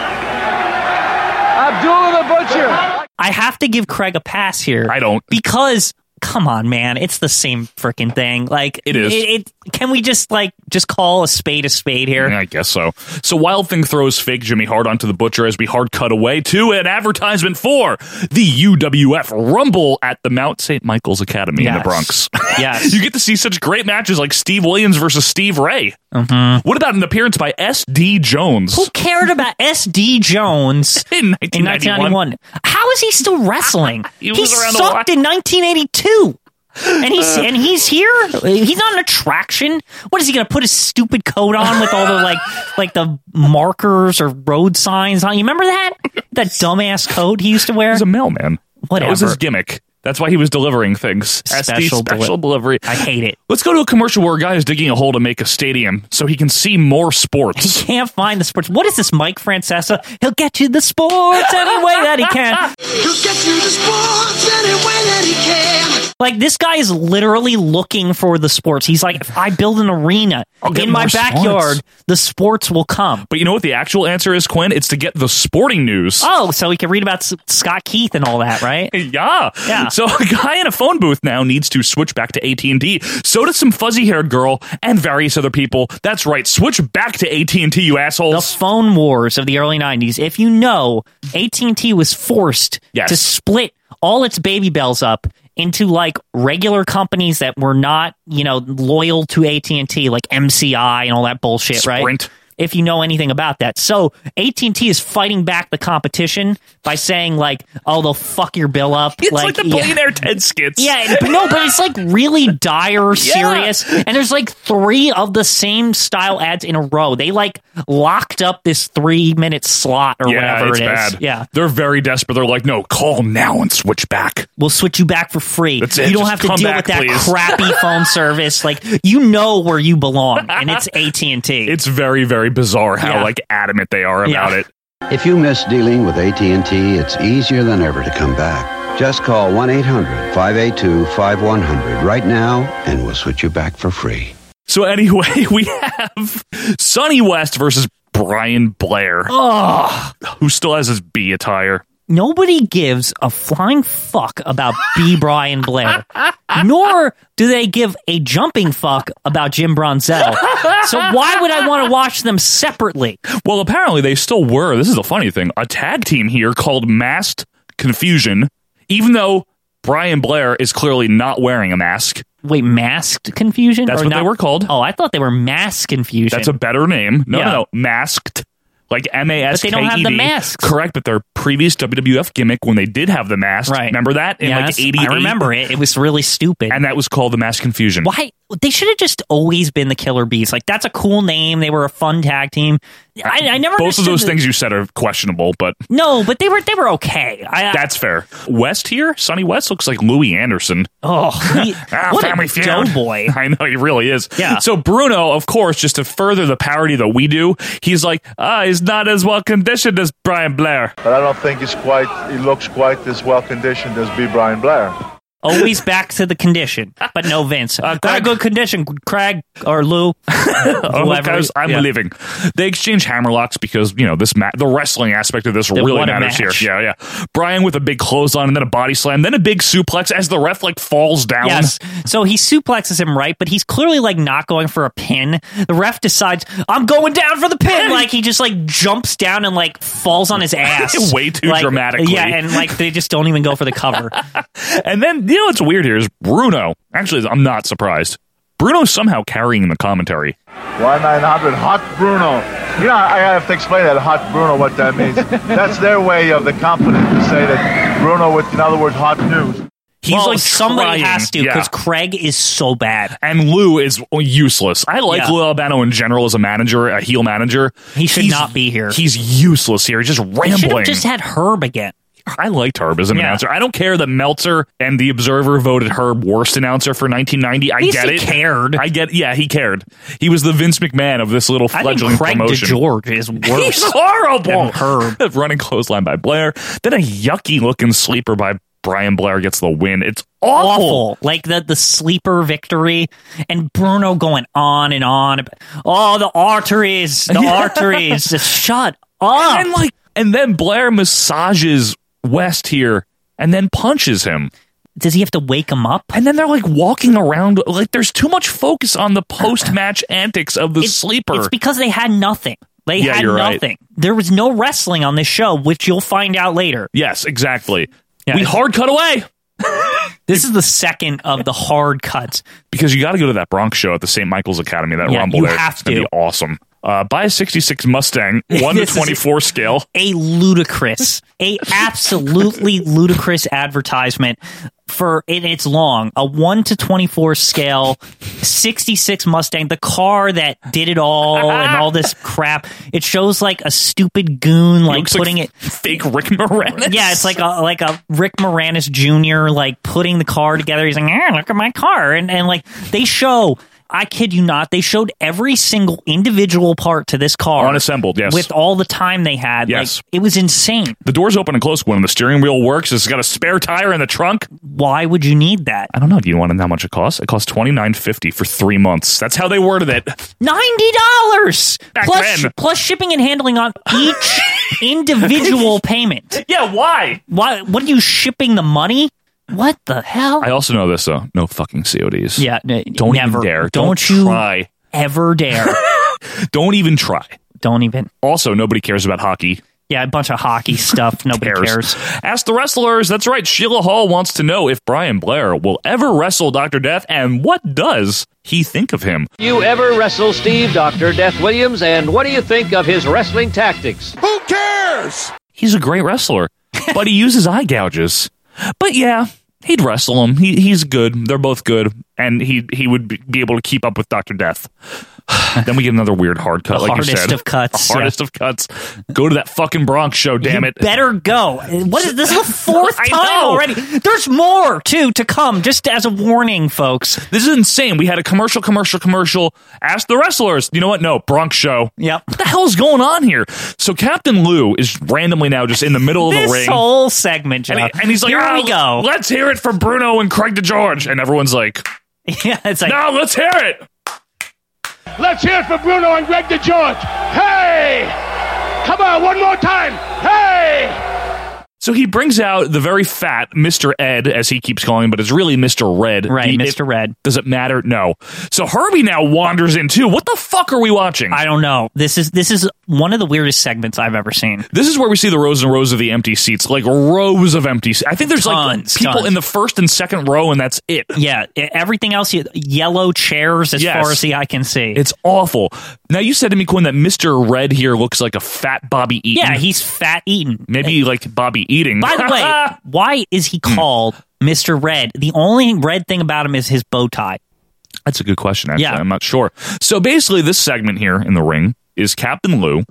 Speaker 20: Abdullah the Butcher.
Speaker 2: I have to give Craig a pass here. I
Speaker 1: don't
Speaker 2: because come on, man, it's the same freaking thing. Like
Speaker 1: It is.
Speaker 2: It, it- can we just like just call a spade a spade here?
Speaker 1: I guess so. So Wild Thing throws fake Jimmy Hart onto the Butcher as we hard cut away to an advertisement for the UWF Rumble at the Mount St. Michael's Academy in the
Speaker 2: Yes.
Speaker 1: Bronx. [LAUGHS]
Speaker 2: Yes.
Speaker 1: you get to see such great matches like Steve Williams versus Steve Ray.
Speaker 2: Mhm.
Speaker 1: What about an appearance by S.D. Jones?
Speaker 2: Who cared about S.D. Jones
Speaker 1: [LAUGHS] in [LAUGHS]
Speaker 2: 1991? How is he still wrestling?
Speaker 1: He was around a Uh.
Speaker 2: sucked in 1982. And he's and he's here. He's not an attraction. What is he going to put his stupid coat on with
Speaker 1: [LAUGHS]
Speaker 2: all the like like the markers or road signs on? You remember that that dumbass coat he used to wear? He's a
Speaker 1: mailman.
Speaker 2: Whatever.
Speaker 1: That was his gimmick. That's why he was delivering things. As the
Speaker 2: Special deli-
Speaker 1: special delivery. I
Speaker 2: hate it.
Speaker 1: Let's go to a commercial where a guy is digging a hole to make a stadium so he can see more sports.
Speaker 2: [LAUGHS] Can't find the sports. What is this, Mike Francesa? He'll get you the sports any way that he can.
Speaker 12: He'll get you the sports any way that he can.
Speaker 2: Like this guy is literally looking for the sports. He's like, if I build an arena
Speaker 1: get
Speaker 2: in my
Speaker 1: more sports.
Speaker 2: backyard, the sports will come.
Speaker 1: But you know what the actual answer is, Quinn? It's to get the sporting news.
Speaker 2: Oh, so we can read about S- Scott Keith and all that, right?
Speaker 1: [LAUGHS] yeah.
Speaker 2: Yeah.
Speaker 1: So a guy in a phone booth now needs to switch back to AT&T. So does some fuzzy-haired girl and various other people. That's right. Switch back to AT&T, you assholes.
Speaker 2: The phone wars of the early 90s. If you know, AT&T was forced to split all its baby bells up into like regular companies that were not, you know, loyal to AT&T like MCI and all that bullshit, right? If you know anything about that. So, AT&T is fighting back the competition by saying like, "Oh, they'll fuck your bill up."
Speaker 1: It's like, the
Speaker 2: yeah.
Speaker 1: billionaire Ted skits.
Speaker 2: Yeah, and- but no, but it's like really dire, serious. And there's like three of the same style ads in a row. They like locked up this three minute slot or
Speaker 1: [LAUGHS] yeah,
Speaker 2: whatever
Speaker 1: it's
Speaker 2: it is.
Speaker 1: bad.
Speaker 2: Yeah.
Speaker 1: They're very desperate. They're like, no, call now and switch back.
Speaker 2: We'll switch you back for free.
Speaker 1: That's it.
Speaker 2: You don't
Speaker 1: Just
Speaker 2: have to
Speaker 1: come
Speaker 2: deal
Speaker 1: back,
Speaker 2: with that
Speaker 1: please. [LAUGHS]
Speaker 2: crappy phone service. Like you know where you belong,
Speaker 1: [LAUGHS]
Speaker 2: and it's AT and T.
Speaker 1: It's very, very bizarre how
Speaker 2: Yeah.
Speaker 1: like adamant they are
Speaker 2: Yeah.
Speaker 1: about it.
Speaker 3: If you miss dealing with AT&T, it's easier than ever to come back. Just call 1-800-582-5100 right now and we'll switch you back for free.
Speaker 1: So anyway, [LAUGHS] we have Sonny West versus Brian Blair,
Speaker 2: Ugh.
Speaker 1: who still has his B attire.
Speaker 2: Nobody gives a flying fuck about
Speaker 1: [LAUGHS]
Speaker 2: B. Brian Blair, nor do they give a jumping fuck about Jim Bronzell. So why would I want to watch them separately?
Speaker 1: Well, apparently they still were. This is the funny thing. A tag team here called Masked Confusion, even though Brian Blair is clearly not wearing a mask.
Speaker 2: Wait, masked confusion?
Speaker 1: That's
Speaker 2: Or
Speaker 1: what
Speaker 2: not-
Speaker 1: they were called.
Speaker 2: Oh, I thought they were mass confusion.
Speaker 1: That's a better name. No,
Speaker 2: Yeah.
Speaker 1: no, no. Masked. Like M A S K E D.
Speaker 2: don't have the masks.
Speaker 1: Correct, but their previous WWF gimmick when they did have the mask. Right. Remember that? In
Speaker 2: Yes, I
Speaker 1: like 88?
Speaker 2: remember it. It was really stupid.
Speaker 1: And that was called the Mask Confusion.
Speaker 2: Why they should have just always been the Killer Bees? Like that's a cool name. They were a fun tag team. I, I never
Speaker 1: Both of
Speaker 2: understood
Speaker 1: those
Speaker 2: the-
Speaker 1: things you said are questionable, but
Speaker 2: No, but they were they were okay. I, I-
Speaker 1: [LAUGHS] that's fair. West here, Sonny West looks like Louis Anderson. [LAUGHS]
Speaker 2: oh, he-
Speaker 1: Ah,
Speaker 2: what
Speaker 1: family
Speaker 2: a
Speaker 1: feud.
Speaker 2: doughboy.
Speaker 1: [LAUGHS] I know he really is.
Speaker 2: Yeah.
Speaker 1: So Bruno, of course, just to further the parody that we do, he's like, ah, he's not as well conditioned as Brian Blair.
Speaker 4: But I don't think he's quite, he looks quite as well conditioned as B. Brian Blair.
Speaker 2: Always back to the condition, but no
Speaker 1: [LAUGHS]
Speaker 2: Vince. Uh, Not a good condition, Craig or Lou.
Speaker 1: Oh,
Speaker 2: whoever.
Speaker 1: because I'm
Speaker 2: Yeah.
Speaker 1: leaving. They exchange hammerlocks because you know this ma- the wrestling aspect of this
Speaker 2: They
Speaker 1: really
Speaker 2: want a
Speaker 1: matters
Speaker 2: match.
Speaker 1: here. Yeah, yeah. Brian with a big clothesline and then a body slam, then a big suplex as the ref like falls down.
Speaker 2: Yes. So he suplexes him right, but he's clearly like not going for a pin. The ref decides, I'm going down for the pin. Like he just like jumps down and like falls on his
Speaker 1: [LAUGHS]
Speaker 2: ass.
Speaker 1: Way too
Speaker 2: Like,
Speaker 1: dramatically.
Speaker 2: Yeah, and like they just don't even go for the
Speaker 1: [LAUGHS]
Speaker 2: cover.
Speaker 1: [LAUGHS] And then you know what's weird here is Bruno. Actually, I'm not surprised. Bruno's somehow carrying the commentary.
Speaker 21: 1900 Hot Bruno. You know, I I have to explain that Hot Bruno what that
Speaker 9: [LAUGHS]
Speaker 21: means. That's their way of the compliment to say that Bruno, with in other words, hot news.
Speaker 2: He's well,
Speaker 1: like, trying,
Speaker 2: somebody has to
Speaker 1: yeah.
Speaker 2: because Craig is so bad.
Speaker 1: And Lou is useless. I like
Speaker 2: Yeah.
Speaker 1: Lou Albano in general as a manager, a heel manager.
Speaker 2: He should
Speaker 1: He's-
Speaker 2: not be here.
Speaker 1: He's useless here. He's just
Speaker 2: They should
Speaker 1: rambling.
Speaker 2: have just had Herb again.
Speaker 1: I liked Herb as an
Speaker 2: Yeah.
Speaker 1: announcer. I don't care that Meltzer and the Observer voted Herb worst announcer for 1990. I
Speaker 2: least
Speaker 1: get
Speaker 2: he
Speaker 1: it.
Speaker 2: cared.
Speaker 1: I get. Yeah, he cared. He was the Vince McMahon of this little
Speaker 2: I think
Speaker 1: fledgling
Speaker 2: Craig
Speaker 1: promotion. [LAUGHS]
Speaker 2: DeGeorge is worse
Speaker 1: He's horrible.
Speaker 2: than
Speaker 1: [LAUGHS]
Speaker 2: Herb.
Speaker 1: Running clothesline by Blair. Then a yucky looking sleeper by Brian Blair gets the win. It's awful.
Speaker 2: awful. Like the the sleeper victory and Bruno going on and on. about- Oh, the
Speaker 1: [LAUGHS]
Speaker 2: arteries, the arteries. Just shut up.
Speaker 1: And then, like, and then Blair massages West here, and then punches him.
Speaker 2: Does he have to wake him up?
Speaker 1: And then they're like walking around. Like, there's too much focus on the post
Speaker 2: [LAUGHS]
Speaker 1: match antics of the sleeper.
Speaker 2: It's because they had nothing. They
Speaker 1: Yeah,
Speaker 2: had
Speaker 1: you're right.
Speaker 2: nothing. There was no wrestling on this show, which you'll find out later.
Speaker 1: Yes, exactly.
Speaker 2: Yeah,
Speaker 1: we
Speaker 2: it's-
Speaker 1: hard cut away
Speaker 2: This is the second of the hard cuts.
Speaker 1: because you got to go to that Bronx show at the St. Michael's Academy. That
Speaker 2: Yeah,
Speaker 1: rumble
Speaker 2: you
Speaker 1: there,
Speaker 2: have
Speaker 1: it's gonna
Speaker 2: to.
Speaker 1: be awesome. Uh, buy a '66
Speaker 2: [LAUGHS]
Speaker 1: Mustang, one to
Speaker 2: This is-
Speaker 1: twenty-four scale. [LAUGHS]
Speaker 2: a ludicrous, a absolutely ludicrous advertisement for and it's long a 1 to 24 scale 66 mustang the car that did it all and
Speaker 1: [LAUGHS]
Speaker 2: all this crap it shows like a stupid goon like
Speaker 1: looks like
Speaker 2: putting it
Speaker 1: fake rick moranis
Speaker 2: yeah it's like a like a rick moranis jr like putting the car together he's like "Eh, look at my car and and like they show I kid you not. They showed every single individual part to this car,
Speaker 1: Unassembled, yes.
Speaker 2: with all the time they had.
Speaker 1: Yes.
Speaker 2: like, it was insane.
Speaker 1: The doors open and close when the steering wheel works. It's got a spare tire in the trunk.
Speaker 2: Why would you need that?
Speaker 1: I don't know. Do you want to know how much it costs? It costs twenty nine fifty for three months. That's how they worded
Speaker 2: [LAUGHS]
Speaker 1: it.
Speaker 2: Ninety dollars plus
Speaker 1: then.
Speaker 2: plus shipping and handling on
Speaker 1: [LAUGHS]
Speaker 2: each individual payment.
Speaker 1: Yeah, why?
Speaker 2: Why? What are you shipping the money? What the hell?
Speaker 1: I also know this though. No fucking CODs.
Speaker 2: yeah, n-
Speaker 1: Don't even
Speaker 2: never.
Speaker 1: dare.
Speaker 2: Don't,
Speaker 1: Don't
Speaker 2: you
Speaker 1: try. [LAUGHS]
Speaker 2: ever dare?
Speaker 1: Don't even try.
Speaker 2: Don't even.
Speaker 1: Also, nobody cares about hockey.
Speaker 2: yeah, a bunch of [LAUGHS] hockey stuff. Nobody cares.
Speaker 1: Ask the wrestlers. That's right. Sheila Hall wants to know if Brian Blair will ever wrestle Dr. Death and what does he think of him?
Speaker 5: You ever wrestle Steve Dr. Death Williams, and what do you think of his wrestling tactics? Who cares?
Speaker 1: He's a great wrestler,
Speaker 2: [LAUGHS]
Speaker 1: but he uses eye gouges. But yeah, he'd wrestle him. He, he's good. They're both good. And he, he would be- be able to keep up with Dr. Death. [SIGHS] then we get another weird hard cut,
Speaker 2: The
Speaker 1: like you
Speaker 2: hardest
Speaker 1: said.
Speaker 2: of cuts,
Speaker 1: The hardest of cuts. Go to that fucking Bronx show, damn
Speaker 2: You
Speaker 1: it.
Speaker 2: Better go. What is this? [LAUGHS] Is the fourth
Speaker 1: I
Speaker 2: time
Speaker 1: know.
Speaker 2: already. There's more too to come. Just as a warning, folks.
Speaker 1: This is insane. We had a commercial, commercial, commercial. Ask the wrestlers. You know what? No, Bronx show.
Speaker 2: Yep.
Speaker 1: What the hell's going on here? So Captain Lou is randomly now just in the middle of
Speaker 2: this
Speaker 1: the ring.
Speaker 2: whole segment,
Speaker 1: and,
Speaker 2: John.
Speaker 1: he- and he's like,
Speaker 2: "Here
Speaker 1: "Ah,
Speaker 2: we go."
Speaker 1: Let's hear it for Bruno and Craig DeGeorge. And everyone's like,
Speaker 2: [LAUGHS] yeah, it's like,
Speaker 1: no, let's hear it.
Speaker 20: Let's hear it for Bruno and Greg DeGeorge. Hey! Come on, one more time. Hey!
Speaker 1: So he brings out the very fat Mr. Ed, as he keeps calling him, but it's really Mr. Red.
Speaker 2: Right,
Speaker 1: He-
Speaker 2: Mr. Red.
Speaker 1: Does it matter? No. So Herbie now wanders in too. What the fuck are we watching?
Speaker 2: I don't know. This is this is one of the weirdest segments I've ever seen.
Speaker 1: This is where we see the rows and rows of the empty seats, like rows of empty seats. I think there's
Speaker 2: Tons,
Speaker 1: like people
Speaker 2: tons.
Speaker 1: in the first and second row, and that's it.
Speaker 2: Yeah, e- everything else, y- yellow chairs as
Speaker 1: Yes.
Speaker 2: far as the eye can see.
Speaker 1: It's awful. Now you said to me, Quinn, that Mister Red here looks like a fat Bobby Eaton.
Speaker 2: yeah, he's fat eaten.
Speaker 1: maybe like Bobby Eating.
Speaker 2: By the [LAUGHS] way, why is he called Mr. Red? The only red thing about him is his bow tie.
Speaker 1: [LAUGHS] That's a good question, actually.
Speaker 2: Yeah.
Speaker 1: I'm not sure. So basically, this segment here in the ring is Captain Lou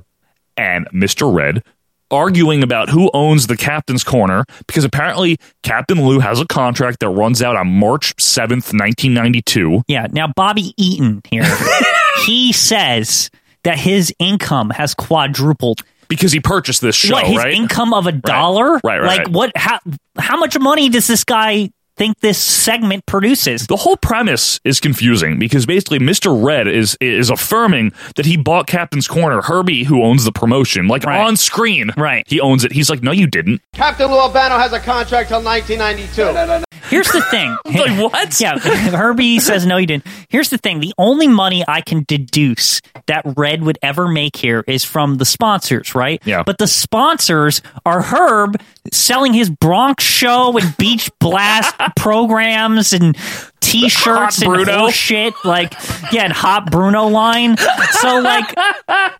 Speaker 1: and Mr. Red arguing about who owns the captain's corner because apparently Captain Lou has a contract that runs out on March 7th, 1992.
Speaker 2: Yeah. Now, Bobby Eaton
Speaker 1: [LAUGHS]
Speaker 2: here, he says that his income has quadrupled.
Speaker 1: Because he purchased this show,
Speaker 2: what, his
Speaker 1: right?
Speaker 2: income of a dollar?
Speaker 1: Right, right,
Speaker 2: Like,
Speaker 1: right.
Speaker 2: what, how, how much money does this guy think this segment produces?
Speaker 1: The whole premise is confusing because basically Mr. Red is is affirming that he bought Captain's Corner, Herbie, who owns the promotion, like on screen. Right. He owns it. He's like, No, you didn't.
Speaker 5: Captain Lou Albano has a contract till 1992.
Speaker 2: Here's the thing. [LAUGHS] like what? Yeah, Herbie says no, you didn't. Here's the thing. The only money I can deduce that Red would ever make here is from the sponsors, right? Yeah. But the sponsors are Herb selling his Bronx show and Beach [LAUGHS] Blast programs and T-shirts
Speaker 1: Hot
Speaker 2: and
Speaker 1: Bruno.
Speaker 2: whole shit like yeah, and Hot Bruno line. So like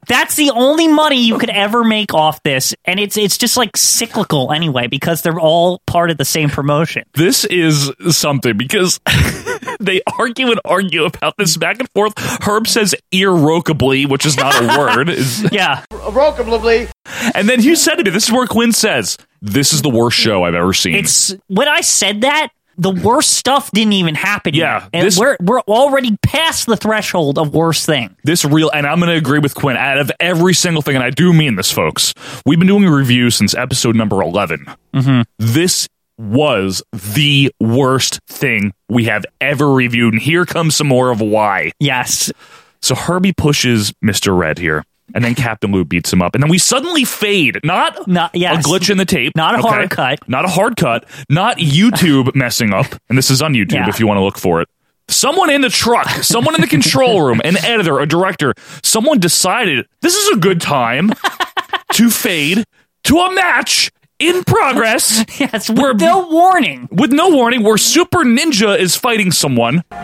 Speaker 2: that's the only money you could ever make off this, and it's it's just like cyclical anyway because they're all part of the same promotion. [LAUGHS]
Speaker 1: this is something because [LAUGHS] they argue and argue about this back and forth. Herb says irrevocably, which is [LAUGHS] not a word. Is-
Speaker 2: Yeah.
Speaker 5: Irrevocably.
Speaker 1: And then you said to me, this is where Quinn says, This is the worst show I've ever seen.
Speaker 2: It's when I said that, the worst stuff didn't even happen. Yeah, yet. and
Speaker 1: this-
Speaker 2: we're we're already past the threshold of worst thing.
Speaker 1: this real, and I'm going to agree with Quinn. Out of every single thing, and I do mean this, folks, we've been doing a review since episode number 11.
Speaker 2: Mm-hmm.
Speaker 1: This was the worst thing we have ever reviewed. And here comes some more of why.
Speaker 2: Yes.
Speaker 1: So Herbie pushes Mr. Red here. And then Captain Lou beats him up. And then we suddenly fade. Not,
Speaker 2: yes.
Speaker 1: a glitch in the tape.
Speaker 2: Not a hard cut.
Speaker 1: Not a hard cut. Not YouTube [LAUGHS] messing up. And this is on YouTube
Speaker 2: Yeah.
Speaker 1: if you want to look for it. Someone in the truck, someone in the
Speaker 2: [LAUGHS]
Speaker 1: control room, an editor, a director, someone decided this is a good
Speaker 2: [LAUGHS]
Speaker 1: time to fade to a match in
Speaker 2: [LAUGHS]
Speaker 1: progress.
Speaker 2: [LAUGHS] Yes, with no warning.
Speaker 1: With no warning, where Super Ninja is fighting someone.
Speaker 20: All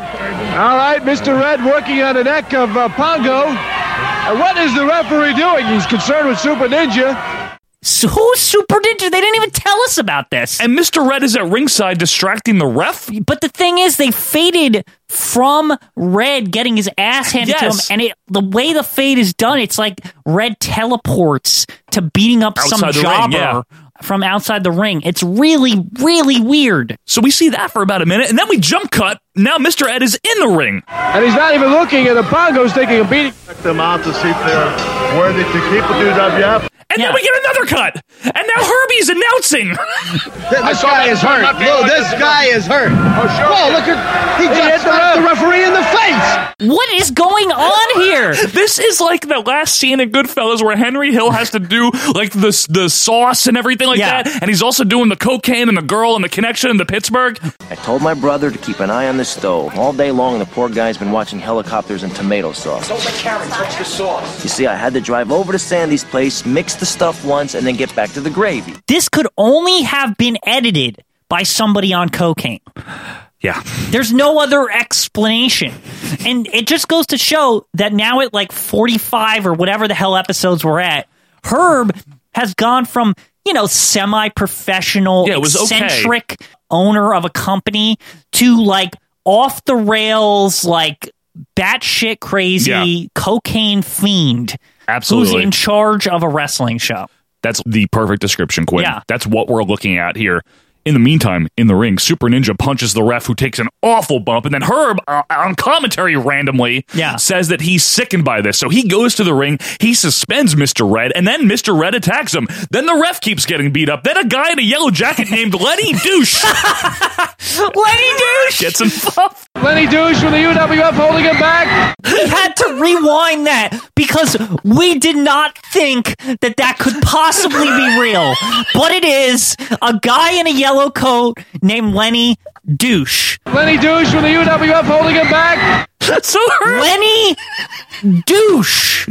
Speaker 20: right, Mr. Red working on the neck of uh, Pongo. Uh, what is the referee doing? He's concerned with Super Ninja.
Speaker 2: So who super ninja? They didn't even tell us about this.
Speaker 1: And Mr. Red is at ringside distracting the ref.
Speaker 2: But the thing is, they faded from Red getting his ass handed
Speaker 1: Yes.
Speaker 2: to him, and it, the way the fade is done, it's like Red teleports to beating up some
Speaker 1: Outside the
Speaker 2: jobber
Speaker 1: ring, yeah.
Speaker 2: from outside the ring. It's really, really weird.
Speaker 1: So we see that for about a minute, and then we jump cut. Now Mr. Ed is in the ring.
Speaker 21: And he's not even looking, and the bongo's taking a beating. Check them out to see if they're worthy to keep the WWF.
Speaker 1: And then we get another cut. And now Herbie's announcing.
Speaker 10: This guy is hurt. No, this guy is hurt. Oh, sure. Whoa, look at he just slapped the referee in the face.
Speaker 2: What is going on here?
Speaker 1: this is like the last scene in Goodfellas where Henry Hill has to do like the the sauce and everything like
Speaker 11: Yeah.
Speaker 1: that, and he's also doing the cocaine and the girl and the connection and the Pittsburgh.
Speaker 11: I told my brother to keep an eye on the stove. All day long, the poor guy's been watching helicopters and tomato sauce.
Speaker 18: Don't let Karen touch the sauce.
Speaker 11: You see, I had to drive over to Sandy's place, mix the stuff once, and then get back to the gravy.
Speaker 2: This could only have been edited by somebody on cocaine.
Speaker 1: Yeah.
Speaker 2: There's no other explanation. And it just goes to show that now at like 45 or whatever the hell episodes we're at, Herb has gone from, you know, semi professional,
Speaker 1: Yeah, it was okay.
Speaker 2: eccentric owner of a company to like off the rails, like batshit crazy
Speaker 1: Yeah.
Speaker 2: cocaine fiend.
Speaker 1: Absolutely.
Speaker 2: Who's in charge of a wrestling show.
Speaker 1: That's the perfect description, Quinn.
Speaker 2: Yeah.
Speaker 1: That's what we're looking at here. In the meantime, in the ring, Super Ninja punches the ref, who takes an awful bump, and then Herb uh, on commentary randomly
Speaker 2: Yeah.
Speaker 1: says that he's sickened by this. So he goes to the ring, he suspends Mr. Red, and then Mr. Red attacks him. Then the ref keeps getting beat up. Then a guy in a yellow jacket named Lenny [LAUGHS] Douche
Speaker 2: Lenny Douche
Speaker 1: gets involved. [LAUGHS]
Speaker 17: Lenny Douche from the UWF holding him back.
Speaker 2: We had to rewind that because we did not think that that could possibly be real. But it is a guy in a yellow coat named Lenny Douche.
Speaker 17: Lenny Douche from the UWF holding him back.
Speaker 1: So
Speaker 2: Lenny Douche.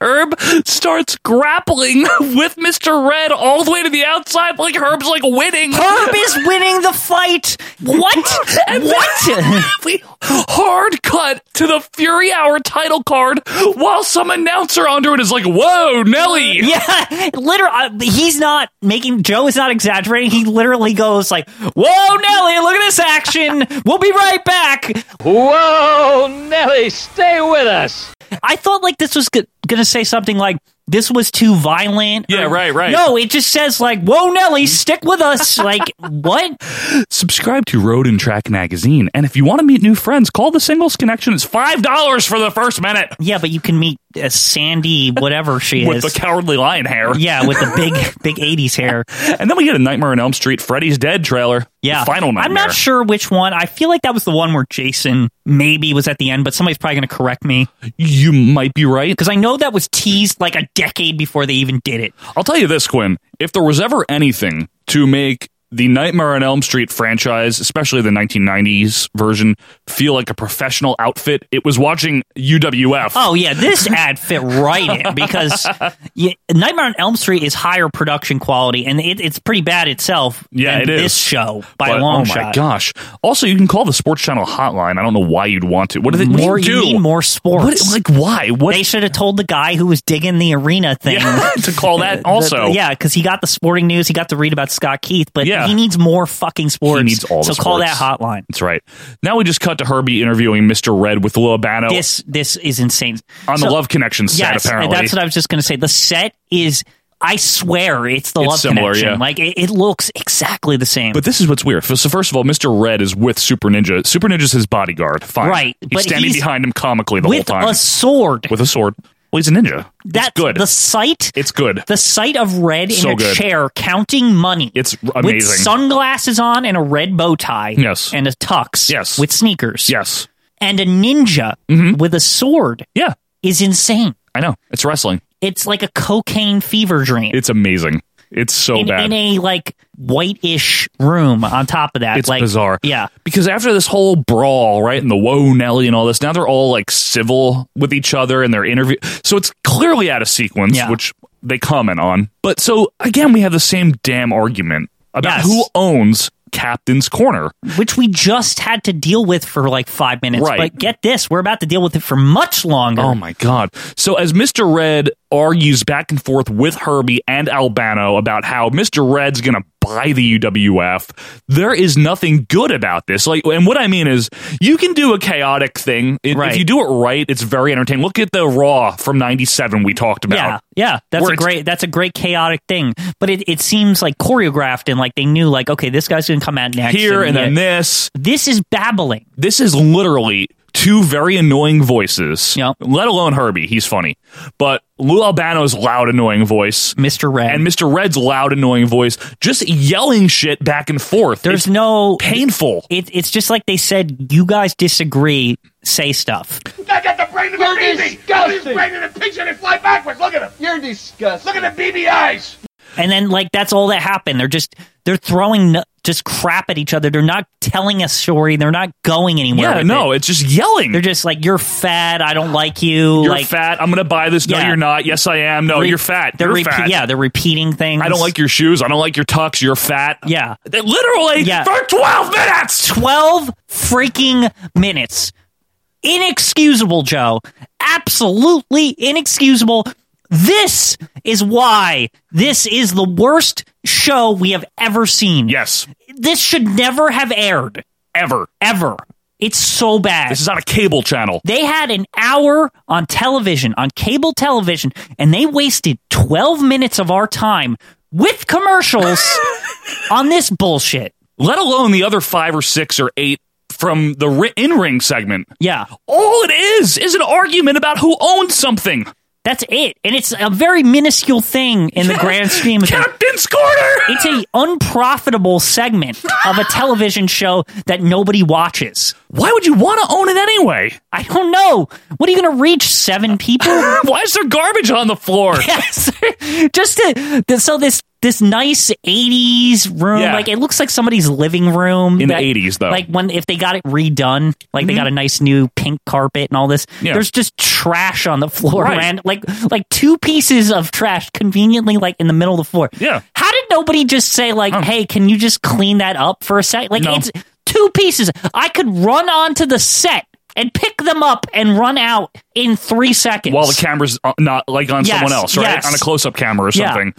Speaker 1: Herb starts grappling [LAUGHS] with Mr. Red all the way to the outside, like Herb's like winning.
Speaker 2: Herb is winning the fight.
Speaker 1: [LAUGHS]
Speaker 2: [LAUGHS] What?
Speaker 1: And then [LAUGHS]
Speaker 2: what?
Speaker 1: we hard cut to the Fury Hour title card while some announcer under it is like, "Whoa, Nelly!"
Speaker 2: [LAUGHS] Yeah, literally, uh, he's not making. Joe is not exaggerating. He literally goes like, "Whoa, Nelly! Look at this action. We'll be right back."
Speaker 5: Whoa, Nelly, stay with us.
Speaker 2: I thought like this was go- gonna say something like this was too violent.
Speaker 1: Yeah, right, right.
Speaker 2: No, it just says like, "Whoa, Nelly, stick with us." [LAUGHS] like what?
Speaker 1: Subscribe to Road and Track Magazine, and if you want to meet new friends, call the Singles Connection. It's five dollars for the first minute
Speaker 2: Yeah, but you can meet uh, Sandy, whatever she
Speaker 1: with
Speaker 2: is.
Speaker 1: the cowardly lion hair.
Speaker 2: yeah, with the big big
Speaker 1: [LAUGHS]
Speaker 2: '80s hair.
Speaker 1: and then we get a Nightmare on Elm Street, Freddy's Dead trailer.
Speaker 2: Yeah,
Speaker 1: The final nightmare.
Speaker 2: I'm not sure which one. I feel like that was the one where Jason maybe was at the end, but somebody's probably going to correct me.
Speaker 1: You might be right
Speaker 2: because I know that was teased like a decade before they even did it.
Speaker 1: I'll tell you this, Quinn. If there was ever anything to make the Nightmare on Elm Street franchise, especially the 1990s version, feel like a professional outfit, it was watching UWF.
Speaker 2: Oh
Speaker 1: [LAUGHS]
Speaker 2: yeah, this ad fit right in because yeah, Nightmare on Elm Street is higher production quality, and it, it's pretty bad itself.
Speaker 1: Yeah,
Speaker 2: than
Speaker 1: it is.
Speaker 2: This show by
Speaker 1: But,
Speaker 2: a long
Speaker 1: oh
Speaker 2: shot.
Speaker 1: my gosh! Also, you can call the Sports Channel hotline. I don't know why you'd want to. What do they what do
Speaker 2: More,
Speaker 1: you do?
Speaker 2: you need more sports.
Speaker 1: What- like why? What [LAUGHS]
Speaker 2: They should have told the guy who was digging the arena thing
Speaker 1: Yeah, [LAUGHS] to call that
Speaker 2: [LAUGHS] The-
Speaker 1: also?
Speaker 2: yeah, because he got the sporting news, he got to read about Scott Keith, but
Speaker 1: Yeah.
Speaker 2: he needs more fucking sports.
Speaker 1: He needs all
Speaker 2: so
Speaker 1: the
Speaker 2: call that
Speaker 1: sports.
Speaker 2: hotline.
Speaker 1: That's right. Now we just cut to Herbie interviewing Mr. Red with Lil Bano
Speaker 2: This this is insane.
Speaker 1: Oh. on the
Speaker 2: So-
Speaker 1: Love Connection set.
Speaker 2: Yes,
Speaker 1: apparently,
Speaker 2: that's what I was just going to say. The set is, I swear, it's the
Speaker 1: It's
Speaker 2: love
Speaker 1: similar,
Speaker 2: connection.
Speaker 1: yeah.
Speaker 2: Like it, it looks exactly the same.
Speaker 1: But this is what's weird. So first of all, Mr. Red is with Super Ninja. Super Ninja's his bodyguard. Fine.
Speaker 2: Right,
Speaker 1: He's
Speaker 2: but
Speaker 1: standing
Speaker 2: he's
Speaker 1: behind him comically the whole
Speaker 2: with
Speaker 1: time.
Speaker 2: a sword.
Speaker 1: with a sword. Well, he's a ninja.
Speaker 2: That's
Speaker 1: good.
Speaker 2: The sight,
Speaker 1: It's good.
Speaker 2: the sight of red in
Speaker 1: So
Speaker 2: a
Speaker 1: good.
Speaker 2: chair counting money.
Speaker 1: It's r-
Speaker 2: With
Speaker 1: amazing.
Speaker 2: sunglasses on and a red bow tie.
Speaker 1: Yes.
Speaker 2: And a tux.
Speaker 1: Yes. Mm-hmm.
Speaker 2: With sneakers.
Speaker 1: yes.
Speaker 2: And a ninja with a sword.
Speaker 1: Yeah.
Speaker 2: Is insane.
Speaker 1: I know. It's wrestling.
Speaker 2: It's like a cocaine fever dream.
Speaker 1: It's amazing. It's so
Speaker 2: in,
Speaker 1: bad.
Speaker 2: in a like whitish room on top of that.
Speaker 1: it's
Speaker 2: like
Speaker 1: bizarre.
Speaker 2: Yeah.
Speaker 1: Because after this whole brawl, right, and the whoa Nelly and all this, now they're all like civil with each other and they're interview. So it's clearly out of sequence,
Speaker 2: Yeah.
Speaker 1: which they comment on. But so again, we have the same damn argument about
Speaker 2: Yes.
Speaker 1: who owns Captain's Corner.
Speaker 2: Which we just had to deal with for like five minutes.
Speaker 1: Right.
Speaker 2: But get this, we're about to deal with it for much longer.
Speaker 1: Oh my god! So as Mr. Red argues back and forth with Herbie and Albano about how Mr. Red's gonna buy the UWF, there is nothing good about this. Like, and what I mean is, you can do a chaotic thing If-
Speaker 2: Right.
Speaker 1: if you do it right. It's very entertaining. Look at the Raw from '97 we talked about.
Speaker 2: Yeah, yeah, that's
Speaker 1: Where
Speaker 2: a
Speaker 1: it's-
Speaker 2: great that's a great chaotic thing. But it, it seems like choreographed and like they knew like okay, this guy's gonna come out next
Speaker 1: here and then
Speaker 2: yeah.
Speaker 1: this.
Speaker 2: This is babbling.
Speaker 1: This is literally two very annoying voices. Let alone Herbie, he's funny. But Lou Albano's loud annoying voice,
Speaker 2: Mr. Red,
Speaker 1: and Mr. Red's loud annoying voice just yelling shit back and forth.
Speaker 2: There's
Speaker 1: It's-
Speaker 2: no
Speaker 1: painful.
Speaker 2: It, it's just like they said, you guys disagree, say stuff.
Speaker 20: I got the brain of a easy. Got his brain in a picture and they fly backwards. Look at him. You're disgusting. Look at the BB eyes.
Speaker 2: And then like that's all that happened. They're just they're throwing n- just crap at each other. They're not telling a story. They're not going anywhere.
Speaker 1: Yeah,
Speaker 2: with
Speaker 1: no,
Speaker 2: it.
Speaker 1: it's just yelling.
Speaker 2: They're just like you're fat. I don't like you.
Speaker 1: You're
Speaker 2: like
Speaker 1: fat. I'm gonna buy this. No,
Speaker 2: Yeah.
Speaker 1: you're not. Yes, I am. No,
Speaker 2: Re-
Speaker 1: you're fat.
Speaker 2: they're
Speaker 1: you're
Speaker 2: repeat-
Speaker 1: fat.
Speaker 2: Yeah, they're repeating things.
Speaker 1: I don't like your shoes. I don't like your tux. You're fat.
Speaker 2: Yeah.
Speaker 1: They literally
Speaker 2: Yeah.
Speaker 1: for twelve minutes.
Speaker 2: 12 freaking minutes. Inexcusable, Joe. Absolutely inexcusable. This is why this is the worst show we have ever seen.
Speaker 1: Yes.
Speaker 2: This should never have aired.
Speaker 1: Ever.
Speaker 2: Ever. It's so bad.
Speaker 1: This is on a cable channel.
Speaker 2: They had an hour on television, on cable television, and they wasted 12 minutes of our time
Speaker 1: [LAUGHS]
Speaker 2: with commercials on this bullshit.
Speaker 1: Let alone the other five or six or eight from the ri- in-ring segment.
Speaker 2: Yeah.
Speaker 1: All it is is an argument about who owns something.
Speaker 2: That's it. And it's a very minuscule thing in the grand scheme of things.
Speaker 1: Captain's Corner!
Speaker 2: It's a unprofitable segment of a television show that nobody watches.
Speaker 1: Why would you want to own it anyway?
Speaker 2: I don't know. What are you going to reach seven
Speaker 1: [LAUGHS]
Speaker 2: people?
Speaker 1: Why is there garbage on the floor?
Speaker 2: yes. [LAUGHS] Just to, th- so this this nice 80s room
Speaker 1: Yeah.
Speaker 2: like it looks like somebody's living room
Speaker 1: In the 80s, though. Mm-hmm.
Speaker 2: Like when if they got it redone, like they got a nice new pink carpet and all this.
Speaker 1: Yeah.
Speaker 2: There's just trash on the floor
Speaker 1: Right.
Speaker 2: ran, like like two pieces of trash conveniently like in the middle of the floor.
Speaker 1: Yeah.
Speaker 2: How did nobody just say like, "Hey, can you just clean that up for a sec?" Like
Speaker 1: No.
Speaker 2: it's two pieces. I could run onto the set and pick them up and run out in 3 seconds.
Speaker 1: While the camera's uh, not like on
Speaker 2: Yes,
Speaker 1: someone else, right?
Speaker 2: yes.
Speaker 1: On a close up camera or
Speaker 2: Yeah.
Speaker 1: something.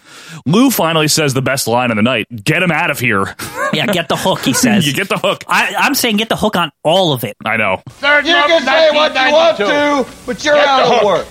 Speaker 1: Lou finally says the best line of the night get him out of here. [LAUGHS]
Speaker 2: Yeah, get the hook, he says.
Speaker 1: you get the hook.
Speaker 2: I, I'm saying get the hook on all of it.
Speaker 1: I know.
Speaker 20: Third
Speaker 10: You
Speaker 20: month,
Speaker 10: can say what you want
Speaker 20: 1992.
Speaker 10: to, but you're
Speaker 20: Get the
Speaker 10: out
Speaker 20: hook.
Speaker 10: of work.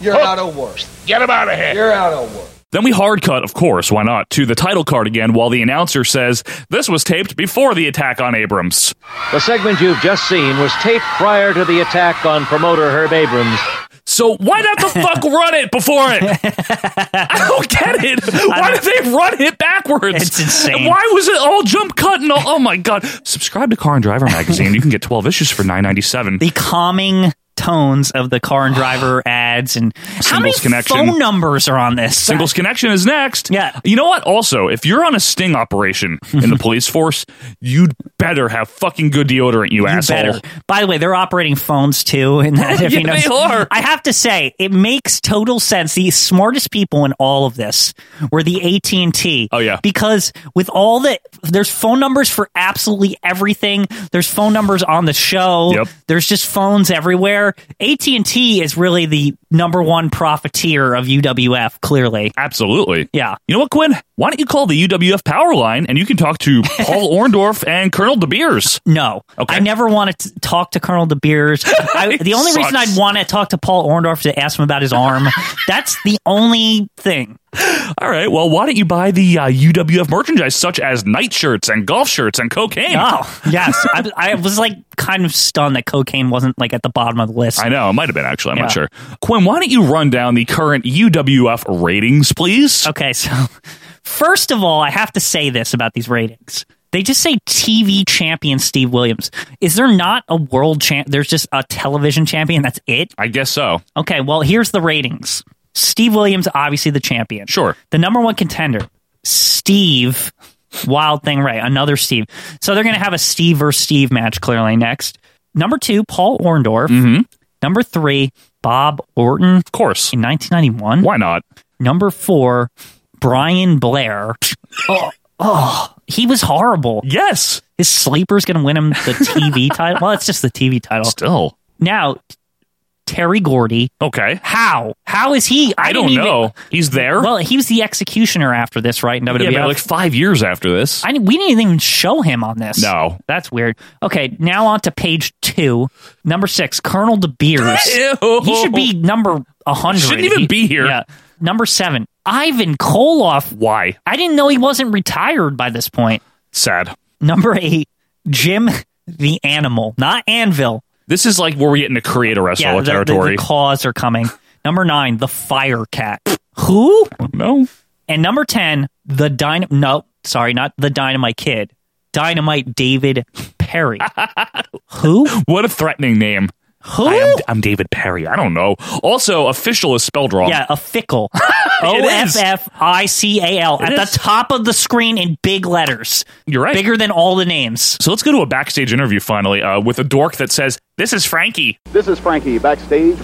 Speaker 10: You're
Speaker 20: Hook.
Speaker 10: out of work.
Speaker 20: Get him out of here.
Speaker 10: You're out of work.
Speaker 1: Then we hard cut, of course, why not, to the title card again while the announcer says this was taped before the attack on Abrams.
Speaker 5: The segment you've just seen was taped prior to the attack on promoter Herb Abrams.
Speaker 1: So why not
Speaker 2: [LAUGHS]
Speaker 1: the fuck run it before it? I don't get it. Why did they run it backwards?
Speaker 2: It's insane.
Speaker 1: Why was it all jump cut and all? Oh my god! Subscribe to Car and Driver magazine. You can get twelve issues for nine ninety seven.
Speaker 2: The calming tones of the car and driver [SIGHS] ads and how many
Speaker 1: Singles connection.
Speaker 2: phone numbers are on this?
Speaker 1: Singles Connection is next.
Speaker 2: Yeah.
Speaker 1: You know what? Also, if you're on a sting operation in
Speaker 2: [LAUGHS]
Speaker 1: the police force, you'd better have fucking good deodorant, you,
Speaker 2: You
Speaker 1: asshole.
Speaker 2: better. By the way, they're operating phones too.
Speaker 1: [LAUGHS]
Speaker 2: And that, if you
Speaker 1: Yeah,
Speaker 2: know,
Speaker 1: they are.
Speaker 2: I have to say, it makes total sense. The smartest people in all of this were the AT and T.
Speaker 1: Oh, yeah.
Speaker 2: because with all the there's phone numbers for absolutely everything. There's phone numbers on the show.
Speaker 1: Yep.
Speaker 2: There's just phones everywhere. AT and T is really the number one profiteer of UWF. Clearly,
Speaker 1: Absolutely.
Speaker 2: yeah.
Speaker 1: You know what, Quinn? Why don't you call the UWF power line and you can talk
Speaker 2: [LAUGHS]
Speaker 1: to Paul Orndorff and Colonel De Beers?
Speaker 2: No,
Speaker 1: Okay.
Speaker 2: I never want to talk to Colonel De Beers.
Speaker 1: [LAUGHS]
Speaker 2: I, the only reason
Speaker 1: Sucks.
Speaker 2: I'd want to talk to Paul Orndorff is to ask him about
Speaker 1: [LAUGHS]
Speaker 2: his arm. That's the only thing.
Speaker 1: All right. Well, why don't you buy the uh, UWF merchandise such as night shirts and golf shirts and cocaine?
Speaker 2: Oh, yes, I, I was like kind of stunned that cocaine wasn't like at the bottom of the list.
Speaker 1: I know. It might have been actually. I'm not
Speaker 2: Yeah.
Speaker 1: sure. Quinn, why don't you run down the current UWF ratings, please?
Speaker 2: Okay, so first of all, I have to say this about these ratings. They just say TV champion Steve Williams. Is there not a world champ? There's just a television champion. That's it.
Speaker 1: I guess so.
Speaker 2: Okay, well, here's the ratings. Steve Williams, obviously the champion.
Speaker 1: Sure.
Speaker 2: The number one contender, Steve Wild Thing Ray, another Steve. So they're going to have a Steve versus Steve match clearly next. Number two, Paul Orndorff. Number three, Bob Orton
Speaker 1: Of course.
Speaker 2: in 1991.
Speaker 1: Why not?
Speaker 2: Number four, Brian Blair. oh, oh, He was horrible.
Speaker 1: Yes.
Speaker 2: His sleeper's going to win him the TV [LAUGHS] title. Well, it's just the TV title.
Speaker 1: Still.
Speaker 2: Now, Terry Gordy.
Speaker 1: Okay.
Speaker 2: How? How is he?
Speaker 1: I don't
Speaker 2: didn't even-
Speaker 1: know. He's there.
Speaker 2: Well, he was the executioner after this, right? In
Speaker 1: yeah,
Speaker 2: WWF.
Speaker 1: but like five years after this.
Speaker 2: I didn't- we didn't even show him on this.
Speaker 1: No.
Speaker 2: that's weird. Okay, now on to page two, number six, Colonel De Beers.
Speaker 1: [LAUGHS] Ew.
Speaker 2: He should be number hundred.
Speaker 1: Shouldn't even be here.
Speaker 2: Yeah. Number seven, Ivan Koloff.
Speaker 1: Why?
Speaker 2: I didn't know he wasn't retired by this point.
Speaker 1: Sad.
Speaker 2: Number eight, Jim the Animal, not Anvil.
Speaker 1: This is like where we get into creator wrestler
Speaker 2: the- the-
Speaker 1: territory.
Speaker 2: The, claws are coming. Number nine, the Fire Cat. Who?
Speaker 1: No.
Speaker 2: And number ten, the Dynam. No, sorry, not the Dynamite Kid. Dynamite David
Speaker 1: [LAUGHS]
Speaker 2: Perry. Who?
Speaker 1: What a threatening name.
Speaker 2: Who?
Speaker 1: I am, I'm David Perry. I don't know. Also, official is spelled wrong.
Speaker 2: Yeah, a fickle. O
Speaker 1: [LAUGHS] It
Speaker 2: F
Speaker 1: is.
Speaker 2: F I C A L
Speaker 1: It
Speaker 2: at the
Speaker 1: is.
Speaker 2: top of the screen in big letters.
Speaker 1: You're right.
Speaker 2: Bigger than all the names.
Speaker 1: So let's go to a backstage interview finally uh, with a dork that says, This is Frankie.
Speaker 8: This is Frankie backstage.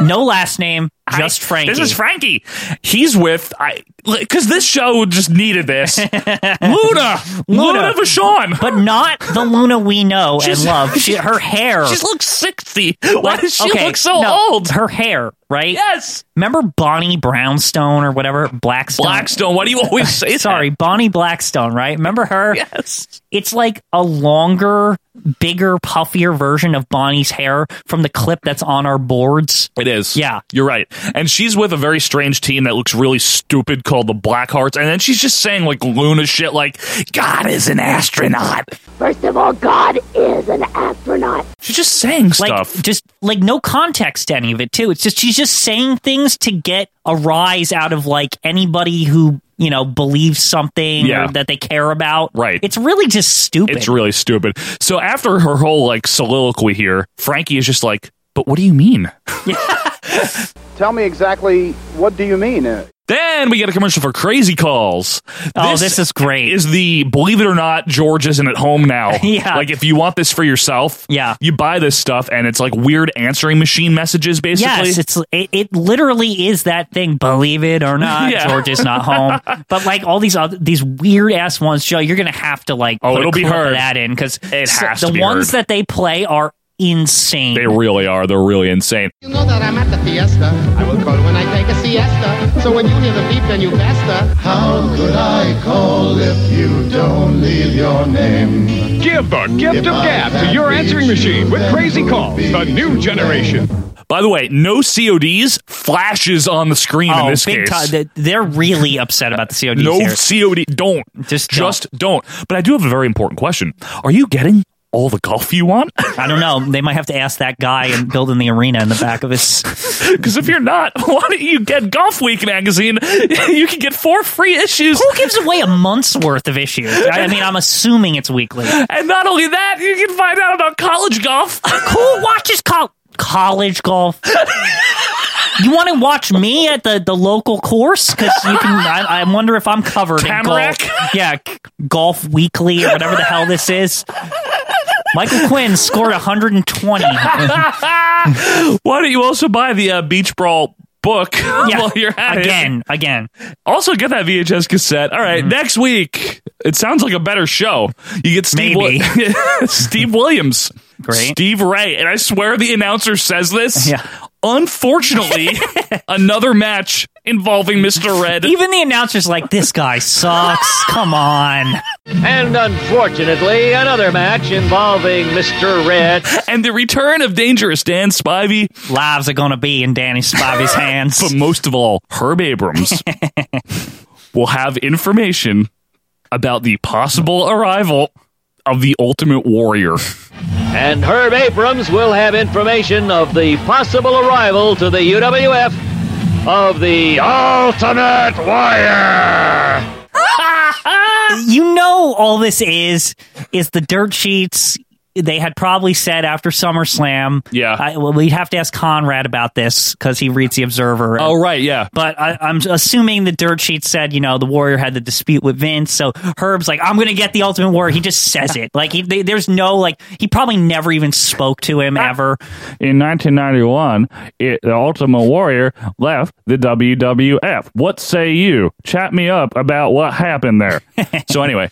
Speaker 2: No last name, just
Speaker 1: Hi,
Speaker 2: Frankie.
Speaker 1: This is Frankie. He's with I because this show just needed
Speaker 2: [LAUGHS]
Speaker 1: this. Luna, Luna, Vachon.
Speaker 2: But not the Luna we know
Speaker 1: She's-
Speaker 2: and love. She, her hair.
Speaker 1: She looks sixty. Why
Speaker 2: Like,
Speaker 1: does she
Speaker 2: okay,
Speaker 1: look so
Speaker 2: no,
Speaker 1: old?
Speaker 2: Her hair, right?
Speaker 1: Yes,
Speaker 2: Remember Bonnie Brownstone or whatever? Blackstone.
Speaker 1: Blackstone. Why do you
Speaker 2: [LAUGHS]
Speaker 1: always say that?
Speaker 2: Sorry, Bonnie Blackstone, right? Remember her?
Speaker 1: Yes.
Speaker 2: It's like a longer, bigger, puffier version of Bonnie's hair from the clip that's on our boards.
Speaker 1: It is.
Speaker 2: Yeah.
Speaker 1: You're right. And she's with a very strange team that looks really stupid called the Blackhearts. And then she's just saying like Luna shit like, God is an astronaut.
Speaker 12: First of all, God is an astronaut.
Speaker 1: She's just saying
Speaker 2: Like
Speaker 1: stuff.
Speaker 2: just like no context to any of it too. It's just she's just saying things to get a rise out of like anybody who, you know, believes something
Speaker 1: Yeah.
Speaker 2: or that they care about.
Speaker 1: Right.
Speaker 2: It's really just stupid.
Speaker 1: It's really stupid. So after her whole like soliloquy here, Frankie is just like, but what do you mean?
Speaker 8: Tell me exactly what do you mean? Uh,
Speaker 1: Then we get a commercial for Crazy Calls.
Speaker 2: Oh, this is great.
Speaker 1: Is the believe it or not, George isn't at home now.
Speaker 2: [LAUGHS] Yeah.
Speaker 1: Like if you want this for yourself,
Speaker 2: Yeah.
Speaker 1: you buy this stuff and it's like weird answering machine messages basically.
Speaker 2: Yes, it's it, it literally is that thing. Believe it or not,
Speaker 1: [LAUGHS] Yeah.
Speaker 2: George is not
Speaker 1: [LAUGHS]
Speaker 2: home. but like all these other these weird ass ones, Joe, you're gonna have to like
Speaker 1: Oh,
Speaker 2: put a
Speaker 1: it'll be
Speaker 2: clip of
Speaker 1: heard.
Speaker 2: that in because
Speaker 1: It has
Speaker 2: the
Speaker 1: to be
Speaker 2: ones
Speaker 1: heard.
Speaker 2: that they play are insane.
Speaker 1: they really are. They're really insane.
Speaker 9: You know that I'm at the fiesta. I will call when I take a siesta. So when you hear the beep, then you basta. How could I call if you don't leave your name?
Speaker 6: Give the gift of gab to your answering machine with Crazy Calls, the new generation.
Speaker 1: By the way, no CODs, flashes on the screen
Speaker 2: oh,
Speaker 1: in this
Speaker 2: big
Speaker 1: case.
Speaker 2: time. They- They're really upset about the COD.
Speaker 1: [LAUGHS] no COD.
Speaker 2: series.
Speaker 1: Don't.
Speaker 2: Just
Speaker 1: Just don't. But I do have a very important question. Are you getting all the golf you want? [LAUGHS]
Speaker 2: I don't know. They might have to ask that guy and build in the arena in the back of his.
Speaker 1: [LAUGHS] Because if you're not, [LAUGHS] why don't you get Golf Week magazine? [LAUGHS] You can get four free issues.
Speaker 2: Who gives away a month's worth of issues? I I mean, I'm assuming it's weekly.
Speaker 1: And not only that, you can find out about college golf. [LAUGHS]
Speaker 2: [LAUGHS] Who watches col- college golf? you want to watch me at the, the local course? Because you can. I, I wonder if I'm covered
Speaker 1: Tamarack?
Speaker 2: in golf. Yeah, c- golf weekly or whatever the hell this is. Michael Quinn scored 120.
Speaker 1: why don't you also buy the uh, Beach Brawl book [LAUGHS]
Speaker 2: Yeah,
Speaker 1: while you're at
Speaker 2: again, Mm-hmm.
Speaker 1: it?
Speaker 2: again.
Speaker 1: Also, get that VHS cassette. All right, next week. It sounds like a better show. You get Steve,
Speaker 2: Maybe.
Speaker 1: Wi- [LAUGHS] Steve Williams.
Speaker 2: Great.
Speaker 1: Steve Ray. And I swear the announcer says this. [LAUGHS]
Speaker 2: Yeah.
Speaker 1: Unfortunately, another match involving Mr. Red.
Speaker 2: Even the announcer's like, this guy sucks. Come on.
Speaker 5: And unfortunately, another match involving Mr. Red.
Speaker 1: and the return of Dangerous Dan Spivey,
Speaker 2: Lives are going to be in Danny Spivey's hands.
Speaker 1: but most of all, Herb Abrams [LAUGHS] will have information about the possible arrival of the Ultimate Warrior.
Speaker 5: And Herb Abrams will have information of the possible arrival to the UWF of the Ultimate Warrior.
Speaker 2: you know all this is is the dirt sheets they had probably said after SummerSlam.
Speaker 1: Yeah.
Speaker 2: I, well, we'd have to ask Conrad about this because he reads the Observer.
Speaker 1: Oh, right, yeah.
Speaker 2: But I, I'm assuming the dirt sheet said, you know, the Warrior had the dispute with Vince, so Herb's like, I'm going to get the Ultimate Warrior. He just says it. Like, he, they, there's no like, he probably never even spoke to him
Speaker 1: Ah,
Speaker 2: ever.
Speaker 1: In 1991, it, the Ultimate Warrior left the
Speaker 2: [LAUGHS]
Speaker 1: WWF. What say you? Chat me up about what happened there. so anyway,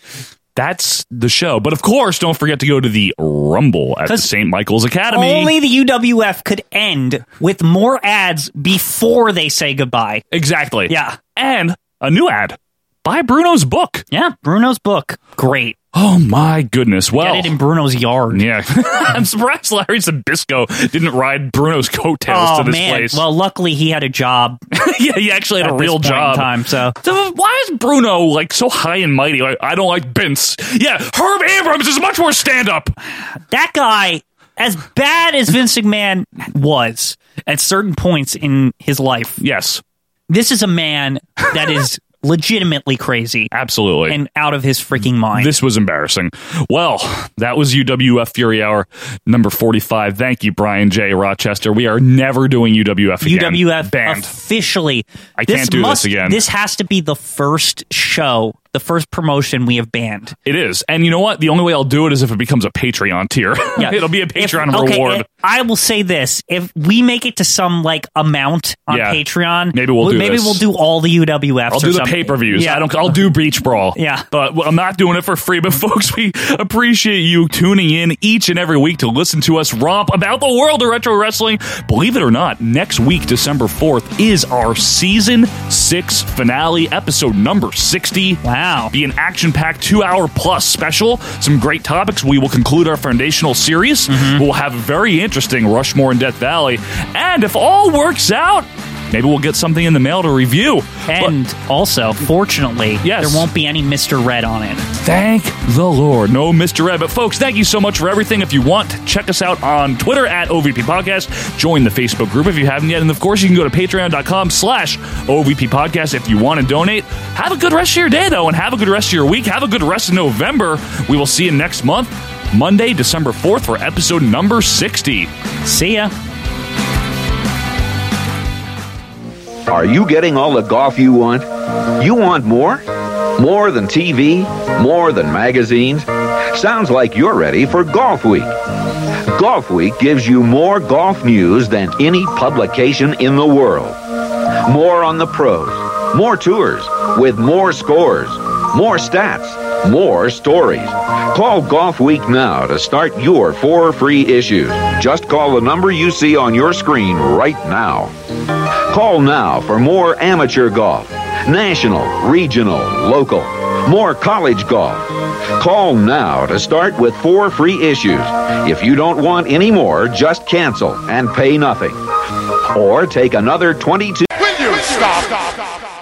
Speaker 1: that's the show. But of course, don't forget to go to the Rumble at the St. Michael's Academy.
Speaker 2: Only the UWF could end with more ads before they say goodbye.
Speaker 1: Exactly.
Speaker 2: Yeah.
Speaker 1: And a new ad. Buy Bruno's book.
Speaker 2: Yeah, Bruno's book. Great.
Speaker 1: Oh my goodness. Well,
Speaker 2: Get it in Bruno's
Speaker 1: [LAUGHS]
Speaker 2: yard.
Speaker 1: Yeah. [LAUGHS] I'm surprised Larry Zabisco didn't ride Bruno's coattails
Speaker 2: Oh
Speaker 1: to this
Speaker 2: man!
Speaker 1: place.
Speaker 2: Well, luckily he had a job.
Speaker 1: [LAUGHS] yeah, he actually had
Speaker 2: at
Speaker 1: a
Speaker 2: this
Speaker 1: real
Speaker 2: point in
Speaker 1: job. [LAUGHS]
Speaker 2: time, so.
Speaker 1: So why is Bruno like so high and mighty? Like, I don't like Vince. Yeah, Herb Abrams is much more stand up.
Speaker 2: that guy, as bad as Vince McMahon was at certain points in his life,
Speaker 1: yes,
Speaker 2: this is a man
Speaker 1: [LAUGHS]
Speaker 2: that is legitimately crazy,
Speaker 1: absolutely,
Speaker 2: and out of his freaking mind.
Speaker 1: This was embarrassing. Well, that was UWF Fury Hour number 45. Thank you, Brian J. Rochester. We are never doing UWF again.
Speaker 2: UWF
Speaker 1: Banned.
Speaker 2: officially.
Speaker 1: I can't do this again.
Speaker 2: This has to be the first show, the first promotion we have banned.
Speaker 1: It is. And you know what? The only way I'll do it is if it becomes a Patreon tier. [LAUGHS]
Speaker 2: Yeah.
Speaker 1: It'll be a Patreon
Speaker 2: If- okay,
Speaker 1: reward.
Speaker 2: if- I will say this: if we make it to some like amount on
Speaker 1: Yeah.
Speaker 2: Patreon,
Speaker 1: Maybe we'll do
Speaker 2: maybe
Speaker 1: this.
Speaker 2: we'll do all the UWFs.
Speaker 1: I'll
Speaker 2: or
Speaker 1: do the
Speaker 2: something.
Speaker 1: pay per views.
Speaker 2: Yeah,
Speaker 1: I don't. I'll do Beach Brawl.
Speaker 2: Yeah.
Speaker 1: but well, I'm not doing it for free. But [LAUGHS] folks, we appreciate you tuning in each and every week to listen to us romp about the world of retro wrestling. Believe it or not, next week, December fourth, is our season six finale, episode number sixty.
Speaker 2: Wow,
Speaker 1: be an action packed two hour plus special. Some great topics. We will conclude our foundational series.
Speaker 2: Mm-hmm.
Speaker 1: We'll have a very interesting Rushmore and Death Valley, and if all works out. Maybe we'll get something in the mail to review.
Speaker 2: And also, fortunately,
Speaker 1: Yes.
Speaker 2: there won't be any Mr. Red on it.
Speaker 1: Thank the Lord. No Mr. Ed. But folks, thank you so much for everything. If you want, check us out on Twitter at OVP Podcast. Join the Facebook group if you haven't yet. And of course, you can go to patreon.com slash OVP Podcast if you want to donate. Have a good rest of your day, though, and have a good rest of your week. Have a good rest of November. We will see you next month, Monday, December 4th, for episode number 60.
Speaker 2: See ya.
Speaker 13: Are you getting all the golf you want? You want more? More than TV? More than magazines? Sounds like you're ready for Golf Week. Golf Week gives you more golf news than any publication in the world. More on the pros, more tours, with more scores, more stats, more stories. Call Golf Week now to start your four free issues. Just call the number you see on your screen right now. Call now for more amateur golf, national, regional, local, more college golf. Call now to start with four free issues. If you don't want any more, just cancel and pay nothing. Or take another 22.
Speaker 20: Will you stop?